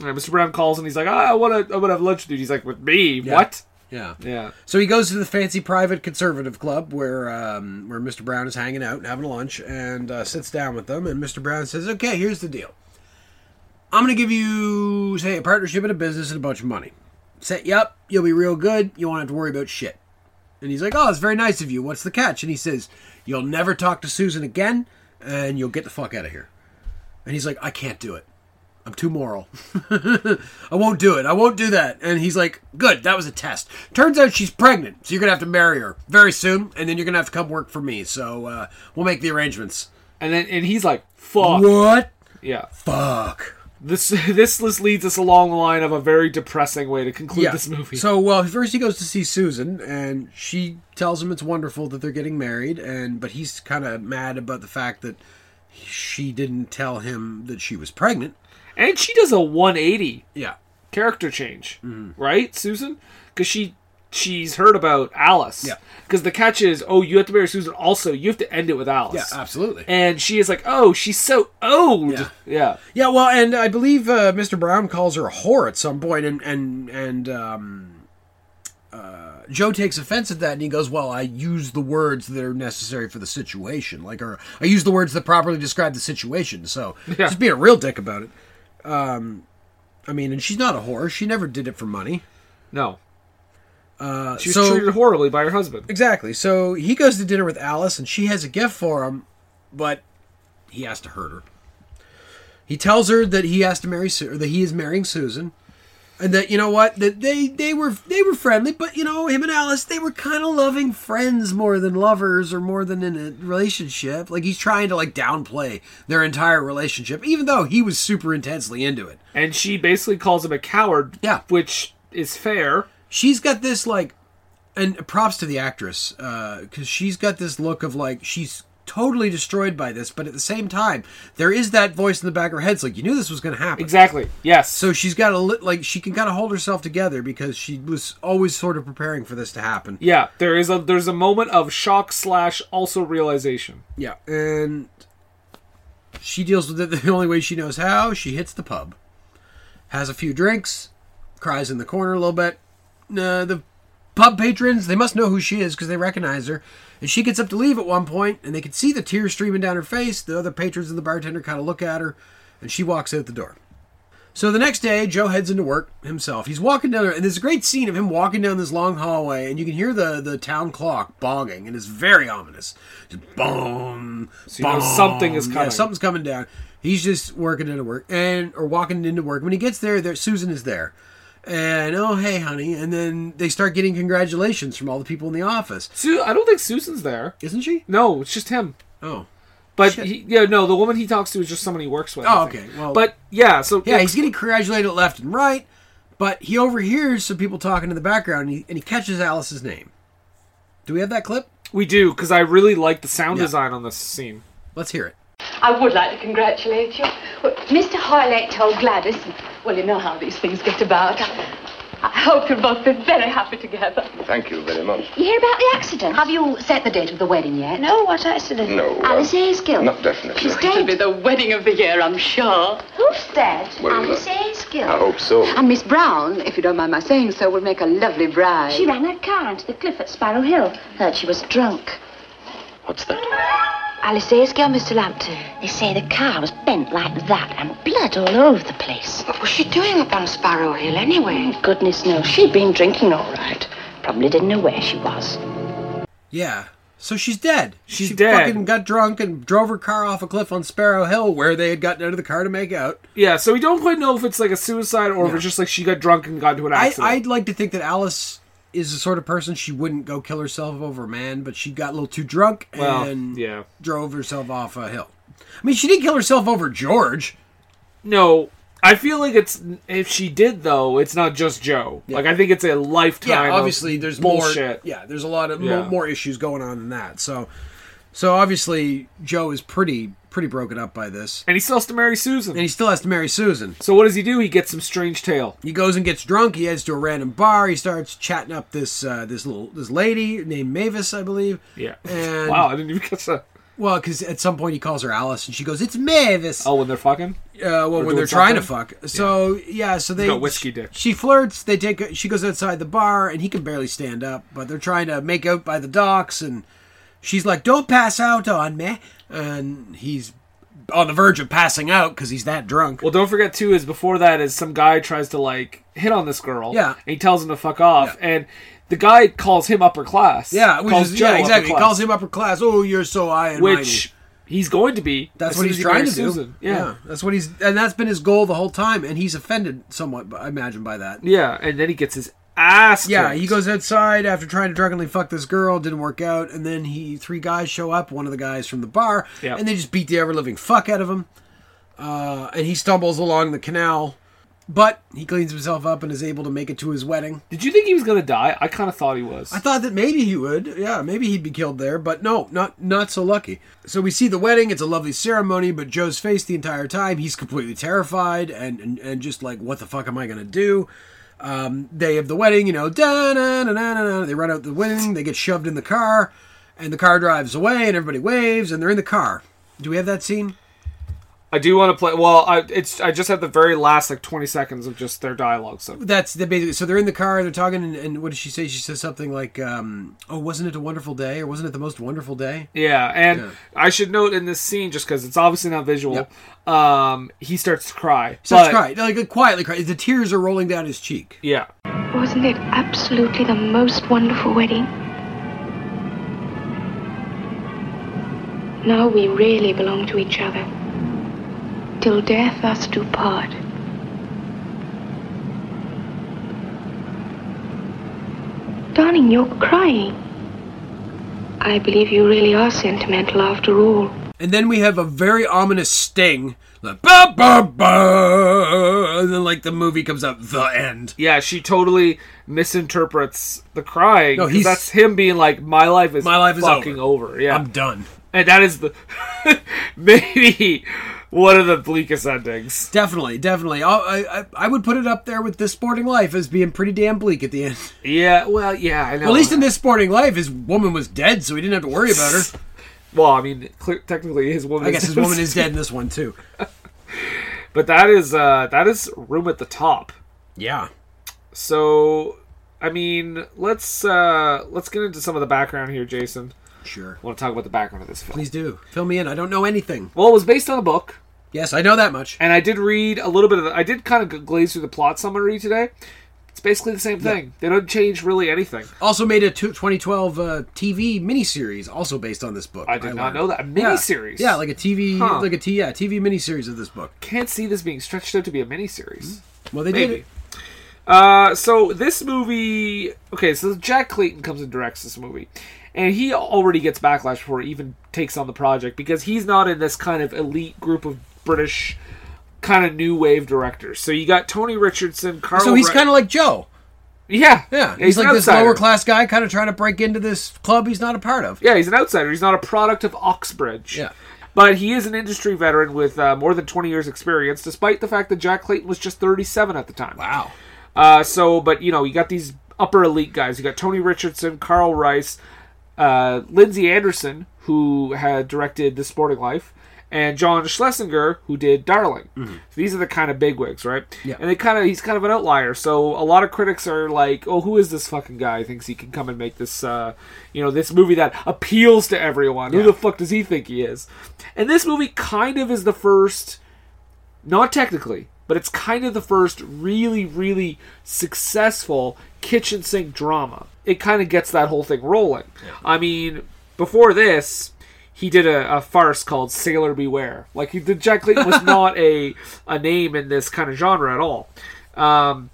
[SPEAKER 2] and Mr. Brown calls and he's like, "Ah, "I want to. I want to have lunch, dude." He's like, "With me?
[SPEAKER 1] Yeah.
[SPEAKER 2] What?"
[SPEAKER 1] Yeah.
[SPEAKER 2] Yeah.
[SPEAKER 1] So he goes to the fancy private conservative club where um, where Mr. Brown is hanging out and having lunch and uh, sits down with them. And Mr. Brown says, "Okay, here's the deal. I'm going to give you say a partnership in a business and a bunch of money. Set you up. You'll be real good. You won't have to worry about shit." And he's like, "Oh, it's very nice of you. What's the catch?" And he says, "You'll never talk to Susan again, and you'll get the fuck out of here." And he's like, "I can't do it. I'm too moral." I won't do it. I won't do that. And he's like, good, that was a test. Turns out she's pregnant, so you're going to have to marry her very soon, and then you're going to have to come work for me. So uh, we'll make the arrangements.
[SPEAKER 2] And then and he's like, "Fuck."
[SPEAKER 1] What?
[SPEAKER 2] Yeah.
[SPEAKER 1] Fuck.
[SPEAKER 2] This this list leads us along the line of a very depressing way to conclude
[SPEAKER 1] Yeah.
[SPEAKER 2] this movie.
[SPEAKER 1] So, well, first he goes to see Susan, and she tells him it's wonderful that they're getting married, and but he's kind of mad about the fact that she didn't tell him that she was pregnant.
[SPEAKER 2] and she does a 180
[SPEAKER 1] Yeah. Mm-hmm.
[SPEAKER 2] character change, right, Susan? Because she she's heard about Alice.
[SPEAKER 1] Yeah.
[SPEAKER 2] Because the catch is, oh, you have to marry Susan. Also, you have to end it with Alice.
[SPEAKER 1] Yeah, absolutely.
[SPEAKER 2] And she is like, oh, she's so old. Yeah.
[SPEAKER 1] Yeah, well, and I believe uh, Mr. Brown calls her a whore at some point, and and and um, uh, Joe takes offense at that, and he goes, "Well, I use the words that are necessary for the situation, like, or I use the words that properly describe the situation." So
[SPEAKER 2] Yeah.
[SPEAKER 1] just be a real dick about it. Um, I mean, and she's not a whore; she never did it for money.
[SPEAKER 2] No,
[SPEAKER 1] uh,
[SPEAKER 2] She was
[SPEAKER 1] so-
[SPEAKER 2] treated horribly by her husband.
[SPEAKER 1] Exactly. So he goes to dinner with Alice, and she has a gift for him, but he has to hurt her. He tells her that he has to marry Su- or that he is marrying Susan, and that you know what that they they were they were friendly, but you know him and Alice they were kind of loving friends more than lovers or more than in a relationship. Like he's trying to like downplay their entire relationship, even though he was super intensely into it.
[SPEAKER 2] And she basically calls him a coward.
[SPEAKER 1] Yeah.
[SPEAKER 2] Which is fair.
[SPEAKER 1] She's got this like, and props to the actress because she's got this look of like she's totally destroyed by this, but at the same time there is that voice in the back of her head, it's like you knew this was going to happen.
[SPEAKER 2] Exactly. Yes.
[SPEAKER 1] So she's got a lit like she can kind of hold herself together because she was always sort of preparing for this to happen.
[SPEAKER 2] Yeah, there is a there's a moment of shock slash also realization.
[SPEAKER 1] Yeah, and she deals with it the only way she knows how. She hits the pub, has a few drinks, cries in the corner a little bit. Uh, the pub patrons they must know who she is because they recognize her. And she gets up to leave at one point, and they can see the tears streaming down her face. The other patrons and the bartender kind of look at her, and she walks out the door. So the next day, Joe heads into work himself. He's walking down there, and there's a great scene of him walking down this long hallway, and you can hear the, the town clock bonging, and it's very ominous. Just bong,
[SPEAKER 2] So you know something is
[SPEAKER 1] Yeah,
[SPEAKER 2] coming.
[SPEAKER 1] something's coming down. He's just working into work, and or walking into work. When he gets there, there Susan is there, and oh hey honey, and then they start getting congratulations from all the people in the office.
[SPEAKER 2] Su- I don't think Susan's there.
[SPEAKER 1] Isn't she?
[SPEAKER 2] No, it's just him.
[SPEAKER 1] Oh.
[SPEAKER 2] But he, yeah, no, the woman he talks to is just someone he works with.
[SPEAKER 1] Oh,
[SPEAKER 2] I think.
[SPEAKER 1] okay, well-
[SPEAKER 2] but yeah, so
[SPEAKER 1] Yeah, he's getting congratulated left and right, but he overhears some people talking in the background, and he, and he catches Alice's name. Do we have that clip?
[SPEAKER 2] We do, because I really like the sound
[SPEAKER 1] Yeah.
[SPEAKER 2] design on this scene.
[SPEAKER 1] Let's hear it.
[SPEAKER 13] I would like to congratulate you. Well, Mr. Hoylake told Gladys, and, well, you know how these things get about. I hope you'll both be very happy together.
[SPEAKER 12] Thank you very much.
[SPEAKER 13] You hear about the accident? Have you set the date of the wedding yet? No, what accident?
[SPEAKER 12] No. uh,
[SPEAKER 13] Alice Haysgill.
[SPEAKER 12] Not definitely.
[SPEAKER 13] It'll be the wedding of the year, I'm sure. Who's dead?
[SPEAKER 12] Well,
[SPEAKER 13] Alice
[SPEAKER 12] uh,
[SPEAKER 13] Haysgill.
[SPEAKER 12] I hope so.
[SPEAKER 13] And Miss Brown, if you don't mind my saying so, will make a lovely bride.
[SPEAKER 6] She
[SPEAKER 13] ran her car into the cliff at Sparrow Hill. Heard she was drunk.
[SPEAKER 12] What's that?
[SPEAKER 13] Alice Haysgill, Mr. Lampton. They say the car was bent like that and blood all over the place. What was she doing up on Sparrow Hill anyway? goodness knows. She'd been drinking all right. Probably didn't know where she was.
[SPEAKER 1] Yeah. So she's dead. She's
[SPEAKER 2] dead.
[SPEAKER 1] fucking got drunk and drove her car off a cliff on Sparrow Hill where they had gotten out of the car to make out.
[SPEAKER 2] Yeah, so we don't quite know if it's like a suicide or if it's just like she got drunk and got into an
[SPEAKER 1] I,
[SPEAKER 2] accident.
[SPEAKER 1] I'd like to think that Alice is the sort of person she wouldn't go kill herself over a man, but she got a little too drunk
[SPEAKER 2] Well,
[SPEAKER 1] and
[SPEAKER 2] yeah.
[SPEAKER 1] drove herself off a hill. I mean, she didn't kill herself over George.
[SPEAKER 2] No, I feel like it's if she did though, it's not just Joe. Like I think it's a lifetime.
[SPEAKER 1] Yeah,
[SPEAKER 2] of
[SPEAKER 1] obviously there's more.
[SPEAKER 2] bullshit.
[SPEAKER 1] Yeah, there's a lot of mo-
[SPEAKER 2] Yeah.
[SPEAKER 1] more, issues going on than that. So, so obviously Joe is pretty pretty broken up by this,
[SPEAKER 2] and he still has to marry Susan.
[SPEAKER 1] And he still has to marry Susan.
[SPEAKER 2] So what does he do? He gets some strange tale.
[SPEAKER 1] He goes and gets drunk. He heads to a random bar. He starts chatting up this uh, this little this lady named Mavis, I believe.
[SPEAKER 2] Yeah.
[SPEAKER 1] And
[SPEAKER 2] wow, I didn't even catch that.
[SPEAKER 1] Well, because at some point he calls her Alice, and she goes, "It's Mavis."
[SPEAKER 2] Oh, when they're fucking.
[SPEAKER 1] Uh, well,
[SPEAKER 2] Or
[SPEAKER 1] when
[SPEAKER 2] doing
[SPEAKER 1] they're trying to fuck.
[SPEAKER 2] something?
[SPEAKER 1] So yeah, so they
[SPEAKER 2] got whiskey dick.
[SPEAKER 1] She flirts. They take. She goes outside the bar, and he can barely stand up. But they're trying to make out by the docks, and she's like, "Don't pass out on me," and he's on the verge of passing out because he's that drunk.
[SPEAKER 2] Well, don't forget too is before that is some guy tries to like hit on this girl.
[SPEAKER 1] Yeah.
[SPEAKER 2] and he tells him to fuck off, and the guy calls him upper class.
[SPEAKER 1] Yeah, which
[SPEAKER 2] calls
[SPEAKER 1] is
[SPEAKER 2] Joe
[SPEAKER 1] yeah, exactly. He
[SPEAKER 2] upper class,
[SPEAKER 1] calls him upper class. Oh, you're so high and
[SPEAKER 2] which
[SPEAKER 1] mighty.
[SPEAKER 2] he's going to be.
[SPEAKER 1] That's
[SPEAKER 2] as
[SPEAKER 1] what
[SPEAKER 2] soon
[SPEAKER 1] he's
[SPEAKER 2] as he
[SPEAKER 1] trying to
[SPEAKER 2] marries
[SPEAKER 1] do.
[SPEAKER 2] Susan. Yeah.
[SPEAKER 1] that's what he's, and that's been his goal the whole time. And he's offended somewhat, I imagine, by that.
[SPEAKER 2] yeah, and then he gets his ass.
[SPEAKER 1] Yeah,
[SPEAKER 2] kicked.
[SPEAKER 1] he goes outside after trying to drunkenly fuck this girl, didn't work out, and then he three guys show up, one of the guys from the bar,
[SPEAKER 2] Yeah.
[SPEAKER 1] and they just beat the ever living fuck out of him. Uh, and he stumbles along the canal, but he cleans himself up and is able to make it to his wedding.
[SPEAKER 2] Did you think he was gonna die? I kind of thought he was.
[SPEAKER 1] I thought that maybe he would. Yeah, maybe he'd be killed there, but no, not not so lucky. So we see the wedding, it's a lovely ceremony, but Joe's face the entire time, he's completely terrified and and, and just like, what the fuck am I gonna do? Um, they have the wedding, you know, da na na na na. They run out the wedding, they get shoved in the car, and the car drives away, and everybody waves, and they're in the car. Do we have that scene?
[SPEAKER 2] I do want to play. Well, I it's I just had the very last like twenty seconds of just their dialogue. So
[SPEAKER 1] That's the basically. So they're in the car, they're talking, and, and what does she say? She says something like, um, "Oh, wasn't it a wonderful day? Or wasn't it the most wonderful day?"
[SPEAKER 2] yeah, and
[SPEAKER 1] Yeah.
[SPEAKER 2] I should note in this scene just because it's obviously not visual. Um, he starts to cry.
[SPEAKER 1] He starts
[SPEAKER 2] but-
[SPEAKER 1] crying, like quietly crying. The tears are rolling down his cheek.
[SPEAKER 2] Yeah.
[SPEAKER 14] Wasn't it absolutely the most wonderful wedding? Now we really belong to each other. Till death us do part. Darling, you're crying. I believe you really are sentimental after all.
[SPEAKER 1] And then we have a very ominous sting. Like, ba, ba, ba, and then, like, the movie comes up, the end.
[SPEAKER 2] Yeah, she totally misinterprets the crying.
[SPEAKER 1] No,
[SPEAKER 2] 'cause
[SPEAKER 1] he's-
[SPEAKER 2] that's him being like, "My life is
[SPEAKER 1] My life is
[SPEAKER 2] fucking over. Yeah,
[SPEAKER 1] I'm done.
[SPEAKER 2] and that is the maybe one of the bleakest endings.
[SPEAKER 1] Definitely, definitely. I, I, I- I would put it up there with This Sporting Life as being pretty damn bleak at the end.
[SPEAKER 2] Yeah, well, yeah, I know.
[SPEAKER 1] Well, at least in This Sporting Life, his woman was dead, so he didn't have to worry about her.
[SPEAKER 2] well, I mean, cl- technically his woman.
[SPEAKER 1] I
[SPEAKER 2] is
[SPEAKER 1] guess his woman is dead in this one, too.
[SPEAKER 2] But that is uh that is room at the top.
[SPEAKER 1] Yeah.
[SPEAKER 2] So I mean, let's uh let's get into some of the background here, Jason.
[SPEAKER 1] Sure.
[SPEAKER 2] want to talk about the background of this film.
[SPEAKER 1] Please do. Fill me in. I don't know anything.
[SPEAKER 2] Well, it was based on a book
[SPEAKER 1] Yes, I know that much.
[SPEAKER 2] And I did read a little bit of. The, I did kind of glaze through the plot summary today. It's basically the same thing. They don't change really anything.
[SPEAKER 1] Also made a two- 2012 uh, TV miniseries, also based on this book. I
[SPEAKER 2] did not know that. A
[SPEAKER 1] Yeah.
[SPEAKER 2] miniseries?
[SPEAKER 1] Yeah, like a TV,
[SPEAKER 2] Huh.
[SPEAKER 1] like a t- yeah, TV miniseries of this book. Hmm.
[SPEAKER 2] Can't see this being stretched out to be a miniseries.
[SPEAKER 1] Well, they did.
[SPEAKER 2] Maybe. Uh, so this movie, okay, so Jack Clayton comes and directs this movie, and he already gets backlash before he even takes on the project because he's not in this kind of elite group of British kind of new wave directors. So you got Tony Richardson, Carl.
[SPEAKER 1] So he's kind of like Joe.
[SPEAKER 2] yeah,
[SPEAKER 1] Yeah, he's,
[SPEAKER 2] an
[SPEAKER 1] like this
[SPEAKER 2] outsider.
[SPEAKER 1] lower class guy, kind of trying to break into this club he's not a part of.
[SPEAKER 2] Yeah, he's an outsider. He's not a product of Oxbridge.
[SPEAKER 1] Yeah.
[SPEAKER 2] But he is an industry veteran with uh, more than 20 years' experience, despite the fact that Jack Clayton was just 37 at the time.
[SPEAKER 1] Wow.
[SPEAKER 2] Uh, so, but you know, you got these upper elite guys. You got Tony Richardson, Carl Rice, uh, Lindsay Anderson, who had directed The Sporting Life, and John Schlesinger, who did Darling. So these are the kind of bigwigs, right?
[SPEAKER 1] Yeah.
[SPEAKER 2] And they kind of he's kind of an outlier. So a lot of critics are like, "Oh, who is this fucking guy? who Thinks he can come and make this, uh, you know, this movie that appeals to everyone? Who the fuck does he think he is?" And this movie kind of is the first, not technically, but it's kind of the first really, really successful kitchen sink drama. It kind of gets that whole thing rolling. I mean, before this, he did a, a farce called Sailor Beware. Like he, the Jack Clayton was not a a name in this kind of genre at all. Um,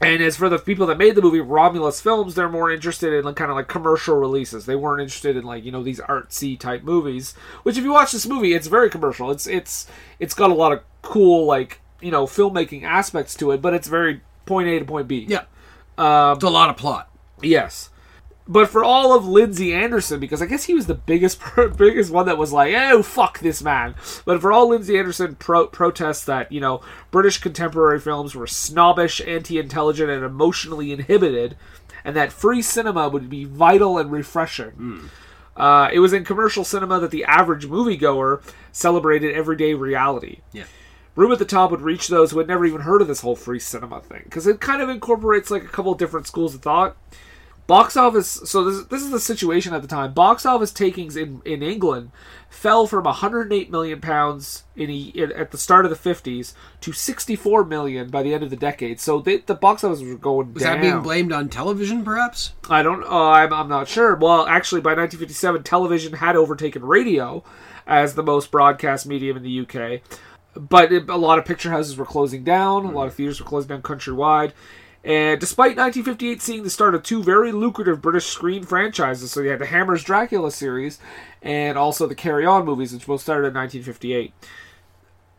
[SPEAKER 2] and as for the people that made the movie Romulus Films, they're more interested in like, kind of like commercial releases. They weren't interested in like you know these artsy type movies. Which, if you watch this movie, it's very commercial. It's it's it's got a lot of cool like you know filmmaking aspects to it, but it's very point A to point B.
[SPEAKER 1] Yeah.
[SPEAKER 2] um,
[SPEAKER 1] It's a lot of plot.
[SPEAKER 2] Yes. But for all of Lindsay Anderson, because I guess he was the biggest biggest one that was like, "Oh fuck this man." But for all Lindsay Anderson pro- protests that you know British contemporary films were snobbish, anti-intelligent, and emotionally inhibited, and that free cinema would be vital and refreshing. Uh, it was in commercial cinema that the average moviegoer celebrated everyday reality.
[SPEAKER 1] Yeah.
[SPEAKER 2] Room at the Top would reach those who had never even heard of this whole free cinema thing because it kind of incorporates like a couple of different schools of thought. Box office. So this, this is the situation at the time. Box office takings in, in England fell from 108 million pounds in, a, in at the start of the 50s to 64 million by the end of the decade. So they, the box office was going
[SPEAKER 1] Was
[SPEAKER 2] down.
[SPEAKER 1] that being blamed on television, perhaps?
[SPEAKER 2] I don't. Uh, I'm, I'm not sure. Well, actually, by 1957, television had overtaken radio as the most broadcast medium in the UK. But it, a lot of picture houses were closing down. A lot of theaters were closing down countrywide. And despite 1958 seeing the start of two very lucrative British screen franchises, so you had the Hammer's Dracula series and also the Carry On movies, which both started in 1958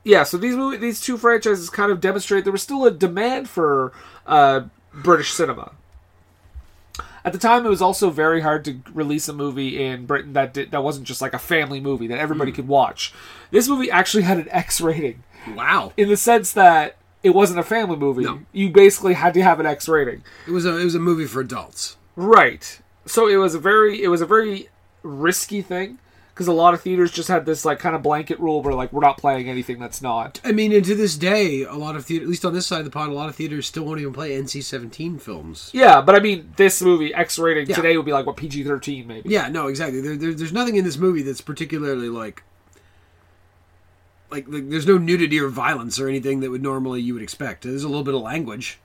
[SPEAKER 2] yeah, so these movie, these two franchises kind of demonstrate there was still a demand for uh, British cinema. At the time, it was also very hard to release a movie in Britain that did, that wasn't just like a family movie that everybody
[SPEAKER 1] Hmm.
[SPEAKER 2] could watch. This movie actually had an X rating
[SPEAKER 1] Wow.
[SPEAKER 2] in the sense that it wasn't a family movie. You basically had to have an X rating.
[SPEAKER 1] It was a it was a movie for adults.
[SPEAKER 2] Right. So it was a very it was a very risky thing because a lot of theaters just had this like kind of blanket rule where like we're not playing anything that's not
[SPEAKER 1] I mean, and to this day, a lot of theater, at least on this side of the pond, a lot of theaters still won't even play NC-17 films.
[SPEAKER 2] Yeah, but I mean, this movie X rating
[SPEAKER 1] Yeah.
[SPEAKER 2] today would be like what PG thirteen maybe.
[SPEAKER 1] Yeah, no, exactly. There, there, there's nothing in this movie that's particularly like, like, like, there's no nudity or violence or anything that would normally you would expect. There's a little bit of language.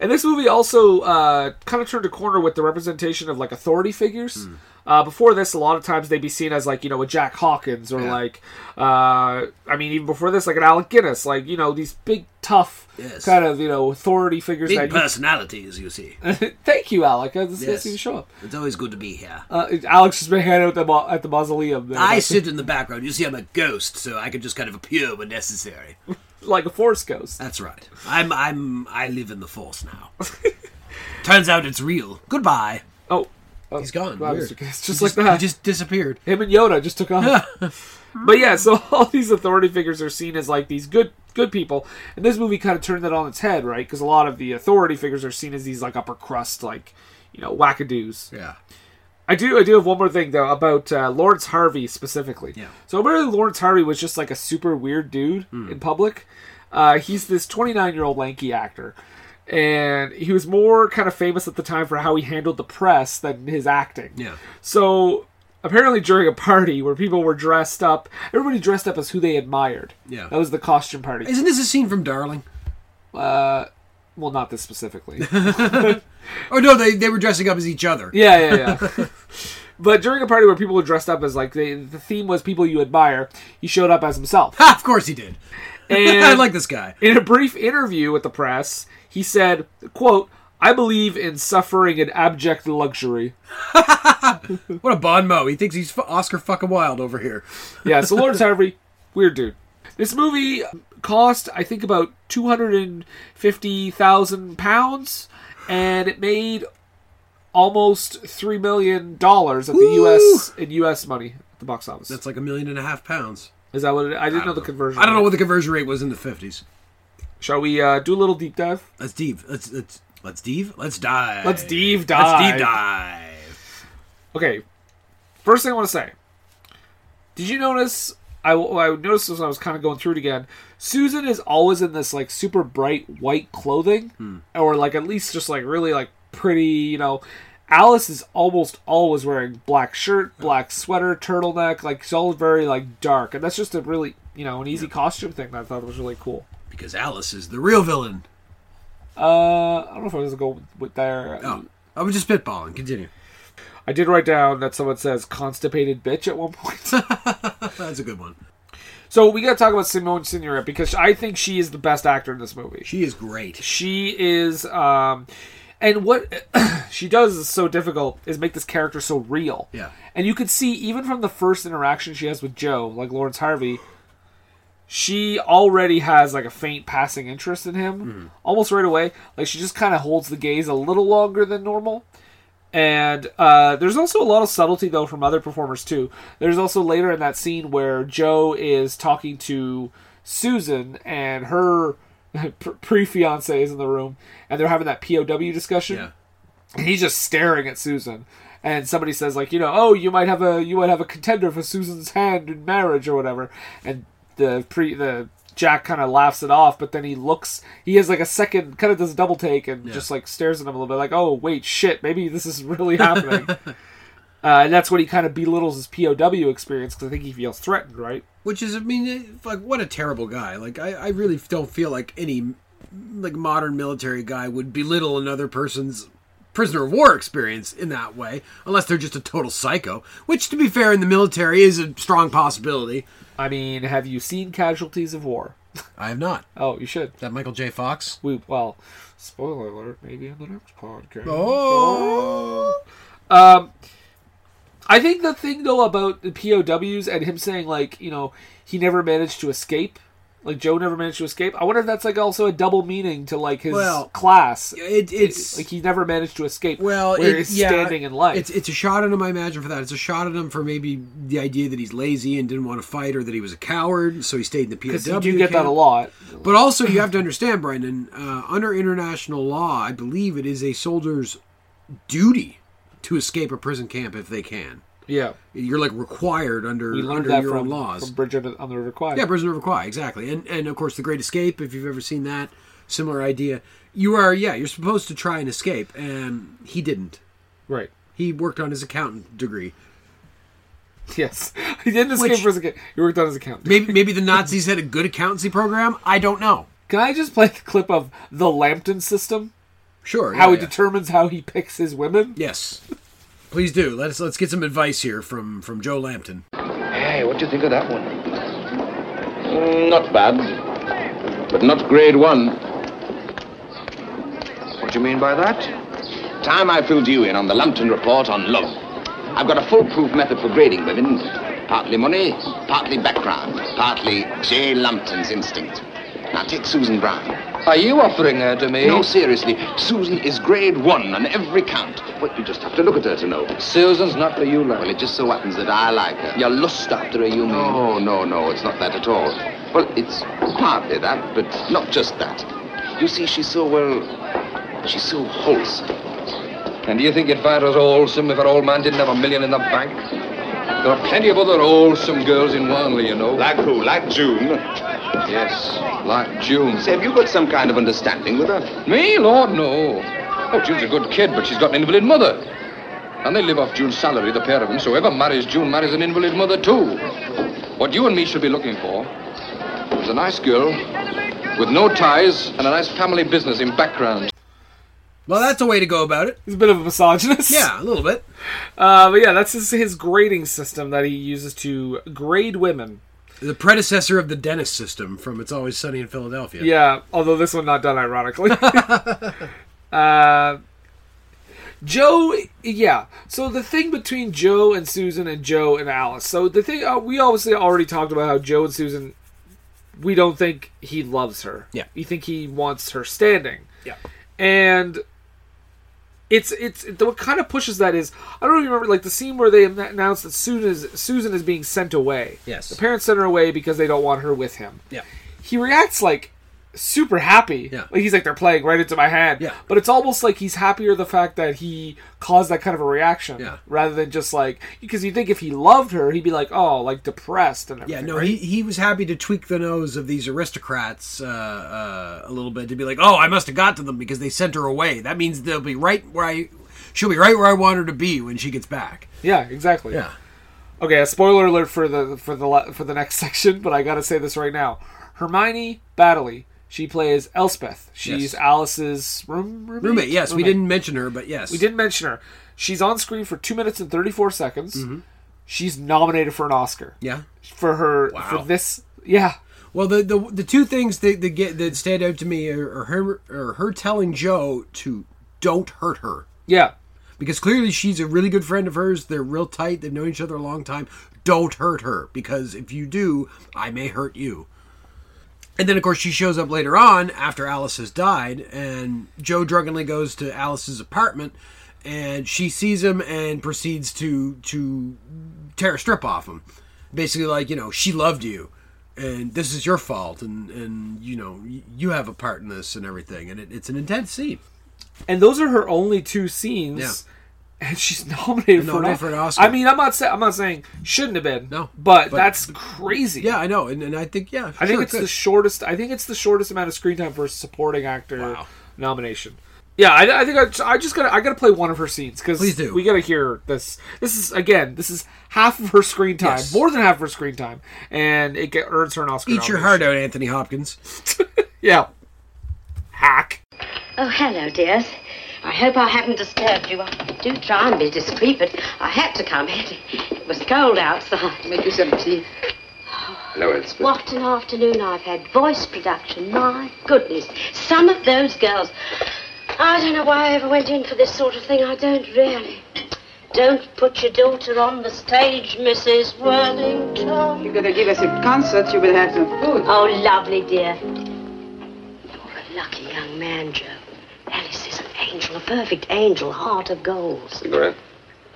[SPEAKER 2] And this movie also uh, kind of turned a corner with the representation of like authority figures.
[SPEAKER 1] Hmm.
[SPEAKER 2] Uh, before this, a lot of times they'd be seen as like you know a Jack Hawkins or like uh, I mean even before this like an Alec Guinness, like you know these big tough
[SPEAKER 1] Yes.
[SPEAKER 2] kind of you know authority figures.
[SPEAKER 1] Big
[SPEAKER 2] that
[SPEAKER 1] personalities, you see.
[SPEAKER 2] you... Thank you, Alec. I just
[SPEAKER 1] Yes.
[SPEAKER 2] yes. you to show up.
[SPEAKER 1] It's always good to be here.
[SPEAKER 2] Uh, Alex has been hanging out at the, mo- at the mausoleum. There.
[SPEAKER 1] I sit in the background. You see, I'm a ghost, so I can just kind of appear when necessary.
[SPEAKER 2] like a force ghost.
[SPEAKER 1] That's right. I'm, I'm, I live in the force now. Turns out it's real. Goodbye.
[SPEAKER 2] Oh, oh,
[SPEAKER 1] he's gone.
[SPEAKER 2] wow,
[SPEAKER 1] Weird.
[SPEAKER 2] Mr. Kiss, just
[SPEAKER 1] He
[SPEAKER 2] like that.
[SPEAKER 1] He just disappeared.
[SPEAKER 2] Him and Yoda just took off. but yeah, so all these authority figures are seen as like these good good people, and this movie kind of turned that on its head, right? Because a lot of the authority figures are seen as these like upper crust, like you know, wackadoos.
[SPEAKER 1] Yeah.
[SPEAKER 2] I do I do have one more thing though about uh, Lawrence Harvey specifically. Yeah. So apparently Lawrence Harvey was just like a super weird dude
[SPEAKER 1] Hmm.
[SPEAKER 2] in public. Uh, he's this 29 year old lanky actor. And he was more kind of famous at the time for how he handled the press than his acting.
[SPEAKER 1] Yeah.
[SPEAKER 2] So apparently during a party where people were dressed up, everybody dressed up as who they admired.
[SPEAKER 1] Yeah.
[SPEAKER 2] That was the costume party.
[SPEAKER 1] Isn't this a scene from Darling?
[SPEAKER 2] Uh, well, not this specifically.
[SPEAKER 1] oh no, they they were dressing up as each other.
[SPEAKER 2] Yeah, yeah, yeah. but during a party where people were dressed up as like they, the theme was people you admire, he showed up as himself.
[SPEAKER 1] of course he did.
[SPEAKER 2] And
[SPEAKER 1] I like this guy.
[SPEAKER 2] In a brief interview with the press, he said, "quote I believe in suffering and abject luxury."
[SPEAKER 1] what a bon mot. He thinks he's fu- Oscar fucking Wilde over here.
[SPEAKER 2] yeah, so Lawrence Harvey, weird dude. This movie cost, I think, about two hundred and fifty thousand pounds, and it made almost three million dollars at the U.S. in U.S. money at the box office.
[SPEAKER 1] That's like a million and a half pounds.
[SPEAKER 2] Is that what it, I didn't know the conversion.
[SPEAKER 1] I don't know
[SPEAKER 2] rate.
[SPEAKER 1] what the conversion rate was in the fifties.
[SPEAKER 2] Shall we uh, do a little deep dive?
[SPEAKER 1] Let's deep. Let's let's let's deep. Let's dive.
[SPEAKER 2] Let's deep
[SPEAKER 1] Let's
[SPEAKER 2] dive.
[SPEAKER 1] deep dive.
[SPEAKER 2] Okay, first thing I want to say. Did you notice? I, well, I noticed this when I was kind of going through it again. Susan is always in this like super bright white clothing,
[SPEAKER 1] hmm.
[SPEAKER 2] Mm-hmm. or like at least just like really like pretty. You know, Alice is almost always wearing black shirt, black sweater, turtleneck. Like it's all very like dark, and that's just a really you know an easy costume thing that I thought was really cool.
[SPEAKER 1] Because Alice is the real villain.
[SPEAKER 2] Uh, I don't know if I was going with there.
[SPEAKER 1] Oh, I was just spitballing. Continue.
[SPEAKER 2] I did write down that someone says constipated bitch at one point.
[SPEAKER 1] That's a good one.
[SPEAKER 2] So we got to talk about Simone Signoret because I think she is the best actor in this movie.
[SPEAKER 1] She is great.
[SPEAKER 2] She is, um, and what she does is so difficult is make this character so real.
[SPEAKER 1] Yeah.
[SPEAKER 2] And you could see even from the first interaction she has with Joe, like Lawrence Harvey, she already has like a faint passing interest in him almost right away. Like she just kind of holds the gaze a little longer than normal. And uh, there's also a lot of subtlety though from other performers too. There's also later in that scene where Joe is talking to Susan and her pre fiance is in the room, and they're having that POW discussion. And he's just staring at Susan. And somebody says like, you know, oh, you might have a you might have a contender for Susan's hand in marriage or whatever. And the pre the Jack kind of laughs it off, but then he looks. He has like a second, kind of does a double take and just like stares at him a little bit, like, "Oh wait, shit, maybe this is really happening." uh, and that's when he kind of belittles his POW experience because I think he feels threatened, right?
[SPEAKER 1] Which is, I mean, eh, like, what a terrible guy. Like, I, I really don't feel like any, like, modern military guy would belittle another person's prisoner of war experience in that way, unless they're just a total psycho. Which, to be fair, in the military is a strong possibility.
[SPEAKER 2] I mean, have you seen Casualties of War?
[SPEAKER 1] I have not.
[SPEAKER 2] Oh, you should.
[SPEAKER 1] That Michael J. Fox.
[SPEAKER 2] We well, spoiler alert, maybe in the next podcast.
[SPEAKER 1] Oh.
[SPEAKER 2] Um, I think the thing though about the POWs and him saying like you know he never managed to escape, like Joe never managed to escape. I wonder if that's like also a double meaning to like his
[SPEAKER 1] Well,
[SPEAKER 2] class.
[SPEAKER 1] it- it's-
[SPEAKER 2] like he never managed to escape.
[SPEAKER 1] Well,
[SPEAKER 2] where
[SPEAKER 1] Uh, it-
[SPEAKER 2] he's
[SPEAKER 1] yeah,
[SPEAKER 2] standing in life.
[SPEAKER 1] It's it's a shot at him, I imagine, for that. It's a shot at him for maybe the idea that he's lazy and didn't want to fight, or that he was a coward, so he stayed in the POW.
[SPEAKER 2] because you do get that
[SPEAKER 1] camp.
[SPEAKER 2] a lot.
[SPEAKER 1] But also, you have to understand, Brendan, uh, under international law, I believe it is a soldier's duty to escape a prison camp if they can.
[SPEAKER 2] Yeah,
[SPEAKER 1] You're like required under,
[SPEAKER 2] we learned
[SPEAKER 1] under
[SPEAKER 2] that
[SPEAKER 1] your
[SPEAKER 2] from
[SPEAKER 1] own laws.
[SPEAKER 2] from Bridget on the River Kwai.
[SPEAKER 1] yeah, prisoner of Kwai, exactly. And and of course, The Great Escape, if you've ever seen that, similar idea. You are, yeah, you're supposed to try and escape, and he didn't.
[SPEAKER 2] right.
[SPEAKER 1] He worked on his accountant degree.
[SPEAKER 2] Yes, he didn't escape
[SPEAKER 1] Which-
[SPEAKER 2] for his account. He worked on his account.
[SPEAKER 1] Maybe maybe the Nazis had a good accountancy program. I don't know.
[SPEAKER 2] Can I just play the clip of the Lambton system?
[SPEAKER 1] Sure.
[SPEAKER 2] how
[SPEAKER 1] yeah,
[SPEAKER 2] he
[SPEAKER 1] yeah.
[SPEAKER 2] determines how he picks his women?
[SPEAKER 1] Yes. Please do. Let's let's get some advice here from from Joe Lampton.
[SPEAKER 8] Hey, what do you think of that one?
[SPEAKER 12] Mm,
[SPEAKER 8] not bad, but not grade one. What do you mean by that?
[SPEAKER 12] Time I filled you in on the Lumpton report on love. I've got a foolproof method for grading women. Partly money, partly background, partly J. Lumpton's instinct. Now take Susan Brown. Are you offering her to me? No, seriously. Susan is grade one on every count. But you just have to look at her to know. Susan's not for you, lad. Well, it just so happens that I like her. You lust after her, you mean? No, no, no. It's not that at all. Well, it's partly that, but not just that. You see, she's so, well, she's so wholesome.
[SPEAKER 8] And do you think you'd find us wholesome if our old man didn't have a million in the bank? There are plenty of other wholesome girls in Wanley, you know.
[SPEAKER 12] Like who? Like June? Yes, like June. Say, have you got some kind of understanding with her?
[SPEAKER 8] Me? Lord, no. Oh, June's a good kid, but she's got an invalid mother.
[SPEAKER 12] And they live off June's salary, the pair of them, so whoever marries June marries an invalid mother too. What you and me should be looking for is a nice girl with no ties and a nice family business in background.
[SPEAKER 1] Well, that's a way to go about it.
[SPEAKER 2] He's a bit of a misogynist.
[SPEAKER 1] Yeah, a little bit.
[SPEAKER 2] Uh, but yeah, that's his, his grading system that he uses to grade women.
[SPEAKER 1] The predecessor of the Dennis system from It's Always Sunny in Philadelphia.
[SPEAKER 2] Yeah, although this one not done ironically. uh, Joe, yeah. So the thing between Joe and Susan and Joe and Alice. So the thing uh, we obviously already talked about how Joe and Susan, we don't think he loves her.
[SPEAKER 1] Yeah.
[SPEAKER 2] you think he wants her standing,
[SPEAKER 1] Yeah.
[SPEAKER 2] and it's it's it- what kind of pushes that is. I don't even remember like the scene where they announced that Susan is Susan is being sent away.
[SPEAKER 1] Yes.
[SPEAKER 2] the parents sent her away because they don't want her with him
[SPEAKER 1] Yeah.
[SPEAKER 2] he reacts like super happy. Yeah. Like he's like they're playing right into my hand. Yeah. But it's almost like he's happier the fact that he caused that kind of a reaction.
[SPEAKER 1] Yeah.
[SPEAKER 2] Rather than just like because you think if he loved her, he'd be like, oh, like depressed and
[SPEAKER 1] Yeah,
[SPEAKER 2] everything.
[SPEAKER 1] no,
[SPEAKER 2] right?
[SPEAKER 1] he, he was happy to tweak the nose of these aristocrats uh, uh, a little bit to be like, oh, I must have got to them because they sent her away. That means they'll be right where I, she'll be right where I want her to be when she gets back.
[SPEAKER 2] Yeah, exactly.
[SPEAKER 1] Yeah.
[SPEAKER 2] Okay, a spoiler alert for the for the la- for the next section, but I gotta say this right now. Hermione Baddeley, she plays Elspeth.
[SPEAKER 1] Yes.
[SPEAKER 2] She's Alice's room roommate.
[SPEAKER 1] Roommate, yes, we
[SPEAKER 2] Roommate.
[SPEAKER 1] didn't mention her, but yes,
[SPEAKER 2] We didn't mention her. She's on screen for two minutes and thirty four seconds. She's nominated for an Oscar.
[SPEAKER 1] Mm-hmm. Yeah,
[SPEAKER 2] for her for this. Yeah.
[SPEAKER 1] Well, the the, the two things that, that get that stand out to me are, are her are her telling Joe to don't hurt her.
[SPEAKER 2] Yeah,
[SPEAKER 1] because clearly she's a really good friend of hers. They're real tight. They've known each other a long time. Don't hurt her because if you do, I may hurt you. And then, of course, she shows up later on after Alice has died, and Joe drunkenly goes to Alice's apartment, and she sees him and proceeds to to tear a strip off him, basically like you know she loved you, and this is your fault, and and you know y- you have a part in this and everything, and it, it's an intense scene.
[SPEAKER 2] And those are her only two scenes. And she's nominated, for, an
[SPEAKER 1] Nominated for an Oscar.
[SPEAKER 2] I mean, I'm not saying I'm not saying shouldn't have been. No, but,
[SPEAKER 1] but-
[SPEAKER 2] that's crazy.
[SPEAKER 1] Yeah, I know, and, and I think yeah,
[SPEAKER 2] I think
[SPEAKER 1] sure,
[SPEAKER 2] it's
[SPEAKER 1] good.
[SPEAKER 2] the shortest. I think it's the shortest amount of screen time for a supporting actor nomination. Yeah, I, I think I, I just gotta I gotta play one of her scenes because
[SPEAKER 1] Please do.
[SPEAKER 2] we gotta hear this. This is again this is half of her screen time,
[SPEAKER 1] Yes.
[SPEAKER 2] more than half of her screen time, and it get, earns her an Oscar.
[SPEAKER 1] Eat your
[SPEAKER 2] nomination.
[SPEAKER 1] heart out, Anthony Hopkins.
[SPEAKER 2] Yeah, hack.
[SPEAKER 13] Oh, hello, dears. I hope I haven't disturbed you. I do try and be discreet, but I had to come in. It was cold outside. Make you some tea.
[SPEAKER 8] Hello, Elspeth.
[SPEAKER 13] What an afternoon I've had. Voice production, my goodness. Some of those girls. I don't know why I ever went in for this sort of thing. I don't really. Don't put your daughter on the stage, Mrs. Worthington.
[SPEAKER 11] You're going to give us a concert, you will have some food.
[SPEAKER 13] Oh, lovely, dear. You're a lucky young man, Joe. Alice is an angel, a perfect angel, heart of gold.
[SPEAKER 8] Cigarette?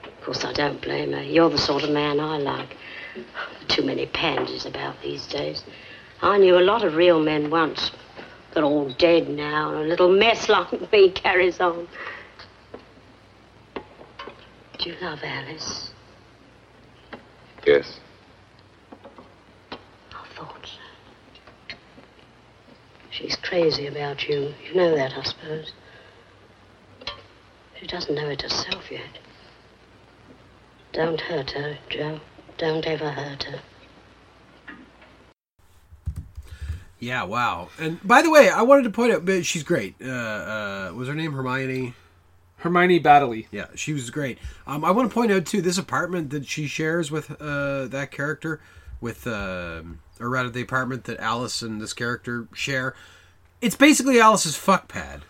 [SPEAKER 13] Of course, I don't blame her. You're the sort of man I like. Too many pansies about these days. I knew a lot of real men once. They're all dead now, and a little mess like me carries on. Do you love Alice?
[SPEAKER 8] Yes.
[SPEAKER 13] I thought so. She's crazy about you. You know that, I suppose. She doesn't know it herself yet. Don't hurt her, Joe. Don't ever hurt her.
[SPEAKER 1] Yeah, wow. And by the way, I wanted to point out, but she's great. Uh, uh, was her name Hermione?
[SPEAKER 2] Hermione Baddeley.
[SPEAKER 1] Yeah, she was great. Um, I want to point out too this apartment that she shares with uh, that character, with um or rather the apartment that Alice and this character share. It's basically Alice's fuck pad.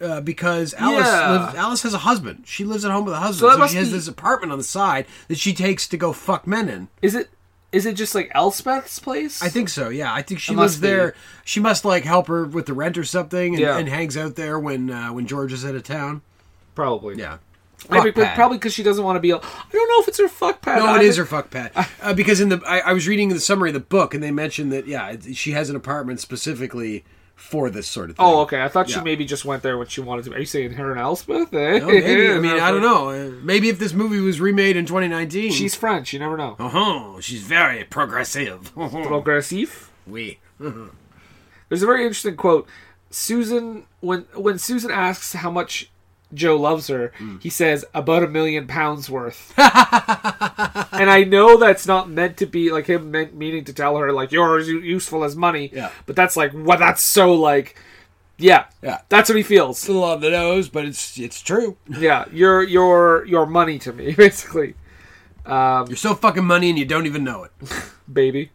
[SPEAKER 1] Uh, because Alice
[SPEAKER 2] Yeah.
[SPEAKER 1] lives, Alice has a husband. She lives at home with a
[SPEAKER 2] So
[SPEAKER 1] husband.
[SPEAKER 2] that
[SPEAKER 1] So,
[SPEAKER 2] must
[SPEAKER 1] she has
[SPEAKER 2] be-
[SPEAKER 1] this apartment on the side that she takes to go fuck men in.
[SPEAKER 2] Is it is it just like Elspeth's place?
[SPEAKER 1] I think so. Yeah, I think she
[SPEAKER 2] It
[SPEAKER 1] lives
[SPEAKER 2] must be.
[SPEAKER 1] there. She must like help her with the rent or something, and,
[SPEAKER 2] Yeah.
[SPEAKER 1] and hangs out there when uh, when George is out of town.
[SPEAKER 2] Probably.
[SPEAKER 1] Yeah.
[SPEAKER 2] Maybe,
[SPEAKER 1] Fuck pad.
[SPEAKER 2] probably because she doesn't want to be. al- I don't know if it's her fuck pad.
[SPEAKER 1] No,
[SPEAKER 2] I
[SPEAKER 1] it is
[SPEAKER 2] think-
[SPEAKER 1] her fuck pad. Uh, because in the I, I was reading the summary of the book, and they mentioned that yeah, it, she has an apartment specifically for this sort of thing.
[SPEAKER 2] Oh, okay. I thought she
[SPEAKER 1] Yeah.
[SPEAKER 2] maybe just went there when she wanted to. Are you saying her and Elspeth? Eh?
[SPEAKER 1] No, maybe. I mean, I don't know. Uh, Maybe if this movie was remade in 2019,
[SPEAKER 2] She's French. You never know.
[SPEAKER 1] Uh huh. She's very progressive.
[SPEAKER 2] Progressive.
[SPEAKER 1] We.
[SPEAKER 2] There's a very interesting quote. Susan, when when Susan asks how much Joe loves her, he says about a million pounds worth. and I know that's not meant to be like him meant, meaning to tell her like you're as u- useful as money.
[SPEAKER 1] Yeah.
[SPEAKER 2] But that's like what that's so like. Yeah,
[SPEAKER 1] Yeah.
[SPEAKER 2] that's what he feels.
[SPEAKER 1] It's a little on the nose, but it's it's true.
[SPEAKER 2] Yeah, you're you're you're money to me basically. Um,
[SPEAKER 1] you're so fucking money, and you don't even know it,
[SPEAKER 2] baby.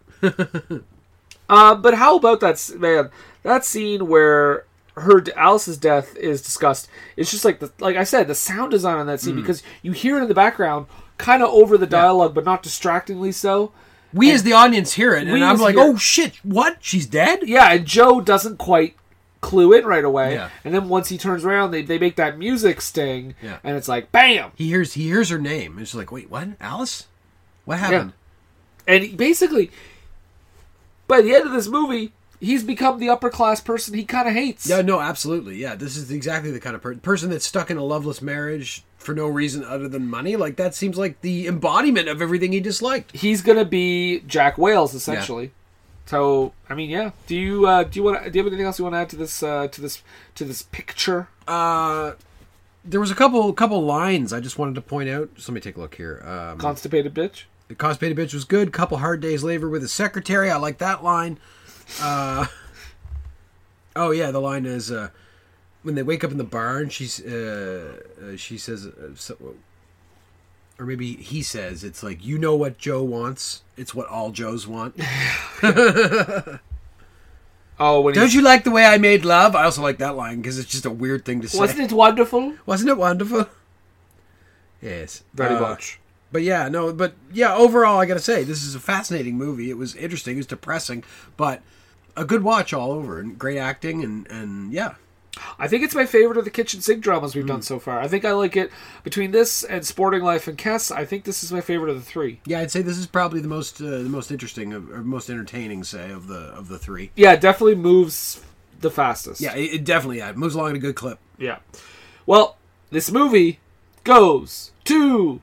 [SPEAKER 2] Uh, but how about that s- man? That scene where her Alice's death is discussed. It's just like the like I said, the sound design on that scene
[SPEAKER 1] Mm.
[SPEAKER 2] because you hear it in the background, kind of over the dialogue, but not distractingly so.
[SPEAKER 1] We as the audience hear it, and I'm like, "Oh,
[SPEAKER 2] shit, what? She's dead? Yeah, and Joe doesn't quite clue it right away.
[SPEAKER 1] Yeah.
[SPEAKER 2] And then once he turns around, they, they make that music sting,
[SPEAKER 1] Yeah.
[SPEAKER 2] and it's like bam.
[SPEAKER 1] He hears he hears her name. It's like, wait, what? Alice? What
[SPEAKER 2] Yeah.
[SPEAKER 1] happened?
[SPEAKER 2] And he- basically, by the end of this movie, he's become the upper class person he kind of hates.
[SPEAKER 1] Yeah, no, absolutely. Yeah, this is exactly the kind of per- person that's stuck in a loveless marriage for no reason other than money. Like that seems like the embodiment of everything he disliked.
[SPEAKER 2] He's gonna be Jack Wales essentially. So I mean, yeah. Do you uh, do you want do you have anything else you want to add to this uh, to this to this picture?
[SPEAKER 1] Uh, there was a couple couple lines I just wanted to point out. Just let me take a look here. Um,
[SPEAKER 2] Constipated bitch.
[SPEAKER 1] The constipated bitch was good. Couple hard days labor with his secretary. I like that line. Uh, oh yeah, the line is uh, when they wake up in the barn. She's uh, uh, she says, uh, so, or maybe he says, it's like you know what Joe wants. It's what all Joes want.
[SPEAKER 2] oh, when he-
[SPEAKER 1] don't you like the way I made love? I also like that line because it's just a weird thing to say.
[SPEAKER 2] Wasn't it wonderful?
[SPEAKER 1] Wasn't it wonderful? Yes,
[SPEAKER 2] Very
[SPEAKER 1] Uh,
[SPEAKER 2] much.
[SPEAKER 1] But yeah, no, but yeah, overall, I gotta say, this is a fascinating movie. It was interesting, it was depressing, but a good watch all over, and great acting, and and yeah,
[SPEAKER 2] I think it's my favorite of the kitchen sink dramas we've
[SPEAKER 1] Hmm.
[SPEAKER 2] done so far. I think I like it between this and Sporting Life and Kess. I think this is my favorite of the three.
[SPEAKER 1] yeah, I'd say this is probably the most uh, the most interesting of, or most entertaining, say, of the of the three.
[SPEAKER 2] Yeah, it definitely moves the fastest.
[SPEAKER 1] Yeah, it, it definitely yeah, it moves along at a good clip.
[SPEAKER 2] Yeah. Well, this movie goes to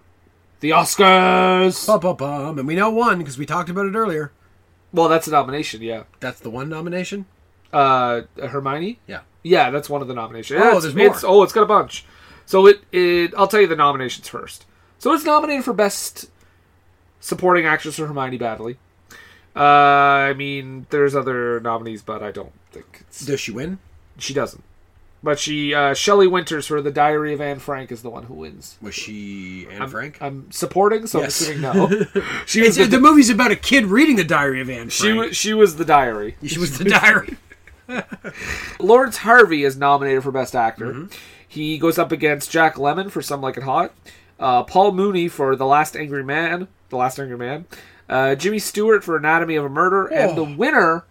[SPEAKER 2] the Oscars.
[SPEAKER 1] Bum, bum, bum. And we know one because we talked about it earlier.
[SPEAKER 2] Well, that's a nomination, yeah.
[SPEAKER 1] That's the one nomination.
[SPEAKER 2] Uh, Hermione.
[SPEAKER 1] Yeah.
[SPEAKER 2] Yeah, that's one of the nominations.
[SPEAKER 1] Oh,
[SPEAKER 2] It's-
[SPEAKER 1] there's more.
[SPEAKER 2] it's- oh, it's got a bunch. So it, it I'll tell you the nominations first. So it's nominated for best supporting actress for Hermione Baddeley. Uh, I mean, there's other nominees, but I don't think it's
[SPEAKER 1] Does she win?
[SPEAKER 2] she doesn't. But she uh, Shelley Winters for The Diary of Anne Frank is the one who wins.
[SPEAKER 1] Was she Anne
[SPEAKER 2] I'm,
[SPEAKER 1] Frank?
[SPEAKER 2] I'm supporting, so
[SPEAKER 1] Yes.
[SPEAKER 2] I'm assuming no. she was
[SPEAKER 1] It's-
[SPEAKER 2] the,
[SPEAKER 1] the movie's about a kid reading the Diary of Anne Frank.
[SPEAKER 2] she was she was the diary.
[SPEAKER 1] She was the diary.
[SPEAKER 2] Lawrence Harvey is nominated for Best Actor.
[SPEAKER 1] Mm-hmm.
[SPEAKER 2] He goes up against Jack Lemon for Some Like It Hot, uh, Paul Mooney for The Last Angry Man, The Last Angry Man, uh, Jimmy Stewart for Anatomy of a Murder, and the
[SPEAKER 1] Oh.
[SPEAKER 2] winner,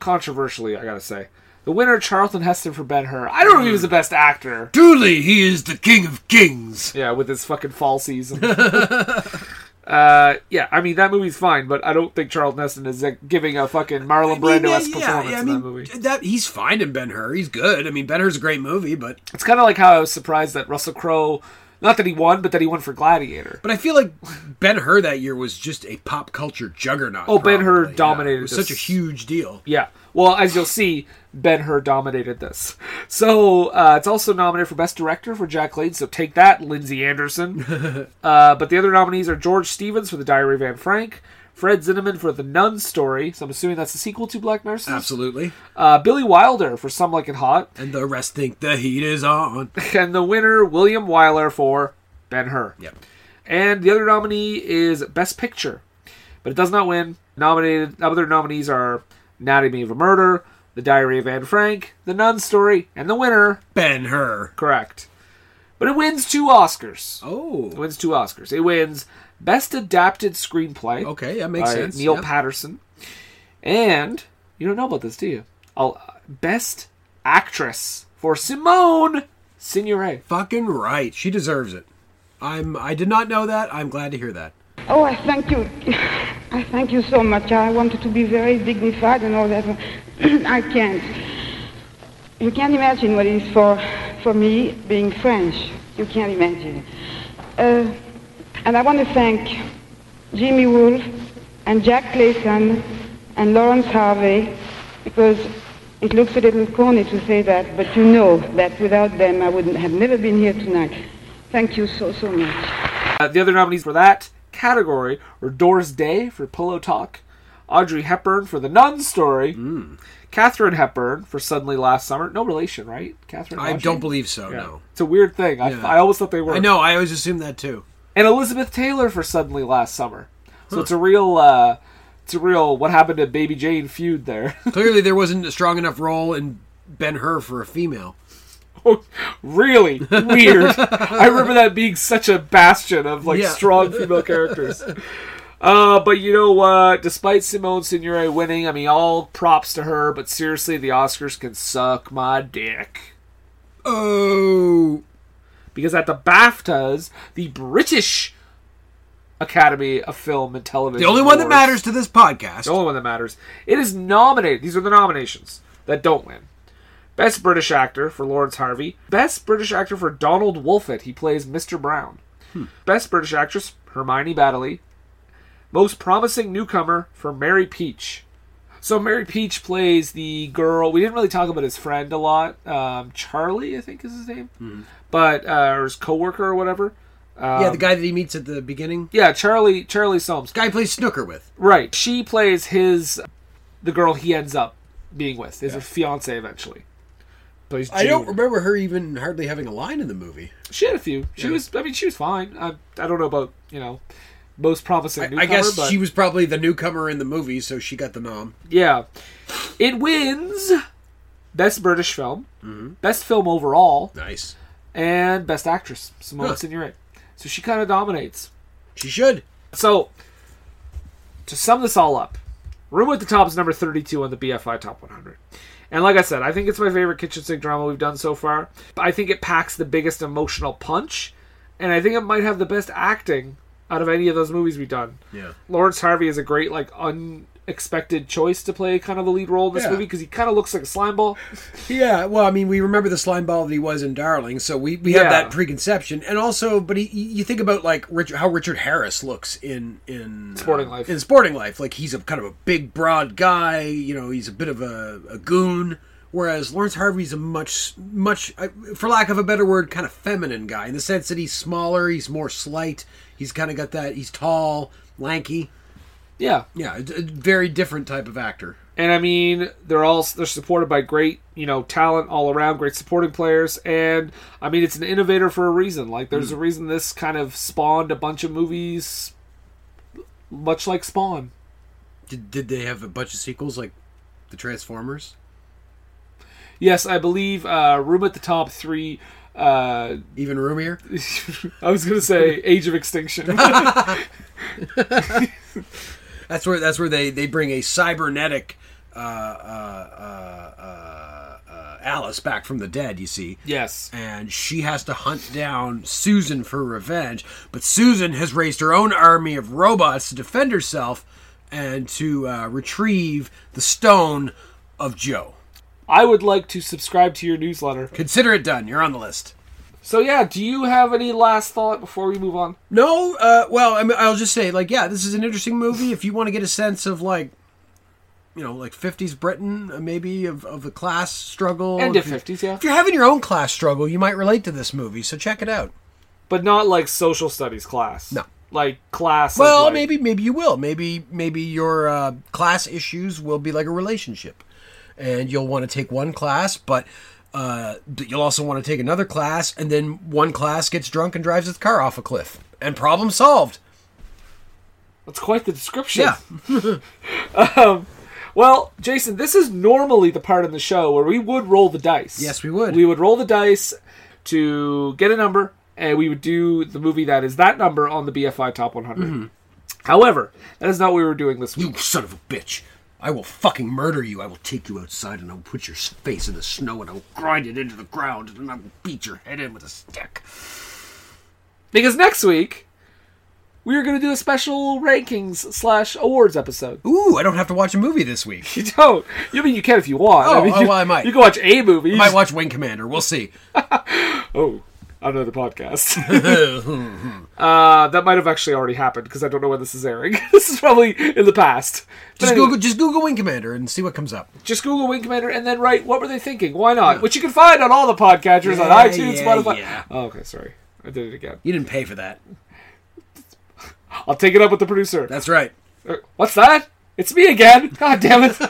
[SPEAKER 2] controversially, I gotta say, the winner Charlton Heston for Ben Hur. I don't know if he was the Best Actor.
[SPEAKER 1] Truly, he is the king of kings.
[SPEAKER 2] Yeah, with his fucking falsies. Uh, yeah, I mean that movie's fine, but I don't think Charlton Heston is uh, giving a fucking Marlon Brando-esque performance
[SPEAKER 1] I
[SPEAKER 2] in
[SPEAKER 1] mean,
[SPEAKER 2] that movie.
[SPEAKER 1] that- he's fine in Ben Hur. He's good. I mean, Ben Hur's a great movie, but
[SPEAKER 2] It's kind of like how I was surprised that Russell Crowe, not that he won, but that he won for Gladiator.
[SPEAKER 1] but I feel like Ben Hur that year was just a pop culture juggernaut.
[SPEAKER 2] Oh, Ben-Hur
[SPEAKER 1] probably, yeah.
[SPEAKER 2] dominated
[SPEAKER 1] It was
[SPEAKER 2] this.
[SPEAKER 1] such a huge deal.
[SPEAKER 2] Yeah. Well, as you'll see, Ben Hur dominated this. So uh, it's also nominated for Best Director for Jack Lane. So take that, Lindsay Anderson. uh, but the other nominees are George Stevens for The Diary of Anne Frank, Fred Zinnemann for The Nun Story. So I'm assuming that's the sequel to Black Nurses.
[SPEAKER 1] Absolutely.
[SPEAKER 2] Uh, Billy Wilder for Some Like It Hot,
[SPEAKER 1] And the rest think the heat is on.
[SPEAKER 2] and the winner William Wyler for Ben Hur.
[SPEAKER 1] Yep.
[SPEAKER 2] And the other nominee is Best Picture, but it does not win. Nominated other nominees are Anatomy of a Murder, The Diary of Anne Frank, The Nun Story, and the winner
[SPEAKER 1] Ben Hur.
[SPEAKER 2] correct. But it wins two Oscars.
[SPEAKER 1] Oh.
[SPEAKER 2] It wins two Oscars. It wins Best Adapted Screenplay.
[SPEAKER 1] Okay, that makes
[SPEAKER 2] by
[SPEAKER 1] sense.
[SPEAKER 2] Neil
[SPEAKER 1] Yep.
[SPEAKER 2] Patterson, and you don't know about this, do you? I'll, uh, Best Actress for Simone Signoret.
[SPEAKER 1] Fucking right. She deserves it. I'm. I did not know that. I'm glad to hear that.
[SPEAKER 11] Oh, I thank you. I thank you so much. I wanted to be very dignified and all that. I can't. You can't imagine what it is for, for me being French. You can't imagine. Uh, and I want to thank Jimmy Wolf and Jack Clayson and Lawrence Harvey because It looks a little corny to say that, but you know that without them I wouldn't have never been here tonight. Thank you so, so much.
[SPEAKER 2] Uh, the other nominees for that category were Doris Day for Pillow Talk, Audrey Hepburn for The Nun Story,
[SPEAKER 1] Hmm.
[SPEAKER 2] Catherine Hepburn for Suddenly Last Summer. No relation, right? Catherine.
[SPEAKER 1] I
[SPEAKER 2] Audrey?
[SPEAKER 1] don't believe so,
[SPEAKER 2] Yeah.
[SPEAKER 1] no.
[SPEAKER 2] It's a weird thing. I,
[SPEAKER 1] Yeah.
[SPEAKER 2] I always thought they were.
[SPEAKER 1] I know, I always assumed that too.
[SPEAKER 2] And Elizabeth Taylor for Suddenly Last Summer. So
[SPEAKER 1] Huh.
[SPEAKER 2] it's a real, uh, it's a real what happened to Baby Jane feud there.
[SPEAKER 1] Clearly, there wasn't a strong enough role in Ben Hur for a female.
[SPEAKER 2] Oh, really weird. I remember that being such a bastion of like
[SPEAKER 1] Yeah.
[SPEAKER 2] strong female characters. Uh, but you know what? Despite Simone Signore winning, I mean, all props to her. But seriously, the Oscars can suck my dick.
[SPEAKER 1] Oh,
[SPEAKER 2] because at the BAFTAs, the British Academy of Film and Television,
[SPEAKER 1] The only one that
[SPEAKER 2] Awards-
[SPEAKER 1] matters to this podcast.
[SPEAKER 2] the only one that matters. It is nominated. These are the nominations that don't win. Best British Actor for Lawrence Harvey. Best British Actor for Donald Wolfett. He plays Mr. Brown.
[SPEAKER 1] Hmm.
[SPEAKER 2] Best British Actress Hermione Baddeley. Most Promising Newcomer for Mary Peach. So Mary Peach plays the girl. We didn't really talk about his friend a lot. Um, Charlie, I think is his name, but uh, or his coworker or whatever. Um,
[SPEAKER 1] yeah, the guy that he meets at the beginning.
[SPEAKER 2] yeah, Charlie Charlie Soames.
[SPEAKER 1] Guy he plays snooker with.
[SPEAKER 2] Right. She plays his the girl he ends up being with, is a fiance eventually. Plays
[SPEAKER 1] I don't
[SPEAKER 2] June.
[SPEAKER 1] remember her even hardly having a line in the movie.
[SPEAKER 2] She had a few. She was I mean she was fine. I I don't know about, you know, most promising newcomer,
[SPEAKER 1] I guess
[SPEAKER 2] but
[SPEAKER 1] she was probably the newcomer in the movie, so she got the nom.
[SPEAKER 2] Yeah. It wins Best British Film,
[SPEAKER 1] Mhm.
[SPEAKER 2] Best Film Overall,
[SPEAKER 1] Nice.
[SPEAKER 2] and Best Actress, Simone
[SPEAKER 1] Huh.
[SPEAKER 2] Signoret. So she kind of dominates.
[SPEAKER 1] She should.
[SPEAKER 2] So, to sum this all up, Room at the Top is number 32 on the BFI Top 100. And like I said, I think it's my favorite kitchen sink drama we've done so far. I think it packs the biggest emotional punch, and I think it might have the best acting out of any of those movies we've done.
[SPEAKER 1] Yeah.
[SPEAKER 2] Lawrence Harvey is a great, like, unexpected choice to play kind of a lead role in this
[SPEAKER 1] Yeah.
[SPEAKER 2] movie because he kind of looks like a slime ball.
[SPEAKER 1] Yeah, well, I mean, we remember the slime ball that he was in Darling, so we, we
[SPEAKER 2] Yeah.
[SPEAKER 1] have that preconception, and also, but he, you think about like Richard, how Richard Harris looks in in uh,
[SPEAKER 2] Sporting Life.
[SPEAKER 1] In Sporting Life, like he's a kind of a big, broad guy. You know, he's a bit of a, a goon. Whereas Lawrence Harvey's a much, much, I- for lack of a better word, kind of feminine guy in the sense that he's smaller, he's more slight, he's kind of got that, he's tall, lanky.
[SPEAKER 2] Yeah.
[SPEAKER 1] Yeah, a, a very different type of actor.
[SPEAKER 2] And I mean, they're all they're supported by great, you know, talent all around, great supporting players, and I mean, it's an innovator for a reason. Like, there's
[SPEAKER 1] Mm.
[SPEAKER 2] a reason this kind of spawned a bunch of movies, much like Spawn.
[SPEAKER 1] Did, did they have a bunch of sequels like the Transformers?
[SPEAKER 2] Yes, I believe uh, Room at the Top three. Uh,
[SPEAKER 1] Even roomier.
[SPEAKER 2] I was gonna say Age of Extinction.
[SPEAKER 1] That's where that's where they, they bring a cybernetic uh, uh, uh, uh, uh, Alice back from the dead. You see,
[SPEAKER 2] yes,
[SPEAKER 1] and she has to hunt down Susan for revenge. But Susan has raised her own army of robots to defend herself and to uh, retrieve the stone of Joe.
[SPEAKER 2] I would like to subscribe to your newsletter.
[SPEAKER 1] Consider it done. You're on the list.
[SPEAKER 2] So yeah, do you have any last thought before we move on?
[SPEAKER 1] No, uh, well, I mean, I'll just say, like, yeah, this is an interesting movie. If you want to get a sense of, like, you know, like 50s Britain, uh, maybe of, of the class struggle.
[SPEAKER 2] End of
[SPEAKER 1] If you-
[SPEAKER 2] fifties, yeah,
[SPEAKER 1] If you're having your own class struggle, you might relate to this movie, so check it out.
[SPEAKER 2] but not like social studies class.
[SPEAKER 1] No.
[SPEAKER 2] like class. of,
[SPEAKER 1] Well,
[SPEAKER 2] like-
[SPEAKER 1] maybe maybe you will. Maybe maybe your uh, class issues will be like a relationship, and you'll want to take one class, but uh, but you'll also want to take another class, and then one class gets drunk and drives its car off a cliff, and problem solved.
[SPEAKER 2] That's quite the description. Yeah. um, well, Jason, this is normally the part in the show where we would roll the dice.
[SPEAKER 1] Yes, we would.
[SPEAKER 2] We would roll the dice to get a number, and we would do the movie that is that number on the BFI Top 100.
[SPEAKER 1] Mhm.
[SPEAKER 2] However, that is not what we were doing this
[SPEAKER 1] week. You son of a bitch! I will fucking murder you. I will take you outside and I will put your face in the snow and I will grind it into the ground and I will beat your head in with a stick.
[SPEAKER 2] Because next week, we are going to do a special rankings slash awards episode.
[SPEAKER 1] Ooh, I don't have to watch a movie this week.
[SPEAKER 2] You don't. You mean you can if you want.
[SPEAKER 1] Oh,
[SPEAKER 2] I mean,
[SPEAKER 1] oh,
[SPEAKER 2] you,
[SPEAKER 1] well, I might.
[SPEAKER 2] You can watch a movie.
[SPEAKER 1] I might watch Wing Commander. We'll see.
[SPEAKER 2] oh, on another podcast. uh, that might have actually already happened because I don't know when this is airing. this is probably in the past. But
[SPEAKER 1] Just
[SPEAKER 2] anyway,
[SPEAKER 1] Google, just Google Wing Commander and see what comes up.
[SPEAKER 2] just Google Wing Commander and then write what were they thinking? Why not? Which you can find on all the podcatchers on
[SPEAKER 1] Yeah,
[SPEAKER 2] iTunes,
[SPEAKER 1] yeah,
[SPEAKER 2] Spotify.
[SPEAKER 1] yeah.
[SPEAKER 2] Oh, okay, sorry, I did it again.
[SPEAKER 1] You didn't pay for that.
[SPEAKER 2] I'll take it up with the producer. Uh,
[SPEAKER 1] That's right.
[SPEAKER 2] What's that? It's me again. God damn it.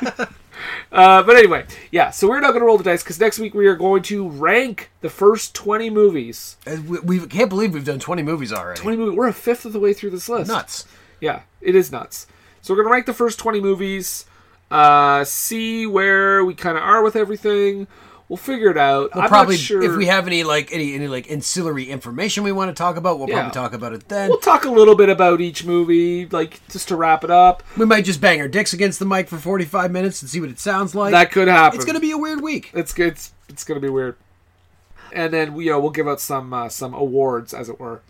[SPEAKER 2] uh, but anyway, yeah. So we're not going to roll the dice because next week we are going to rank the first twenty movies.
[SPEAKER 1] We, we can't believe we've done 20 movies already.
[SPEAKER 2] 20 movies. We're a fifth of the way through this list.
[SPEAKER 1] Nuts.
[SPEAKER 2] Yeah, it is nuts. So we're going to rank the first 20 movies, uh, see where we kind of are with everything. We'll figure it out.
[SPEAKER 1] We'll
[SPEAKER 2] I'm
[SPEAKER 1] probably
[SPEAKER 2] not sure.
[SPEAKER 1] if we have any like any any like ancillary information we want to talk about, we'll probably talk about it then.
[SPEAKER 2] We'll talk a little bit about each movie, like just to wrap it up.
[SPEAKER 1] We might just bang our dicks against the mic for 45 minutes and see what it sounds like.
[SPEAKER 2] That could happen.
[SPEAKER 1] It's going to be a weird week.
[SPEAKER 2] It's good. It's, it's going to be weird. And then we, you know, we'll give out some uh, some awards, as it were.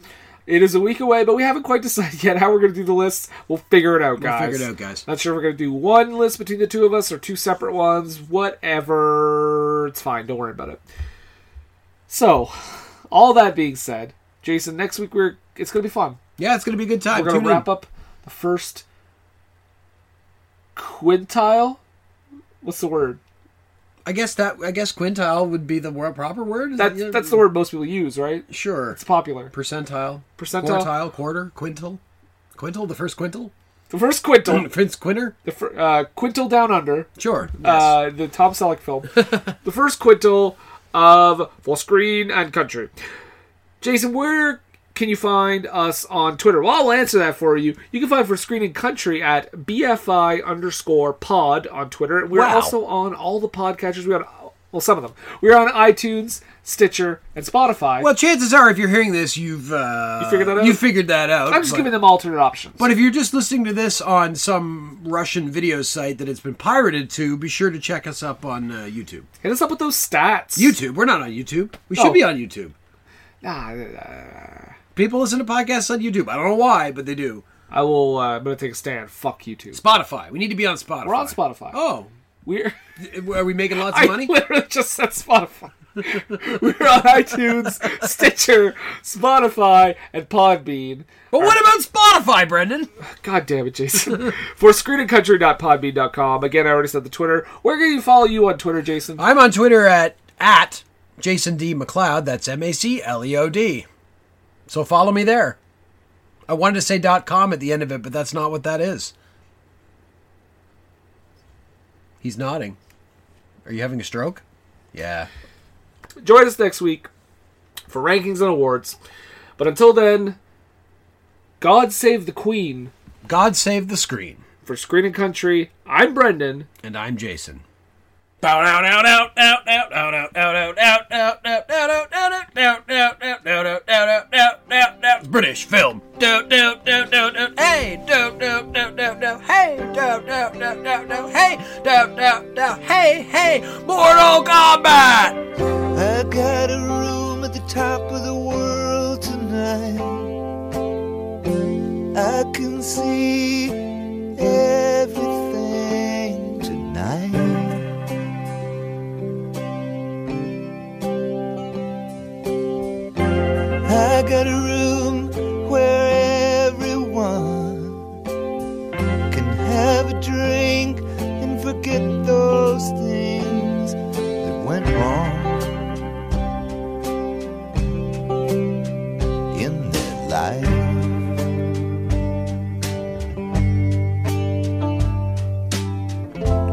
[SPEAKER 2] It is a week away, but we haven't quite decided yet how we're going to do the lists. We'll figure it out,
[SPEAKER 1] We'll
[SPEAKER 2] guys.
[SPEAKER 1] figure it out, guys.
[SPEAKER 2] Not sure if we're going to do one list between the two of us or two separate ones. Whatever. It's fine. Don't worry about it. So, all that being said, Jason, next week we're it's going to be fun.
[SPEAKER 1] Yeah, it's going to be a good time.
[SPEAKER 2] We're going
[SPEAKER 1] Tune
[SPEAKER 2] to
[SPEAKER 1] in.
[SPEAKER 2] wrap up the first quintile. What's the word?
[SPEAKER 1] I guess that I guess quintile would be the wor- proper word. Is
[SPEAKER 2] That's
[SPEAKER 1] that-
[SPEAKER 2] that's the word most people use, right?
[SPEAKER 1] Sure.
[SPEAKER 2] It's popular.
[SPEAKER 1] Percentile.
[SPEAKER 2] Percentile.
[SPEAKER 1] Quartile. Quarter. Quintal. Quintal. The first quintal.
[SPEAKER 2] The first quintal,
[SPEAKER 1] Prince Quinter.
[SPEAKER 2] the fir- uh, quintal down under,
[SPEAKER 1] Sure.
[SPEAKER 2] uh, the Tom Selleck film, the first quintal of for screen and country. Jason, where can you find us on Twitter? Well, I'll answer that for you. You can find for screen and country at BFI underscore pod on Twitter. We're
[SPEAKER 1] Wow.
[SPEAKER 2] also on all the podcatchers. We're on well, some of them. We're on iTunes, Stitcher, and Spotify.
[SPEAKER 1] Well, chances are, if you're hearing this, you've uh,
[SPEAKER 2] You figured that out?
[SPEAKER 1] You figured that out.
[SPEAKER 2] I'm just
[SPEAKER 1] but-
[SPEAKER 2] giving them alternate options.
[SPEAKER 1] But if you're just listening to this on some Russian video site that it's been pirated to, be sure to check us up on uh, YouTube.
[SPEAKER 2] Hit us up with those stats.
[SPEAKER 1] YouTube. We're not on YouTube. We
[SPEAKER 2] No.
[SPEAKER 1] should be on YouTube.
[SPEAKER 2] Nah, uh,
[SPEAKER 1] People listen to podcasts on YouTube. I don't know why, but they do.
[SPEAKER 2] I will. Uh, I'm gonna take a stand. Fuck YouTube.
[SPEAKER 1] Spotify. We need to be on Spotify.
[SPEAKER 2] We're on Spotify.
[SPEAKER 1] Oh,
[SPEAKER 2] We're
[SPEAKER 1] are we making lots
[SPEAKER 2] I
[SPEAKER 1] of money?
[SPEAKER 2] literally just said Spotify. We're on iTunes, Stitcher, Spotify, and Podbean.
[SPEAKER 1] But what about Spotify, Brendan?
[SPEAKER 2] God damn it, Jason. For screenandcountry.podbean.com. Again, I already said the Twitter. Where can you follow you on Twitter, Jason?
[SPEAKER 1] I'm on Twitter at at Jason D McLeod. That's M A C L E O D. So follow me there. I wanted to say dot .com at the end of it, but that's not what that is. He's nodding. Are you having a stroke? Yeah.
[SPEAKER 2] Join us next week for rankings and awards. But until then, God save the Queen.
[SPEAKER 1] God save the screen.
[SPEAKER 2] For Screen and Country, I'm Brendan.
[SPEAKER 1] And I'm Jason.
[SPEAKER 15] Bow out out out out out out out out out out out out out out out out out out out out out out out
[SPEAKER 1] British film.
[SPEAKER 15] do do do do do hey do do do do do hey do do do do do hey do do do hey hey Mortal Kombat.
[SPEAKER 16] I got a room at the top of the world tonight. I can see everything tonight. I got a room where everyone can have a drink and forget those things that went wrong. in their life.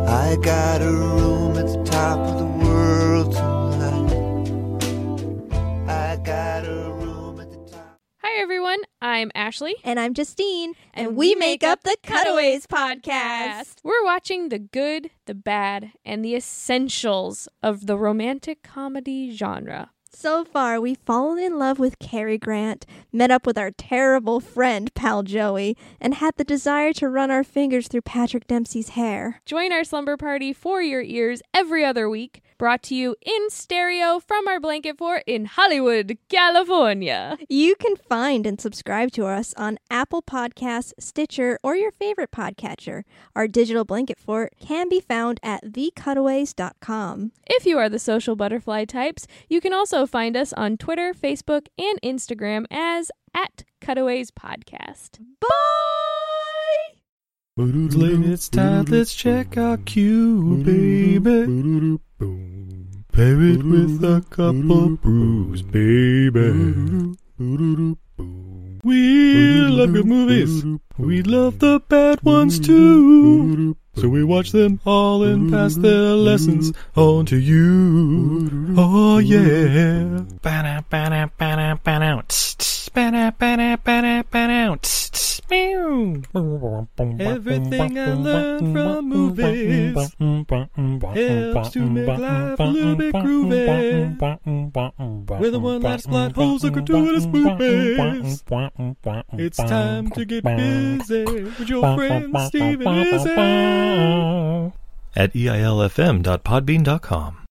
[SPEAKER 16] I got a room at the top of the world tonight. I got a room at the
[SPEAKER 17] Hi, everyone. I'm Ashley.
[SPEAKER 18] And I'm Justine. And, we make up the Cutaways podcast.
[SPEAKER 17] We're watching the good, the bad, and the essentials of the romantic comedy genre.
[SPEAKER 18] So far, we've fallen in love with Cary Grant, met up with our terrible friend, Pal Joey, and had the desire to run our fingers through Patrick Dempsey's hair.
[SPEAKER 17] Join our slumber party for your ears every other week brought to you in stereo from our blanket fort in Hollywood, California.
[SPEAKER 18] You can find and subscribe to us on Apple Podcasts, Stitcher, or your favorite podcatcher. Our digital blanket fort can be found at thecutaways.com.
[SPEAKER 17] If you are the social butterfly types, you can also find us on Twitter, Facebook, and Instagram as at Cutaways Podcast. Bye!
[SPEAKER 19] It's late, it's time, let's check our cue, baby. Pair it with a couple brews, baby. We love good movies, we love the bad ones too. So we watch them all and pass their lessons on to you. Oh yeah.
[SPEAKER 20] Ba-da, ba-da, ba-da, ba-da. Tss, tss, ba-da, ba-da, ba-da, ba-da. Tss, tss, meow.
[SPEAKER 19] Everything I learned from movies helps to make life a little bit groovy. With the one last plot holes of gratuitous movies. It's time to get busy with your friend Steven Izzy.
[SPEAKER 20] at eilfm.podbean.com.